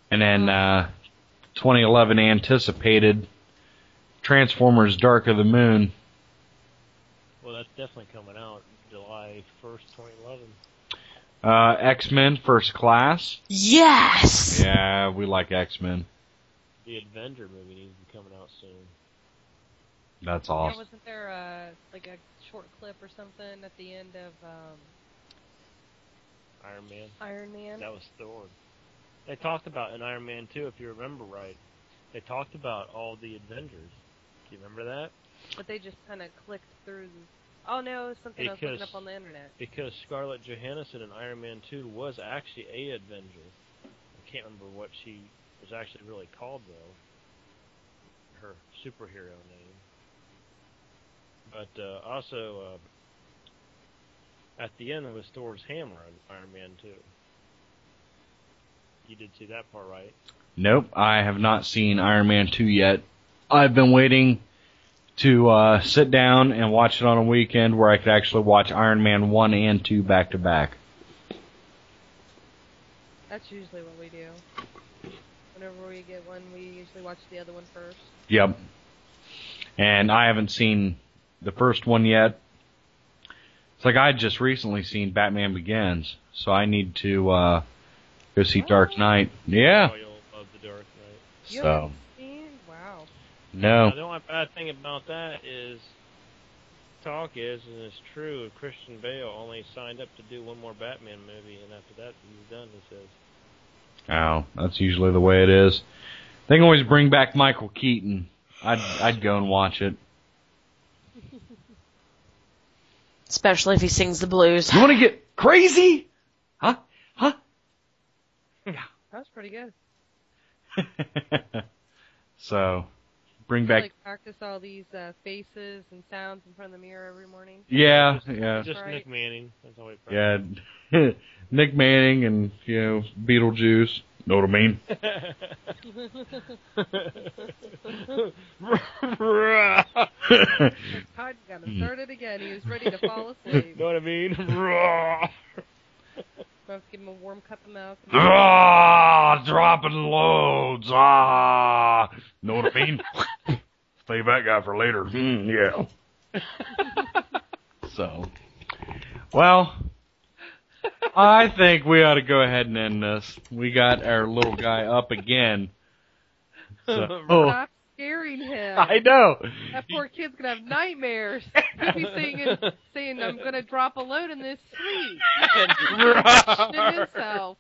Speaker 2: And then uh, 2011 anticipated Transformers: Dark of the Moon.
Speaker 4: well, that's definitely coming out July 1st, 2011.
Speaker 2: Uh, X Men: First Class.
Speaker 3: Yes.
Speaker 2: Yeah, we like X Men.
Speaker 4: The Avenger movie needs to be coming out soon.
Speaker 2: That's
Speaker 5: Yeah,
Speaker 2: awesome.
Speaker 5: wasn't there a like a short clip or something at the end of um,
Speaker 4: Iron Man.
Speaker 5: Iron Man?
Speaker 4: That was Thor. They talked about in Iron Man 2, if you remember right, they talked about all the Avengers. Do you remember that?
Speaker 5: But they just kind of clicked through. The... Oh no, something I was looking
Speaker 4: Because-
Speaker 5: up on the internet.
Speaker 4: Because Scarlett Johansson in Iron Man 2 was actually a Avenger. I can't remember what she was actually really called, though. Her superhero name. But uh, also, uh, at the end, it was Thor's hammer in Iron Man 2. You did see that part, right?
Speaker 2: Nope, I have not seen Iron Man 2 yet. I've been waiting to uh, sit down and watch it on a weekend where I could actually watch Iron Man 1 and 2 back to back.
Speaker 5: That's usually what we do. Whenever we get one, we usually watch the other one first.
Speaker 2: Yep. And I haven't seen the first one yet. It's like I just recently seen Batman Begins, so I need to uh, go see Dark Knight. Yeah.
Speaker 4: Oh, you'll love the Dark Knight.
Speaker 5: You
Speaker 2: So
Speaker 5: haven't seen? Wow.
Speaker 4: Now,
Speaker 2: no.
Speaker 4: the only bad thing about that is talk is, and it's true, Christian Bale only signed up to do one more Batman movie, and after that he's done. He says,
Speaker 2: Oh, that's usually the way it is. They can always bring back Michael Keaton. I'd I'd go and watch it.
Speaker 3: Especially if he sings the blues.
Speaker 2: You want to get crazy? Huh? Huh?
Speaker 5: That was pretty good.
Speaker 2: so, bring back.
Speaker 5: Like practice all these uh, faces and sounds in front of the mirror every morning.
Speaker 2: yeah, yeah,
Speaker 4: "Just
Speaker 5: right.
Speaker 4: Nick Manning." That's all we.
Speaker 2: yeah. Nick Manning and you know Beetlejuice. Know what I mean?
Speaker 4: Yeah.
Speaker 5: Todd got
Speaker 2: Hmm.
Speaker 5: him started again. He was ready to fall asleep.
Speaker 4: know what I mean? Raw.
Speaker 5: Must give him a warm cup of milk.
Speaker 2: ah, dropping loads. Ah, know what I mean? Save that guy for later. Hmm, yeah. so, well, I think we ought to go ahead and end this. We got our little guy up again. So- oh,
Speaker 5: Stop scaring him.
Speaker 2: I know.
Speaker 5: That poor kid's gonna have nightmares. He'll be singing, saying, "I'm gonna drop a load in this sleep." to himself.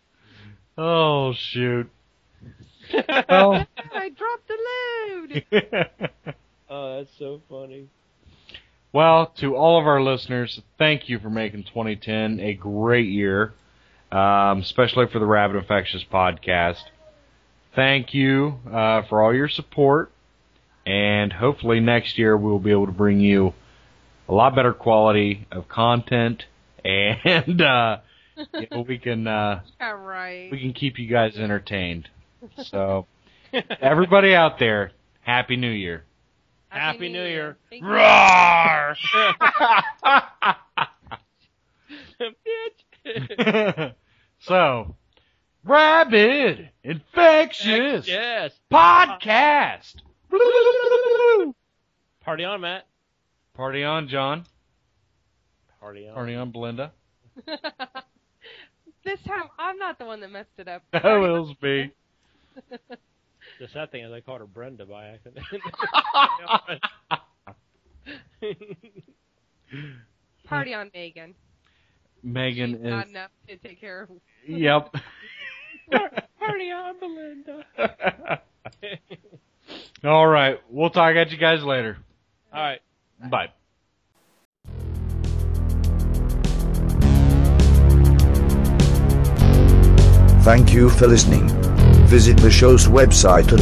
Speaker 2: Oh shoot. Well,
Speaker 5: I dropped a load.
Speaker 4: Oh, that's so funny.
Speaker 2: Well, to all of our listeners, thank you for making 2010 a great year, um, especially for the Rabbit Infectious podcast. Thank you uh, for all your support, and hopefully next year we'll be able to bring you a lot better quality of content, and uh, you know, we can uh,
Speaker 5: All right.
Speaker 2: we can keep you guys entertained. So, everybody out there, Happy New Year!
Speaker 4: Happy New Year.
Speaker 5: Thank you.
Speaker 2: Roar!
Speaker 4: Bitch.
Speaker 2: so, rabid infectious
Speaker 4: Yes.
Speaker 2: podcast.
Speaker 4: Party on, Matt.
Speaker 2: Party on, John.
Speaker 4: Party on.
Speaker 2: Party on, Belinda.
Speaker 5: This time, I'm not the one that messed it up.
Speaker 2: That will be.
Speaker 4: The sad thing is, I called her Brenda by accident.
Speaker 5: Party on Megan.
Speaker 2: Megan
Speaker 5: She's not
Speaker 2: is.
Speaker 5: enough to take care of.
Speaker 2: Yep.
Speaker 4: Party on, Belinda.
Speaker 2: All right. We'll talk at you guys later.
Speaker 4: All right.
Speaker 2: Bye.
Speaker 1: Thank you for listening. Visit the show's website at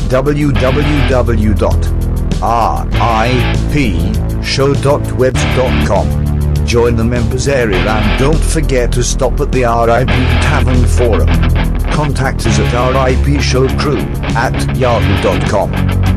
Speaker 1: www.ripshow.webs.com. Join the members area and don't forget to stop at the RIP Tavern Forum. Contact us at ripshowcrew at yahoo.com.